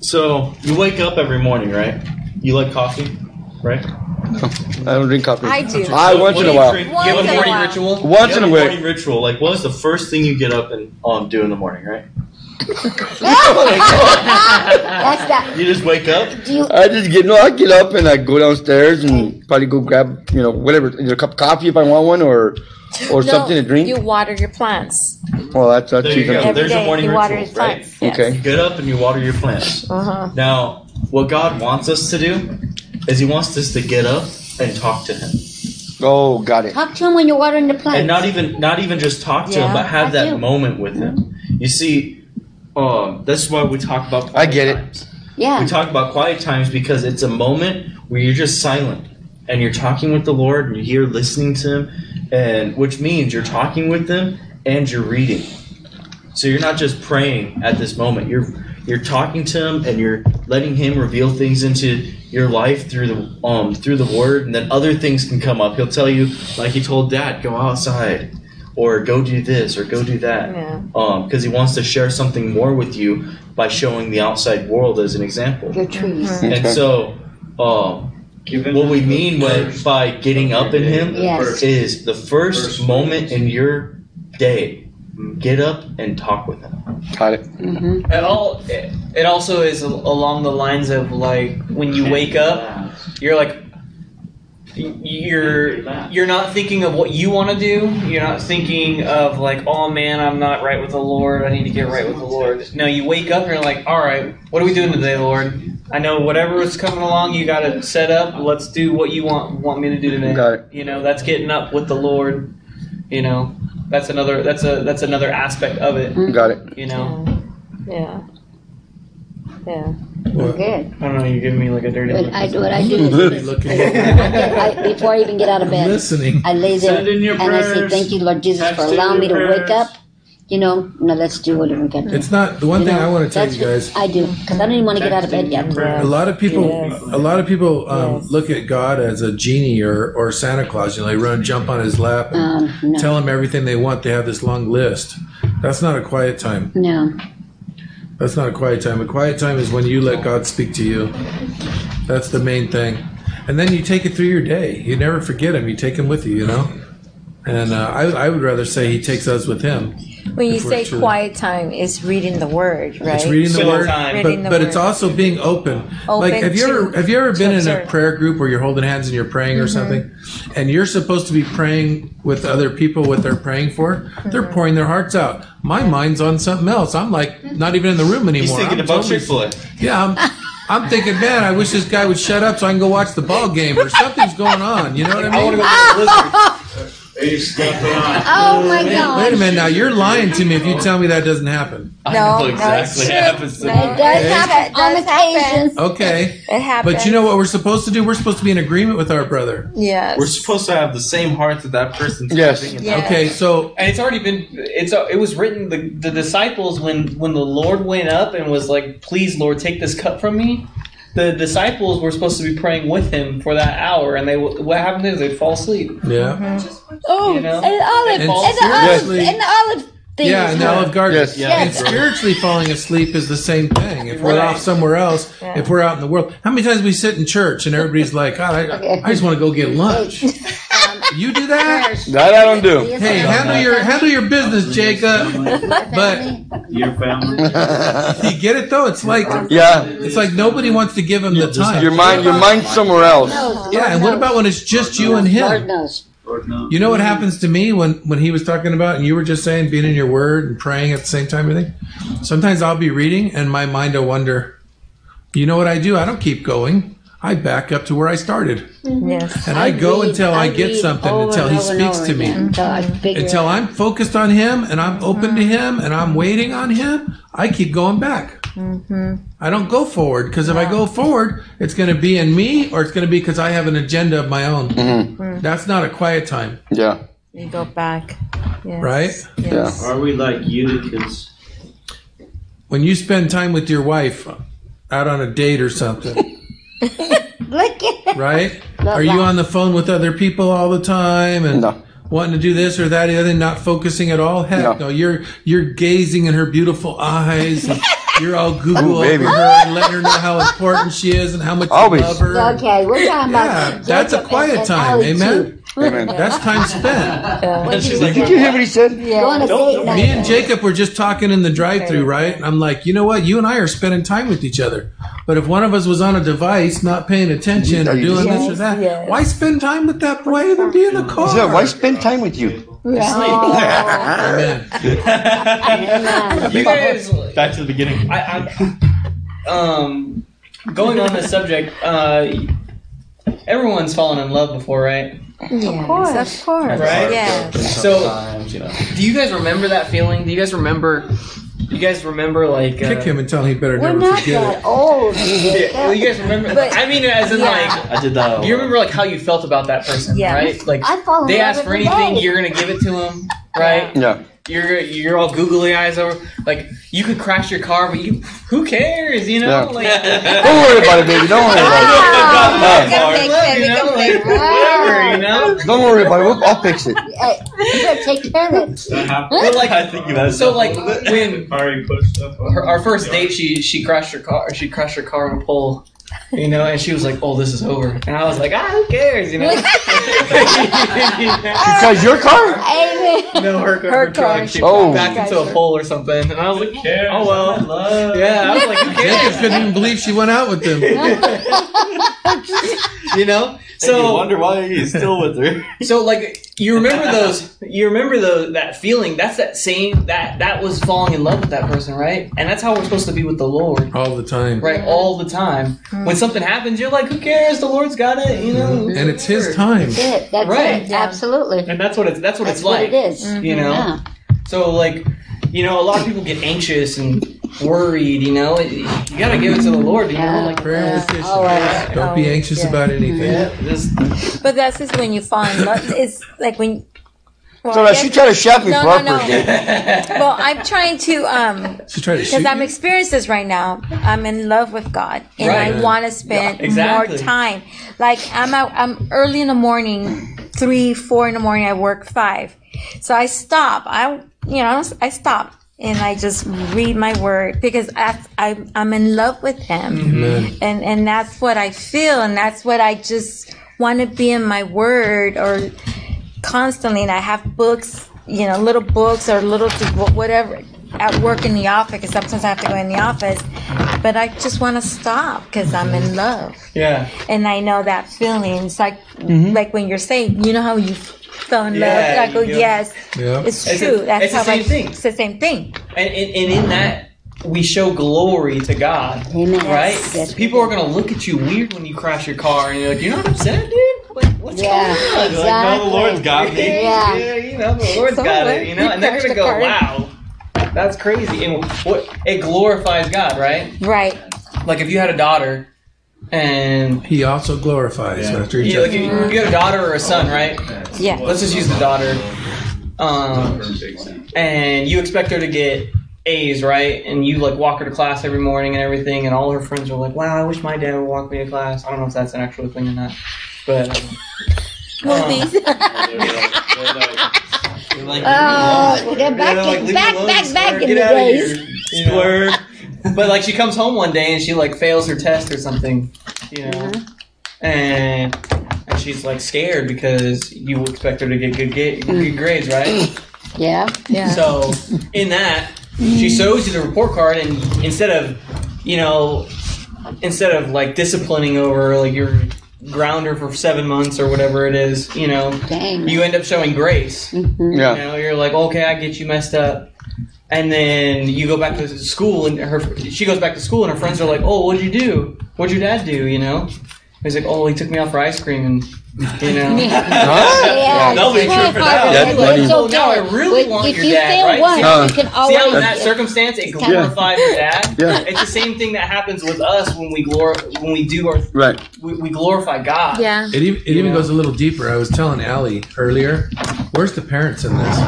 Speaker 5: So you wake up every morning, right? You like coffee, right?
Speaker 2: I don't drink coffee.
Speaker 5: I do.
Speaker 2: I
Speaker 5: What
Speaker 2: once in
Speaker 5: do
Speaker 2: a
Speaker 5: you
Speaker 2: while.
Speaker 5: drink? You have a morning ritual.
Speaker 2: Once
Speaker 5: You
Speaker 2: in a
Speaker 5: have
Speaker 2: while.
Speaker 5: morning ritual. Like, what is the first thing you get up and um, do in the morning, right?
Speaker 6: That's that.
Speaker 5: You just wake up.
Speaker 6: Do you?
Speaker 2: I just get no. I get up and I go downstairs and probably go grab you know whatever either a cup of coffee if I want one or or
Speaker 11: No,
Speaker 2: something to drink.
Speaker 11: You water your plants.
Speaker 2: well, that's that's
Speaker 5: There you
Speaker 2: easy.
Speaker 5: go.
Speaker 11: Every
Speaker 5: There's your
Speaker 11: day
Speaker 5: morning
Speaker 11: you water
Speaker 5: ritual,
Speaker 11: his
Speaker 5: right?
Speaker 11: plants,
Speaker 2: Okay.
Speaker 5: You get up and you water your plants.
Speaker 11: Uh huh.
Speaker 5: Now, what God wants us to do is He wants us to get up and talk to Him,
Speaker 2: Oh, got it.
Speaker 6: Talk to him when you're watering the plants.
Speaker 5: and not even not even just talk to Him,
Speaker 6: Yeah,
Speaker 5: but have
Speaker 6: I
Speaker 5: that
Speaker 6: do.
Speaker 5: moment with Him. You see, um, that's why we talk about.
Speaker 2: I get it.
Speaker 6: yeah.
Speaker 5: We *laughs* talk about quiet times because it's a moment where you're just silent and you're talking with the Lord and you're here listening to Him, and which means you're talking with Him and you're reading. So you're not just praying at this moment. You're you're talking to Him and you're letting Him reveal things into your life through the um through the Word, and then other things can come up. He'll tell you, like He told Dad, go outside, or go do this, or go
Speaker 3: *laughs*
Speaker 5: do that
Speaker 11: Yeah.
Speaker 5: because um, he wants to share something more with you by showing the outside world as an example.
Speaker 6: Your trees.
Speaker 5: And
Speaker 2: Okay.
Speaker 5: so, um, what we mean when, by getting up in him
Speaker 6: Yes.
Speaker 5: is the first, moment in your day, get up and talk with him.
Speaker 2: Got it.
Speaker 5: Mm-hmm.
Speaker 3: it all it, it also is al- along the lines of like when you wake up you're like you're you're not thinking of what you want to do you're not thinking of like oh man i'm not right with the lord i need to get right with the lord no you wake up and you're like all right what are we doing today lord i know whatever is coming along you got to set up let's do what you want want me to do today
Speaker 2: Got it.
Speaker 3: you know that's getting up with the lord you know that's another
Speaker 2: Mm-hmm.
Speaker 3: that's a that's another aspect of it
Speaker 2: Got it.
Speaker 3: you know
Speaker 11: Yeah.
Speaker 4: Yeah.
Speaker 9: What?
Speaker 6: Good.
Speaker 3: I don't know. You're giving me like a dirty.
Speaker 6: But
Speaker 3: look.
Speaker 6: I, what I
Speaker 3: *laughs*
Speaker 6: do is I, *laughs* I, before I even get out of bed,
Speaker 9: Listening.
Speaker 6: I lay there
Speaker 1: Send in your
Speaker 6: and I say,
Speaker 1: prayers.
Speaker 6: "Thank you, Lord Jesus, for
Speaker 1: Text in
Speaker 6: allowing me to
Speaker 1: your
Speaker 6: wake up."
Speaker 1: prayers.
Speaker 6: You know, now let's do what we got to do.
Speaker 9: It's not the one
Speaker 6: You
Speaker 9: thing
Speaker 6: know,
Speaker 9: I want to tell
Speaker 6: that's
Speaker 9: you guys.
Speaker 6: what I do because I don't even want to get out of bed yet.
Speaker 9: A lot of people, a lot of people um, look at God as a genie or, or Santa Claus. You know, they run, jump on his lap, and
Speaker 6: Um, no.
Speaker 9: tell him everything they want. They have this long list. That's not a quiet time.
Speaker 6: No.
Speaker 9: That's not a quiet time. A quiet time is when you let God speak to you. That's the main thing, and then you take it through your day. You never forget him. You take him with you. You know, and uh, I, I would rather say he takes us with him.
Speaker 11: When you
Speaker 9: If we're
Speaker 11: say
Speaker 9: true.
Speaker 11: quiet time, it's reading the word, right?
Speaker 9: It's reading the word,
Speaker 11: Reading
Speaker 9: but,
Speaker 11: the
Speaker 9: but it's
Speaker 11: word.
Speaker 9: also being open. like,
Speaker 11: Open
Speaker 9: have you
Speaker 11: to-
Speaker 9: ever have you ever been in a
Speaker 11: observe.
Speaker 9: prayer group where you're holding hands and you're praying or
Speaker 11: Mhm.
Speaker 9: something, and you're supposed to be praying with other people what they're praying for?
Speaker 11: Mm-hmm.
Speaker 9: They're pouring their hearts out. My mind's on something else. I'm like not even in the room anymore.
Speaker 5: He's thinking
Speaker 9: I'm
Speaker 5: about
Speaker 9: totally-
Speaker 5: Chick Fil A.
Speaker 9: Yeah, I'm, I'm thinking, man, I wish this guy would shut up so I can go watch the ball game or something's going on. You know what I mean? *laughs*
Speaker 6: Ah!
Speaker 11: Oh my God.
Speaker 9: Wait a minute, now you're lying to me if you tell me that doesn't happen.
Speaker 11: I know No, no, exactly it's true. happens to No, me. it does
Speaker 9: Okay?
Speaker 11: happen.
Speaker 6: It does happen.
Speaker 9: Okay.
Speaker 11: It happens.
Speaker 9: But you know what we're supposed to do? We're supposed to be in agreement with our brother.
Speaker 11: Yes.
Speaker 5: We're supposed to have the same heart that that person's having.
Speaker 9: Okay, so
Speaker 3: And it's already been it's uh, it was written the, the disciples when when the Lord went up and was like, "Please, Lord, take this cup from me." The disciples were supposed to be praying with him for that hour, and they what happened is they fall asleep.
Speaker 9: Yeah.
Speaker 11: Oh,
Speaker 3: You know?
Speaker 11: and olive,
Speaker 9: And
Speaker 11: and, the
Speaker 9: seriously-
Speaker 11: olive, and the olive thing.
Speaker 9: yeah,
Speaker 11: is
Speaker 9: in the
Speaker 11: good.
Speaker 9: Olive Garden.
Speaker 11: Yeah. Yes.
Speaker 9: And spiritually falling asleep is the same thing. If we're
Speaker 11: Right.
Speaker 9: off somewhere else,
Speaker 11: Yeah.
Speaker 9: if we're out in the world, how many times we sit in church and everybody's like, God, I, I just want to go
Speaker 11: *laughs*
Speaker 9: get lunch.
Speaker 11: Um,
Speaker 9: you do that?
Speaker 2: That I don't do.
Speaker 9: Hey, handle your handle your business, Jacob. But
Speaker 1: Your family.
Speaker 9: you get it though. It's like
Speaker 2: Yeah.
Speaker 9: it's like nobody wants to give him the time.
Speaker 2: Your mind, your mind's somewhere else.
Speaker 9: Yeah, and what about when it's just you and him?
Speaker 6: knows.
Speaker 9: You know what happens to me when when he was talking about and you were just saying being in your word and praying at the same time. I think sometimes I'll be reading and my mind will wonder. You know what I do? I don't keep going. I back up to where I started,
Speaker 11: Yes.
Speaker 9: and I, go
Speaker 6: read-
Speaker 9: until I, get
Speaker 6: read
Speaker 9: something,
Speaker 6: over
Speaker 9: until
Speaker 6: and
Speaker 9: he
Speaker 6: over and
Speaker 9: speaks
Speaker 6: over
Speaker 9: to me,
Speaker 6: again Until I figure
Speaker 9: until
Speaker 6: it out. Mm-hmm.
Speaker 9: I'm focused on him and I'm open to him and I'm waiting on him. I keep going back.
Speaker 11: Mm-hmm.
Speaker 9: I don't go forward because if I go forward, it's going to be in me or it's going to be because I have an agenda of my own.
Speaker 2: Mm-hmm.
Speaker 11: Mm.
Speaker 9: That's not a quiet time,
Speaker 2: Yeah.
Speaker 11: You go back. Yes.
Speaker 9: right?
Speaker 11: Yes.
Speaker 1: Are we like Eutychus?
Speaker 9: When you spend time with your wife out on a date
Speaker 2: *laughs*
Speaker 9: or something,
Speaker 6: Look at
Speaker 9: right?
Speaker 6: Not
Speaker 9: Are you
Speaker 6: that.
Speaker 9: on the phone with other people all the time and wanting to do this or that, and then not focusing at all? Heck, no. You're you're gazing in her beautiful eyes.
Speaker 2: *laughs*
Speaker 9: And you're all Google
Speaker 2: Ooh, baby.
Speaker 9: over her and letting her know how important she is and how much
Speaker 2: Always.
Speaker 9: you love her.
Speaker 6: Okay, we're talking about.
Speaker 9: Yeah, that's a
Speaker 6: Jacob
Speaker 9: quiet
Speaker 6: and
Speaker 9: time.
Speaker 6: Ollie,
Speaker 9: Amen.
Speaker 2: Amen.
Speaker 9: That's time
Speaker 2: *laughs*
Speaker 9: spent.
Speaker 6: What
Speaker 9: She's
Speaker 6: you
Speaker 9: like,
Speaker 2: Did you hear what he said?
Speaker 6: Go on a date
Speaker 9: Me
Speaker 6: night.
Speaker 9: and Jacob were just talking in the drive-through, right? And I'm like, you know what? You and I are spending time with each other. But if one of us was on a device, not paying attention, or
Speaker 2: You-
Speaker 9: doing
Speaker 2: Yes,
Speaker 9: this or that, why spend time with that boy? Even be in the car.
Speaker 2: Yeah,
Speaker 6: *laughs*
Speaker 2: why spend time
Speaker 7: *laughs*
Speaker 2: with you?
Speaker 3: Oh.
Speaker 9: Amen.
Speaker 3: You guys,
Speaker 5: Back to the beginning.
Speaker 3: I, I, um, going on this subject, uh, everyone's fallen in love before, right?
Speaker 11: Of course. Of course.
Speaker 3: Right?
Speaker 11: Yes.
Speaker 3: So, do you guys remember that feeling? Do you guys remember? You guys remember like uh,
Speaker 9: Kick him and tell him he better
Speaker 3: We're
Speaker 9: never
Speaker 3: not
Speaker 9: forget it.
Speaker 6: old.
Speaker 3: *laughs* Yeah, well, you guys remember? I mean, as in like,
Speaker 5: I did that.
Speaker 3: you remember like how you felt about that person,
Speaker 6: Yeah.
Speaker 3: right? Like,
Speaker 6: I
Speaker 7: Oh,
Speaker 6: fall in
Speaker 3: they
Speaker 6: love
Speaker 3: ask for
Speaker 6: every
Speaker 3: anything,
Speaker 6: day.
Speaker 3: you're gonna give it to them, right?
Speaker 2: *laughs* Yeah.
Speaker 3: You're you're all googly eyes over. Like, you could crash your car, but you who cares? You know,
Speaker 2: Yeah.
Speaker 3: like. *laughs*
Speaker 2: Don't worry about it, baby. Don't worry about
Speaker 3: Wow.
Speaker 2: it.
Speaker 6: Look, you know, like,
Speaker 3: whatever, you know?
Speaker 2: Yeah. Don't worry about it. We'll- I'll fix it.
Speaker 6: Hey, you better take care of it.
Speaker 3: But like,
Speaker 5: I think that.
Speaker 3: so like
Speaker 1: *laughs*
Speaker 3: when
Speaker 1: Already pushed up. on-
Speaker 3: her, our first date, she she crashed her car. She crashed her car on a pole, you know, and she was like, "Oh, this is over," and I was like, "Ah, who cares?" You know.
Speaker 2: Because your car?
Speaker 6: Amen.
Speaker 3: *laughs* No, her, her,
Speaker 6: Her car.
Speaker 3: truck. She
Speaker 2: Oh.
Speaker 3: backed into a pole or something, and I was like,
Speaker 1: cares?
Speaker 3: "Oh well, yeah." I was like, "Who
Speaker 9: Jacob
Speaker 3: cares?"
Speaker 9: couldn't even believe she went out with him.
Speaker 7: *laughs*
Speaker 3: You know.
Speaker 5: you
Speaker 3: So
Speaker 5: wonder why he's still with
Speaker 3: *laughs*
Speaker 5: her.
Speaker 3: so like you remember those you remember the that feeling that's that same that that was falling in love with that person right and that's how we're supposed to be with the lord
Speaker 9: All the time.
Speaker 3: right all the time when something happens you're like who cares the lord's got it you know
Speaker 9: And it's his time.
Speaker 6: That's it. That's
Speaker 3: Right.
Speaker 6: it.
Speaker 3: *laughs*
Speaker 6: Absolutely.
Speaker 3: and that's what it's that's what
Speaker 6: That's
Speaker 3: it's
Speaker 6: what
Speaker 3: like
Speaker 6: it is.
Speaker 3: you know
Speaker 6: Yeah.
Speaker 3: so like you know a lot of people get anxious and worried, you know. You gotta give it to the Lord, you know. Like
Speaker 9: prayer and petition. Don't be
Speaker 11: Oh,
Speaker 9: anxious
Speaker 11: yeah.
Speaker 9: about anything.
Speaker 3: Just
Speaker 11: But that's just when you find love. It's like when. Well,
Speaker 2: So
Speaker 11: I
Speaker 2: now
Speaker 11: guess-
Speaker 2: she tried to shop me
Speaker 11: no,
Speaker 2: for
Speaker 11: no, no.
Speaker 2: upper.
Speaker 11: *laughs* well, I'm trying to um
Speaker 9: She tried to shoot
Speaker 11: because I'm experiencing this right now. I'm in love with God, and
Speaker 9: Right.
Speaker 11: I want to spend
Speaker 9: Yeah, exactly.
Speaker 11: more time. Like I'm out. I'm early in the morning, three, four in the morning. I work five, so I stop. I you know I stop and I just read my word because I, I I'm in love with Him
Speaker 9: Amen.
Speaker 11: and and that's what I feel, and that's what I just want to be in my word or constantly. And I have books, you know, little books or little devo- whatever at work in the office. 'cause sometimes I have to go in the office, but I just want to stop because I'm in love,
Speaker 3: *laughs* yeah.
Speaker 11: and I know that feeling. It's like
Speaker 9: Mm-hmm.
Speaker 3: Mhm.
Speaker 11: like when you're saying, you know how you fell in
Speaker 3: Yeah,
Speaker 11: love. I go,
Speaker 3: you do.
Speaker 11: yes,
Speaker 3: Yeah.
Speaker 11: it's
Speaker 3: It's
Speaker 11: true.
Speaker 3: a-
Speaker 11: that's
Speaker 3: it's the
Speaker 11: how I.
Speaker 3: same thing.
Speaker 11: It's the same thing.
Speaker 3: And, and, and in that, we show glory to God.
Speaker 6: Amen.
Speaker 3: Right? People are going to look at you weird when you crash your car and you're like, you're not upset, dude? Like, what's
Speaker 6: Yeah,
Speaker 3: going on? You're Like, no, the Lord's got me.
Speaker 6: exactly. Yeah.
Speaker 3: you know, the Lord's
Speaker 6: So
Speaker 3: got
Speaker 6: what?
Speaker 3: it, you know? And they're going
Speaker 6: Crashed the
Speaker 3: to go,
Speaker 6: car.
Speaker 3: wow, that's crazy. And what it glorifies God, right?
Speaker 11: Right.
Speaker 3: Like, if you had a daughter and.
Speaker 9: He also glorifies after he
Speaker 3: Yeah, like, you, you have a daughter or a son, right?
Speaker 11: Yeah.
Speaker 3: Let's just use the daughter. Um, and you expect her to get A's, right? And you like walk her to class every morning and everything, and all her friends are like, "Wow, I wish my dad would walk me to class." I don't know if that's an actual thing or not, but um,
Speaker 11: Movies.
Speaker 3: they're like,
Speaker 6: Oh,
Speaker 3: "Leave me alone,
Speaker 6: they're back in- back-
Speaker 3: squirt." They're "Leave me
Speaker 6: back-
Speaker 3: alone,
Speaker 6: back
Speaker 3: squirt.
Speaker 6: in
Speaker 3: Get
Speaker 6: the
Speaker 3: outta
Speaker 6: days."
Speaker 3: here," you know? *laughs* But like, she comes home one day and she like fails her test or something, you know,
Speaker 6: Mm-hmm.
Speaker 3: and and she's like scared because you expect her to get good, ga- good grades, *clears throat* right?
Speaker 6: Yeah, yeah.
Speaker 3: So in that, she shows you the report card, and instead of, you know, instead of like disciplining over like your grounder for seven months or whatever it is, you know, you end up showing grace.
Speaker 6: Mm-hmm.
Speaker 2: Yeah.
Speaker 3: You know, you're like, okay, I get you messed up. And then you go back to school, and her she goes back to school, and her friends are like, "Oh, what'd you do? What'd your dad do?" You know, he's like, "Oh, he took me out for ice cream," and
Speaker 6: *laughs*
Speaker 3: you know,
Speaker 6: Yeah.
Speaker 3: they'll be tripping out.
Speaker 6: That's funny.
Speaker 3: Oh, now I really
Speaker 6: But
Speaker 3: want
Speaker 6: if
Speaker 3: your
Speaker 6: you
Speaker 3: dad,
Speaker 6: fail
Speaker 3: right?
Speaker 6: once,
Speaker 3: See,
Speaker 6: you can
Speaker 3: See how
Speaker 6: always-
Speaker 3: in that circumstance it
Speaker 6: kind of-
Speaker 3: glorifies your dad.
Speaker 2: Yeah.
Speaker 3: It's the same thing that happens with us when we glor- when we do our
Speaker 2: Right.
Speaker 3: we, we glorify God.
Speaker 11: Yeah.
Speaker 9: It even, it even goes a little deeper. I was telling Allie earlier, where's the parents in this?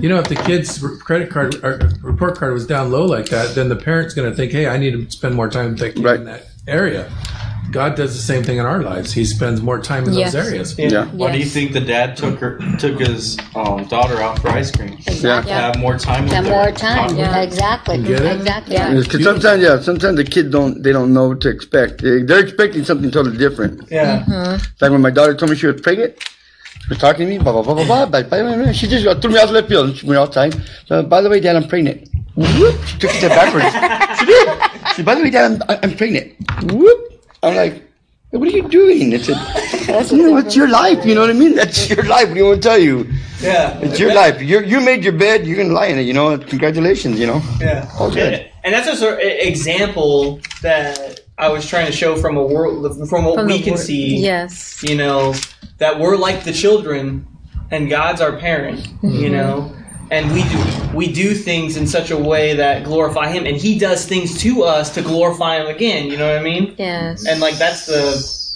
Speaker 9: You know, if the kid's r- credit card or report card was down low like that, then the parent's going to think, hey, I need to spend more time thinking in that area. God does the same thing in our lives. He spends more time in
Speaker 6: Yes.
Speaker 9: those areas.
Speaker 2: Yeah.
Speaker 5: Why do you think the dad took her took his um, daughter out for ice cream?
Speaker 6: Exactly.
Speaker 5: To have more time with
Speaker 6: Some
Speaker 5: her.
Speaker 6: more
Speaker 5: Talk
Speaker 6: time.
Speaker 5: with
Speaker 6: Yeah,
Speaker 5: her.
Speaker 6: exactly.
Speaker 2: You get it?
Speaker 6: Exactly.
Speaker 2: Because sometimes, yeah, sometimes the kids don't they don't know what to expect. They, they're expecting something totally different.
Speaker 3: Yeah.
Speaker 2: It's like when my daughter told me she was pregnant, she was talking to me, blah blah blah blah blah. blah, blah, blah, blah. She just got- threw me out the left field. She went outside. So, by the way, Dad, I'm pregnant. Whoop! She took a step backwards. she did. She said, by the way, Dad, I'm, I'm pregnant. Whoop! I'm like, what are you doing? I said, that's you know, it's your life. You know what I mean? That's your life. What do you want to tell you?
Speaker 3: Yeah.
Speaker 2: It's your life. You you made your bed. You're gonna lie in it. You know. Congratulations. You know.
Speaker 3: Yeah.
Speaker 2: All good.
Speaker 3: And that's a sort of example that I was trying to show from a world from what
Speaker 11: From the
Speaker 3: we can
Speaker 11: word.
Speaker 3: see.
Speaker 11: Yes.
Speaker 3: You know that we're like the children, and God's our parent. You
Speaker 6: Mm-hmm.
Speaker 11: Mhm.
Speaker 3: know, and we do, we do things in such a way that glorify Him, and He does things to us to glorify Him again. You know what I mean?
Speaker 11: Yes.
Speaker 3: And like that's the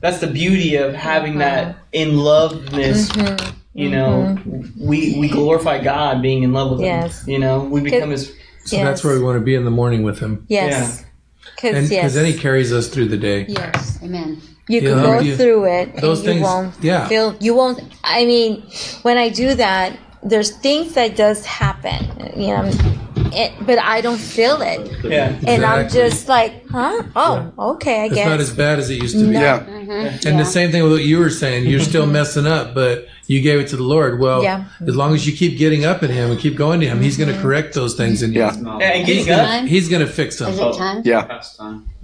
Speaker 3: that's the beauty of having that
Speaker 6: Uh-huh.
Speaker 3: in loveness.
Speaker 6: Mm-hmm.
Speaker 11: Mhm.
Speaker 3: You know, we we glorify God being in love with
Speaker 11: Yes.
Speaker 3: Him. You know, we become His.
Speaker 9: So that's where we want to be in the morning with Him.
Speaker 11: Yes. Because
Speaker 9: And,
Speaker 11: yes.
Speaker 9: then He carries us through the day.
Speaker 11: yes.
Speaker 6: Amen.
Speaker 11: You
Speaker 9: Yeah,
Speaker 11: can
Speaker 9: how
Speaker 11: go
Speaker 9: do you-
Speaker 11: through it and
Speaker 9: those
Speaker 11: you
Speaker 9: things-
Speaker 11: won't
Speaker 9: yeah.
Speaker 11: feel you won't I mean, when I do that, there's things that does happen. You know it, but I don't feel it.
Speaker 9: Yeah.
Speaker 11: And I'm
Speaker 9: Exactly.
Speaker 11: just like, huh? Oh, okay, I
Speaker 9: it's
Speaker 11: guess.
Speaker 9: not as bad as it used to be.
Speaker 11: No.
Speaker 9: Yeah.
Speaker 11: Mhm.
Speaker 9: And the same thing with what you were saying.
Speaker 11: *laughs*
Speaker 9: You're still messing up, but you gave it to the Lord. Well,
Speaker 11: Yeah. Mm-hmm.
Speaker 9: as long as you keep getting up in Him and keep going to Him, He's going to correct those things in you. Yeah.
Speaker 3: And getting
Speaker 9: he's gonna,
Speaker 3: up-
Speaker 9: He's going to fix them.
Speaker 3: Is it time?
Speaker 2: Yeah.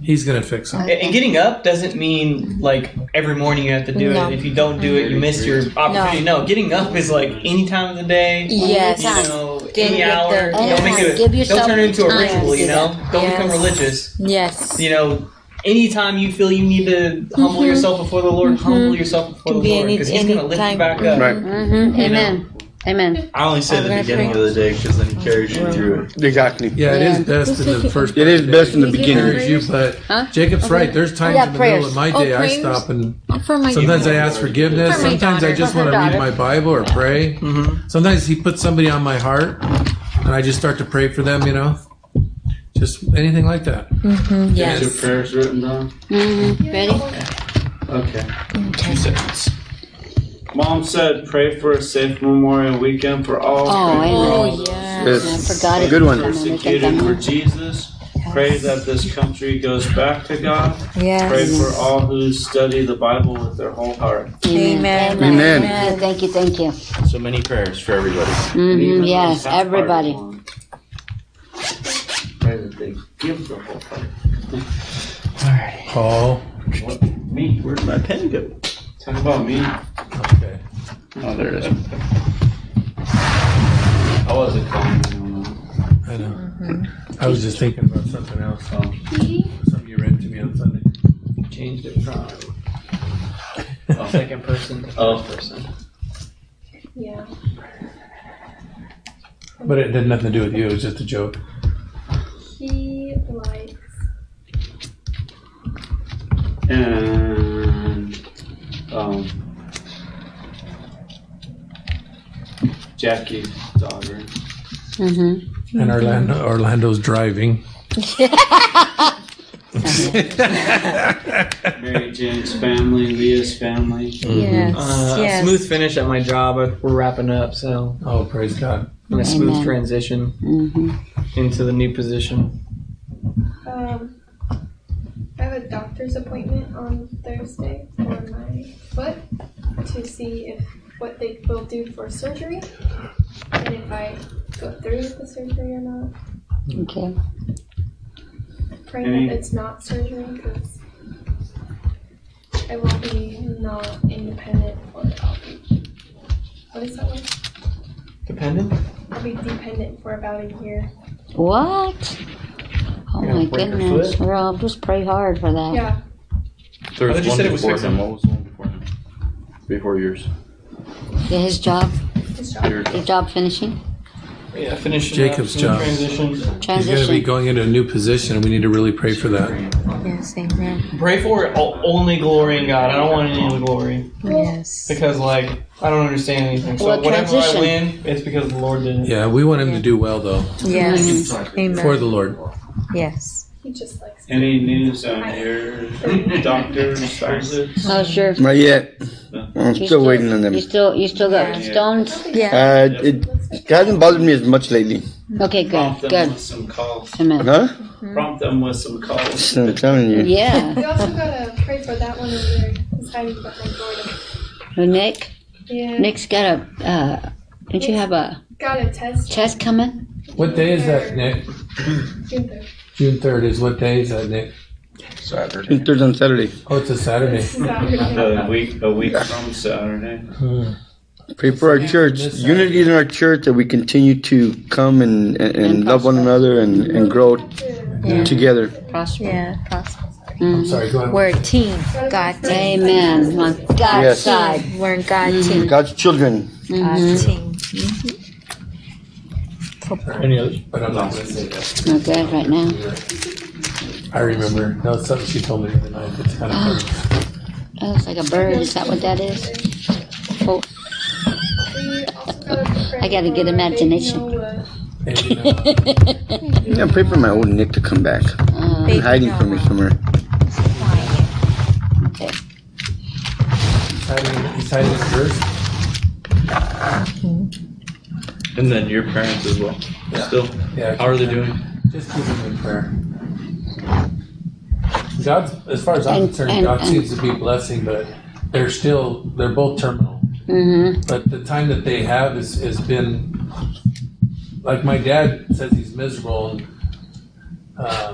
Speaker 9: He's going to fix them.
Speaker 3: And and getting up doesn't mean like every morning you have to do
Speaker 9: No.
Speaker 3: it. If you don't do it, you miss your opportunity. No. getting up is like any time of the day.
Speaker 6: Yes.
Speaker 3: You know,
Speaker 6: Give
Speaker 3: any
Speaker 6: it
Speaker 3: hour.
Speaker 6: the-
Speaker 11: Oh
Speaker 3: Don't make
Speaker 6: Yes.
Speaker 3: it.
Speaker 6: Give yourself
Speaker 3: don't turn it into a
Speaker 6: time
Speaker 3: ritual.
Speaker 6: to
Speaker 3: You
Speaker 6: do
Speaker 3: know.
Speaker 6: that.
Speaker 3: Don't
Speaker 6: Yes.
Speaker 3: become religious.
Speaker 11: Yes.
Speaker 3: You know, anytime you feel you need to humble
Speaker 6: Mhm.
Speaker 3: yourself before the Lord, humble yourself before
Speaker 6: Can
Speaker 3: the
Speaker 6: be
Speaker 3: Lord
Speaker 6: any-
Speaker 3: because He's going to lift you
Speaker 6: anytime.
Speaker 3: back up.
Speaker 6: Mhm.
Speaker 3: You know?
Speaker 6: Amen. Amen.
Speaker 7: I only say the beginning of the day because then he carries you through it.
Speaker 2: Exactly.
Speaker 9: Yeah, it is best in the first.
Speaker 2: It is best in the
Speaker 9: It
Speaker 2: beginning.
Speaker 9: carries you, but
Speaker 11: Huh?
Speaker 9: Jacob's
Speaker 11: Okay.
Speaker 9: right. There's times
Speaker 11: Oh, yeah,
Speaker 9: in the middle of
Speaker 11: prayers.
Speaker 9: my
Speaker 11: Oh,
Speaker 9: day I
Speaker 11: prayers.
Speaker 9: stop and
Speaker 11: For my
Speaker 9: Sometimes I ask forgiveness.
Speaker 11: For my
Speaker 9: Sometimes I
Speaker 11: daughter,
Speaker 9: just
Speaker 11: for her
Speaker 9: want to read
Speaker 11: daughter. Mm-hmm.
Speaker 9: my Bible or pray. Sometimes He puts somebody on my heart, and I just start to pray for them. You know, just anything like that.
Speaker 4: Mm-hmm.
Speaker 9: Yes.
Speaker 1: Is your prayers written down?
Speaker 6: Mm-hmm. Ready?
Speaker 1: Okay. Two seconds. Mom said, "Pray for a safe Memorial Weekend for all."
Speaker 6: Oh,
Speaker 1: Pray for
Speaker 6: amen.
Speaker 1: all those
Speaker 2: Yes.
Speaker 6: I forgot it.
Speaker 2: Good one.
Speaker 1: Persecuted for Jesus. Pray that this country goes back to God.
Speaker 6: Yes.
Speaker 1: Pray for all who study the Bible with their whole heart.
Speaker 6: Amen.
Speaker 1: Amen.
Speaker 6: Thank you. Thank you.
Speaker 7: So many prayers for everybody.
Speaker 6: hmm Yes, everybody.
Speaker 1: Pray that they give their whole heart.
Speaker 9: Paul.
Speaker 1: What? Me? Where'd my pen go? Talk about me.
Speaker 9: Okay.
Speaker 1: Oh, there it is. I wasn't calling.
Speaker 9: I know. I was just thinking about something else. um, Something you read to me on Sunday.
Speaker 3: Changed it from second person to
Speaker 1: Oh.
Speaker 3: first person.
Speaker 12: Yeah.
Speaker 9: But it had nothing to do with you. It was just a joke.
Speaker 12: He likes.
Speaker 1: And um, Jackie's daughter.
Speaker 6: Mm-hmm.
Speaker 9: And Orlando, Orlando's driving.
Speaker 1: *laughs* Mary Jane's family, Leah's family.
Speaker 3: Yes, Uh,
Speaker 1: yes.
Speaker 3: Smooth finish at my job. I- We're wrapping up, so
Speaker 9: Oh, praise God.
Speaker 3: and a smooth
Speaker 9: Amen.
Speaker 3: transition
Speaker 6: Mm-hmm.
Speaker 3: into the new position.
Speaker 12: Um, I have a doctor's appointment on Thursday for my foot to see if what they will do for surgery and if I go through with the surgery or not.
Speaker 6: Okay.
Speaker 12: Praying
Speaker 1: Any-
Speaker 12: that it's not surgery because I will be not independent or I'll be. What is that word?
Speaker 3: Dependent.
Speaker 12: I'll be dependent for about a year.
Speaker 6: What? Oh
Speaker 12: Yeah,
Speaker 6: my
Speaker 12: break her
Speaker 6: goodness, Rob, just pray hard for that.
Speaker 12: Yeah.
Speaker 7: There was
Speaker 5: I thought you
Speaker 7: one
Speaker 5: said it was
Speaker 7: before
Speaker 5: six
Speaker 7: him.
Speaker 5: of
Speaker 7: What was the one before him? Before yours.
Speaker 6: Yeah, his job,
Speaker 12: His
Speaker 6: his job finishing.
Speaker 3: Yeah, finish it
Speaker 9: Jacob's
Speaker 3: up, smooth
Speaker 9: job.
Speaker 3: Transition.
Speaker 9: He's going to be
Speaker 6: Transition.
Speaker 9: going into a new position, and we need to really pray for that.
Speaker 6: Yes, amen.
Speaker 3: Pray for it. o- Only glory in God. I don't want any of the glory
Speaker 6: Yes.
Speaker 3: because, like, I don't understand anything. So
Speaker 6: Well,
Speaker 3: whatever
Speaker 6: transition.
Speaker 3: I win, it's because the Lord did it.
Speaker 9: Yeah, we want him to do well, though,
Speaker 11: Yes.
Speaker 9: for
Speaker 11: Amen.
Speaker 9: the Lord.
Speaker 11: Yes.
Speaker 12: He just likes.
Speaker 1: Any news on your *laughs* doctor's *laughs* visits?
Speaker 6: Oh, sure.
Speaker 2: Not yet. I'm
Speaker 6: You
Speaker 2: still waiting on them.
Speaker 6: You still, you still got stones?
Speaker 2: Uh, it it hasn't bothered me as much lately.
Speaker 6: Okay, good,
Speaker 1: Prompt them
Speaker 6: good.
Speaker 1: with some calls.
Speaker 6: Amen.
Speaker 2: Huh?
Speaker 1: Prompt them with some calls.
Speaker 2: So I'm telling you.
Speaker 6: Yeah.
Speaker 12: We also gotta pray for that one over there. He's hiding behind Jordan.
Speaker 6: Well, Nick,
Speaker 12: Yeah.
Speaker 6: Nick's got a, uh, don't you have a
Speaker 12: Got a test.
Speaker 6: test coming?
Speaker 9: What day is that, Nick?
Speaker 12: June third.
Speaker 9: June 3rd is what day is that, Nick?
Speaker 7: Saturday.
Speaker 2: Thursday and Saturday.
Speaker 9: Oh, it's a Saturday.
Speaker 1: *laughs* A week, a week from Saturday.
Speaker 3: Hmm.
Speaker 2: Pray for our church, unity in our church, that we continue to come and, and, and love one another and, and grow together.
Speaker 6: Prosper.
Speaker 11: Yeah, prosper.
Speaker 9: I'm sorry, go on.
Speaker 11: We're a team. God team.
Speaker 6: Amen. On God's
Speaker 2: Yes.
Speaker 6: side. Mm-hmm.
Speaker 11: We're in God team.
Speaker 2: God's children.
Speaker 11: God team. Mm-hmm.
Speaker 9: Any others? But I'm not going to say that.
Speaker 6: Not good right now.
Speaker 9: I remember. No, it's something she told me the other night. It's kind of
Speaker 6: *gasps*
Speaker 9: funny.
Speaker 6: That looks Oh, like a bird. Is that what that is? Oh,
Speaker 12: We also gotta pray
Speaker 6: I gotta
Speaker 12: for
Speaker 6: get imagination.
Speaker 11: *laughs*
Speaker 12: Baby Noah.
Speaker 9: Maybe not.
Speaker 6: *laughs*
Speaker 2: Yeah, pray for my old Nick to come back.
Speaker 6: Uh,
Speaker 2: He's hiding from me somewhere.
Speaker 6: Okay.
Speaker 9: He's hiding- He's hiding in the earth.
Speaker 7: And then your parents as well. Still.
Speaker 9: Yeah.
Speaker 7: How are they doing?
Speaker 9: Just keep him in prayer. God, as far as I'm
Speaker 6: And-
Speaker 9: concerned,
Speaker 6: and-
Speaker 9: God
Speaker 6: and-
Speaker 9: seems to be blessing, but they're still they're both terminal.
Speaker 6: Mm-hmm.
Speaker 9: But the time that they have is has been like my dad says he's miserable and um,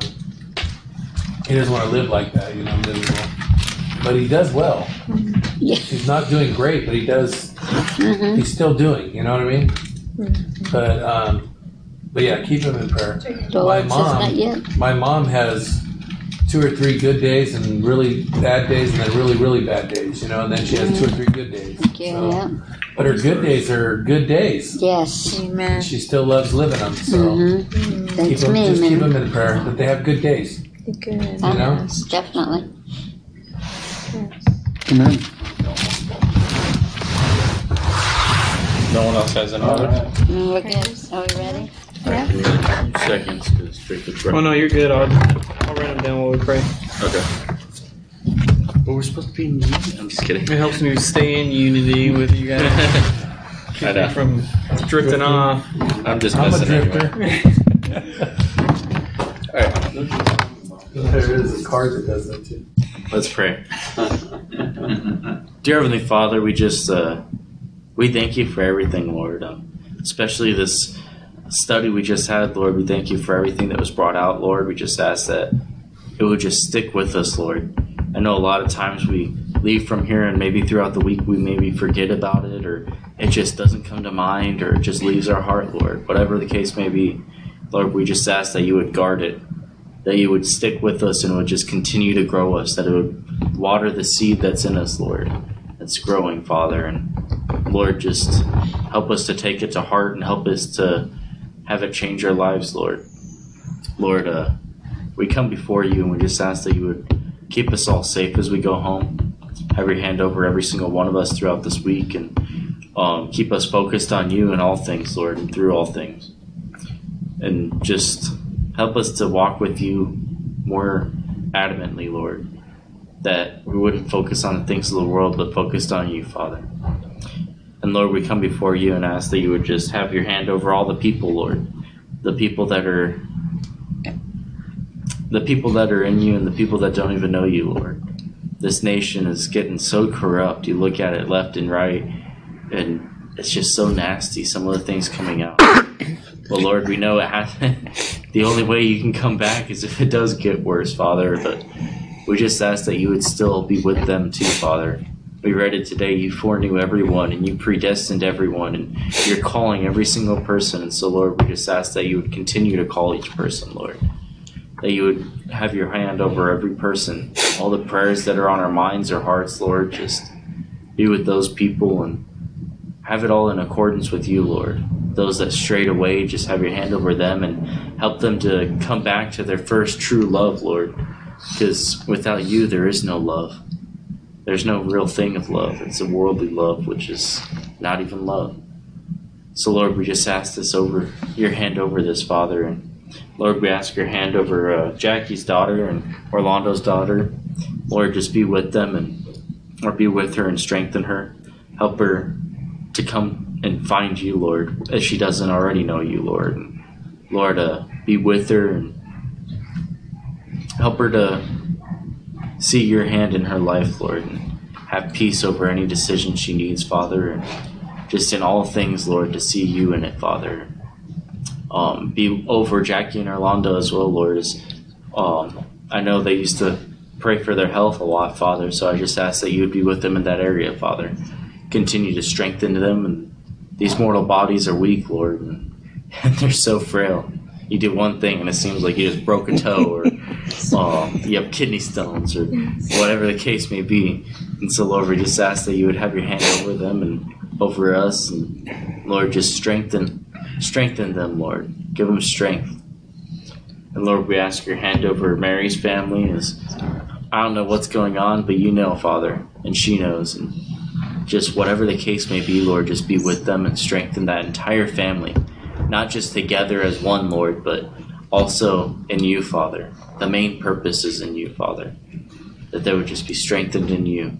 Speaker 9: he doesn't want to live like that, you know, miserable. But he does well.
Speaker 6: Yeah. Mm-hmm.
Speaker 9: He's not doing great, but he does. He's still doing. You know what I mean? But um, but yeah, keep him in prayer.
Speaker 6: The
Speaker 9: My
Speaker 6: Lord says
Speaker 9: mom-
Speaker 6: not yet.
Speaker 9: My mom has two or three good days and really bad days, and then really really bad days. You know, and then she has two or three good days.
Speaker 6: Yeah.
Speaker 9: But her good days are good days.
Speaker 6: Yes.
Speaker 11: Amen.
Speaker 9: She still loves living them. So
Speaker 6: Mm-hmm.
Speaker 9: keep
Speaker 6: That's
Speaker 9: them,
Speaker 6: me,
Speaker 9: just keep
Speaker 6: man. Uh-huh.
Speaker 9: them in prayer that they have good days.
Speaker 11: Good.
Speaker 9: You know.
Speaker 6: Definitely.
Speaker 2: Amen.
Speaker 5: No one else has any other?
Speaker 6: Mm, We're good. Are we ready?
Speaker 5: I can wait a few Seconds, because Jacob's
Speaker 3: Oh
Speaker 5: running.
Speaker 3: no, you're good. I'll, I'll write them down while we pray.
Speaker 5: Okay.
Speaker 3: But we're supposed to be in unity. I'm
Speaker 5: just kidding.
Speaker 3: It helps me stay in unity with you
Speaker 5: *laughs*
Speaker 3: guys. Keep
Speaker 5: I know.
Speaker 3: me from drifting off.
Speaker 5: I'm just I'm a messing anyway.
Speaker 3: *laughs*
Speaker 9: There is a card that does that too.
Speaker 5: Let's pray. Dear Heavenly Father, we just uh, we thank you for everything, Lord. Um, especially this study we just had, Lord. We thank you for everything that was brought out, Lord. We just ask that it would just stick with us, Lord. I know a lot of times we leave from here and maybe throughout the week we maybe forget about it or it just doesn't come to mind or it just leaves our heart, Lord. Whatever the case may be, Lord, we just ask that you would guard it, that you would stick with us and would just continue to grow us, that it would water the seed that's in us, Lord, that's growing, Father. And Lord, just help us to take it to heart and help us to have it change our lives, Lord. Lord, uh, we come before you and we just ask that you would keep us all safe as we go home. Have your hand over every single one of us throughout this week and um, keep us focused on you in all things, Lord, and through all things. And just help us to walk with you more adamantly, Lord, that we wouldn't focus on the things of the world, but focused on you, Father. And Lord, we come before you and ask that you would just have your hand over all the people, Lord. The people that are the people that are in you and the people that don't even know you, Lord. This nation is getting so corrupt. You look at it left and right, and it's just so nasty. Some of the things coming out. *coughs* but Lord, we know it has. *laughs* the only way you can come back is if it does get worse, Father. But we just ask that you would still be with them too, Father. We read it today. You foreknew everyone, and you predestined everyone, and you're calling every single person. And so, Lord, we just ask that you would continue to call each person, Lord that you would have your hand over every person. All the prayers that are on our minds or hearts, Lord, just be with those people and have it all in accordance with you, Lord. Those that strayed away, just have your hand over them and help them to come back to their first true love, Lord. Because without you, there is no love. There's no real thing of love. It's a worldly love, which is not even love. So, Lord, we just ask this over your hand over this, Father, and Lord, we ask your hand over uh, Jackie's daughter and Orlando's daughter. Lord, just be with them and or be with her and strengthen her. Help her to come and find you, Lord, as she doesn't already know you, Lord. And Lord, uh, be with her and help her to see your hand in her life, Lord, and have peace over any decision she needs, Father, and just in all things, Lord, to see you in it, Father um, be over Jackie and Orlando as well, Lord. Is, um, I know they used to pray for their health a lot, Father, so I just ask that you would be with them in that area, Father. Continue to strengthen them. And these mortal bodies are weak, Lord, and, and *laughs* they're so frail. You do one thing and it seems like you just broke a toe or um, you have kidney stones or whatever the case may be. And so, Lord, we just ask that you would have your hand over them and over us. And, Lord, just strengthen strengthen them, Lord. Give them strength. And Lord, we ask your hand over Mary's family. As I don't know what's going on, but you know, Father, and she knows. And just whatever the case may be, Lord, just be with them and strengthen that entire family. Not just together as one, Lord, but also in you, Father. The main purpose is in you, Father. That they would just be strengthened in you.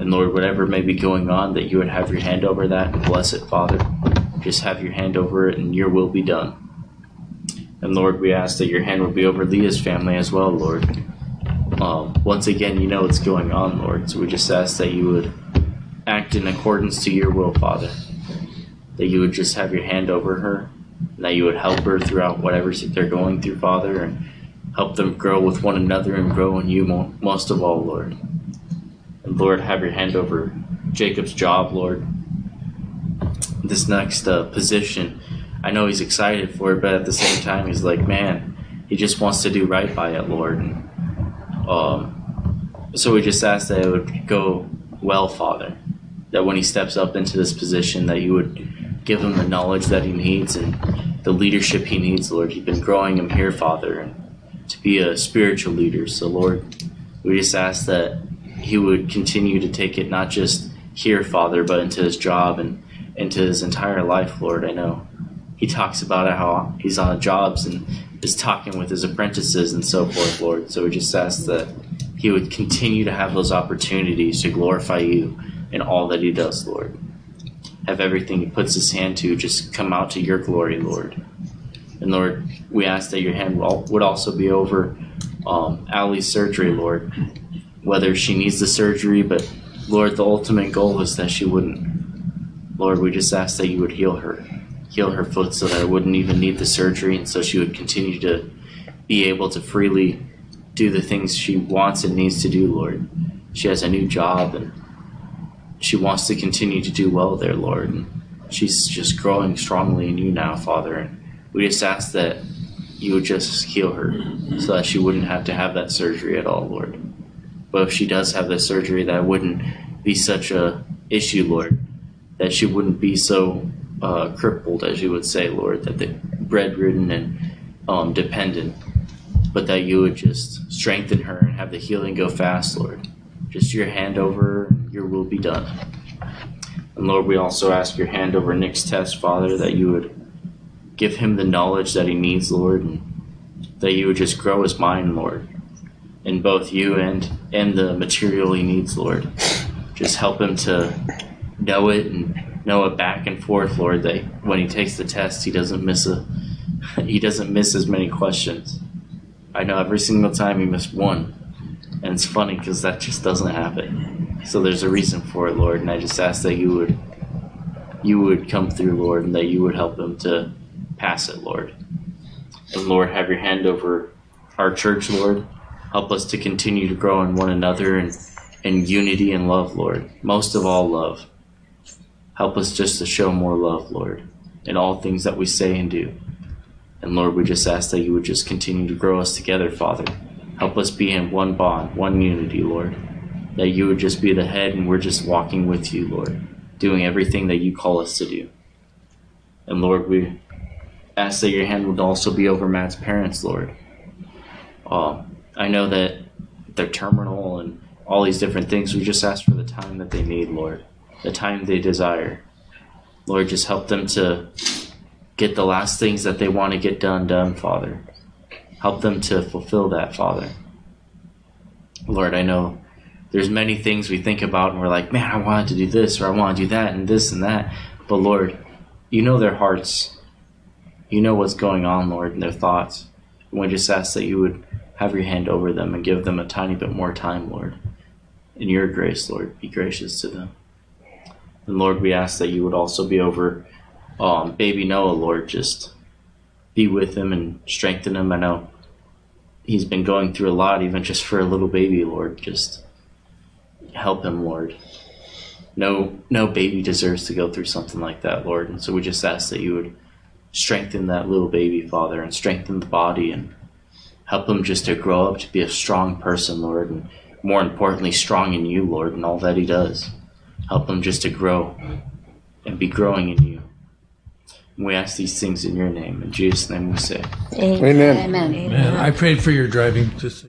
Speaker 5: And Lord, whatever may be going on, that you would have your hand over that and bless it, Father. Just have your hand over it and your will be done. And Lord, we ask that your hand will be over Leah's family as well, Lord. Um, once again, you know what's going on, Lord. So we just ask that you would act in accordance to your will, Father. That you would just have your hand over her, and that you would help her throughout whatever they're going through, Father, and help them grow with one another and grow in you mo- most of all, Lord. And Lord, have your hand over Jacob's job, Lord. This next uh, position, I know he's excited for it, but at the same time, he's like, man, he just wants to do right by it, Lord. And Um, so we just asked that it would go well, Father. That when he steps up into this position, that you would give him the knowledge that he needs and the leadership he needs, Lord. You've been growing him here, Father, and to be a spiritual leader. So, Lord, we just ask that he would continue to take it not just here, Father, but into his job and into his entire life, Lord. I know he talks about how he's on jobs and is talking with his apprentices and so forth, Lord. So we just ask that he would continue to have those opportunities to glorify you in all that he does, Lord. Have everything he puts his hand to just come out to your glory, Lord. And Lord, we ask that your hand will- would also be over um, Allie's surgery, Lord. Whether she needs the surgery, but Lord, the ultimate goal is that she wouldn't. Lord, we just ask that you would heal her, heal her foot so that it wouldn't even need the surgery, and so she would continue to be able to freely do the things she wants and needs to do, Lord. She has a new job and she wants to continue to do well there, Lord. And she's just growing strongly in you now, Father. And we just ask that you would just heal her so that she wouldn't have to have that surgery at all, Lord. But if she does have the surgery, that wouldn't be such a issue, Lord. That she wouldn't be so uh, crippled, as you would say, Lord, that the bread-ridden and um, dependent, but that you would just strengthen her and have the healing go fast, Lord. Just your hand over, her, your will be done. And Lord, we also ask your hand over Nick's test, Father, that you would give him the knowledge that he needs, Lord, and that you would just grow his mind, Lord, in both you and and the material he needs, Lord. Just help him to know it and know it back and forth, Lord. That when he takes the test, he doesn't miss a *laughs* he doesn't miss as many questions. I know every single time he missed one, and it's funny because that just doesn't happen. So there's a reason for it, Lord, and I just ask that you would you would come through, Lord, and that you would help him to pass it, Lord. And Lord, have your hand over our church, Lord. Help us to continue to grow in one another and in unity and love, Lord. Most of all, love. Help us just to show more love, Lord, in all things that we say and do. And Lord, we just ask that you would just continue to grow us together, Father. Help us be in one bond, one unity, Lord. That you would just be the head and we're just walking with you, Lord, doing everything that you call us to do. And Lord, we ask that your hand would also be over Matt's parents, Lord. Um, I know that their terminal and all these different things, we just ask for the time that they need, Lord, the time they desire. Lord, just help them to get the last things that they want to get done done, Father. Help them to fulfill that, Father. Lord, I know there's many things we think about and we're like, man, I wanted to do this or I want to do that and this and that. But Lord, you know their hearts. You know what's going on, Lord, in their thoughts. And we just ask that you would have your hand over them and give them a tiny bit more time, Lord. In your grace, Lord, be gracious to them. And Lord, we ask that you would also be over um, baby Noah, Lord, just be with him and strengthen him. I know he's been going through a lot, even just for a little baby, Lord. Just help him, Lord. No, no baby deserves to go through something like that, Lord. And so we just ask that you would strengthen that little baby, Father, and strengthen the body and help him just to grow up to be a strong person, Lord, and more importantly, strong in you, Lord, and all that he does. Help him just to grow and be growing in you. And we ask these things in your name. In Jesus' name we say.
Speaker 9: Amen. I prayed for your driving. Just.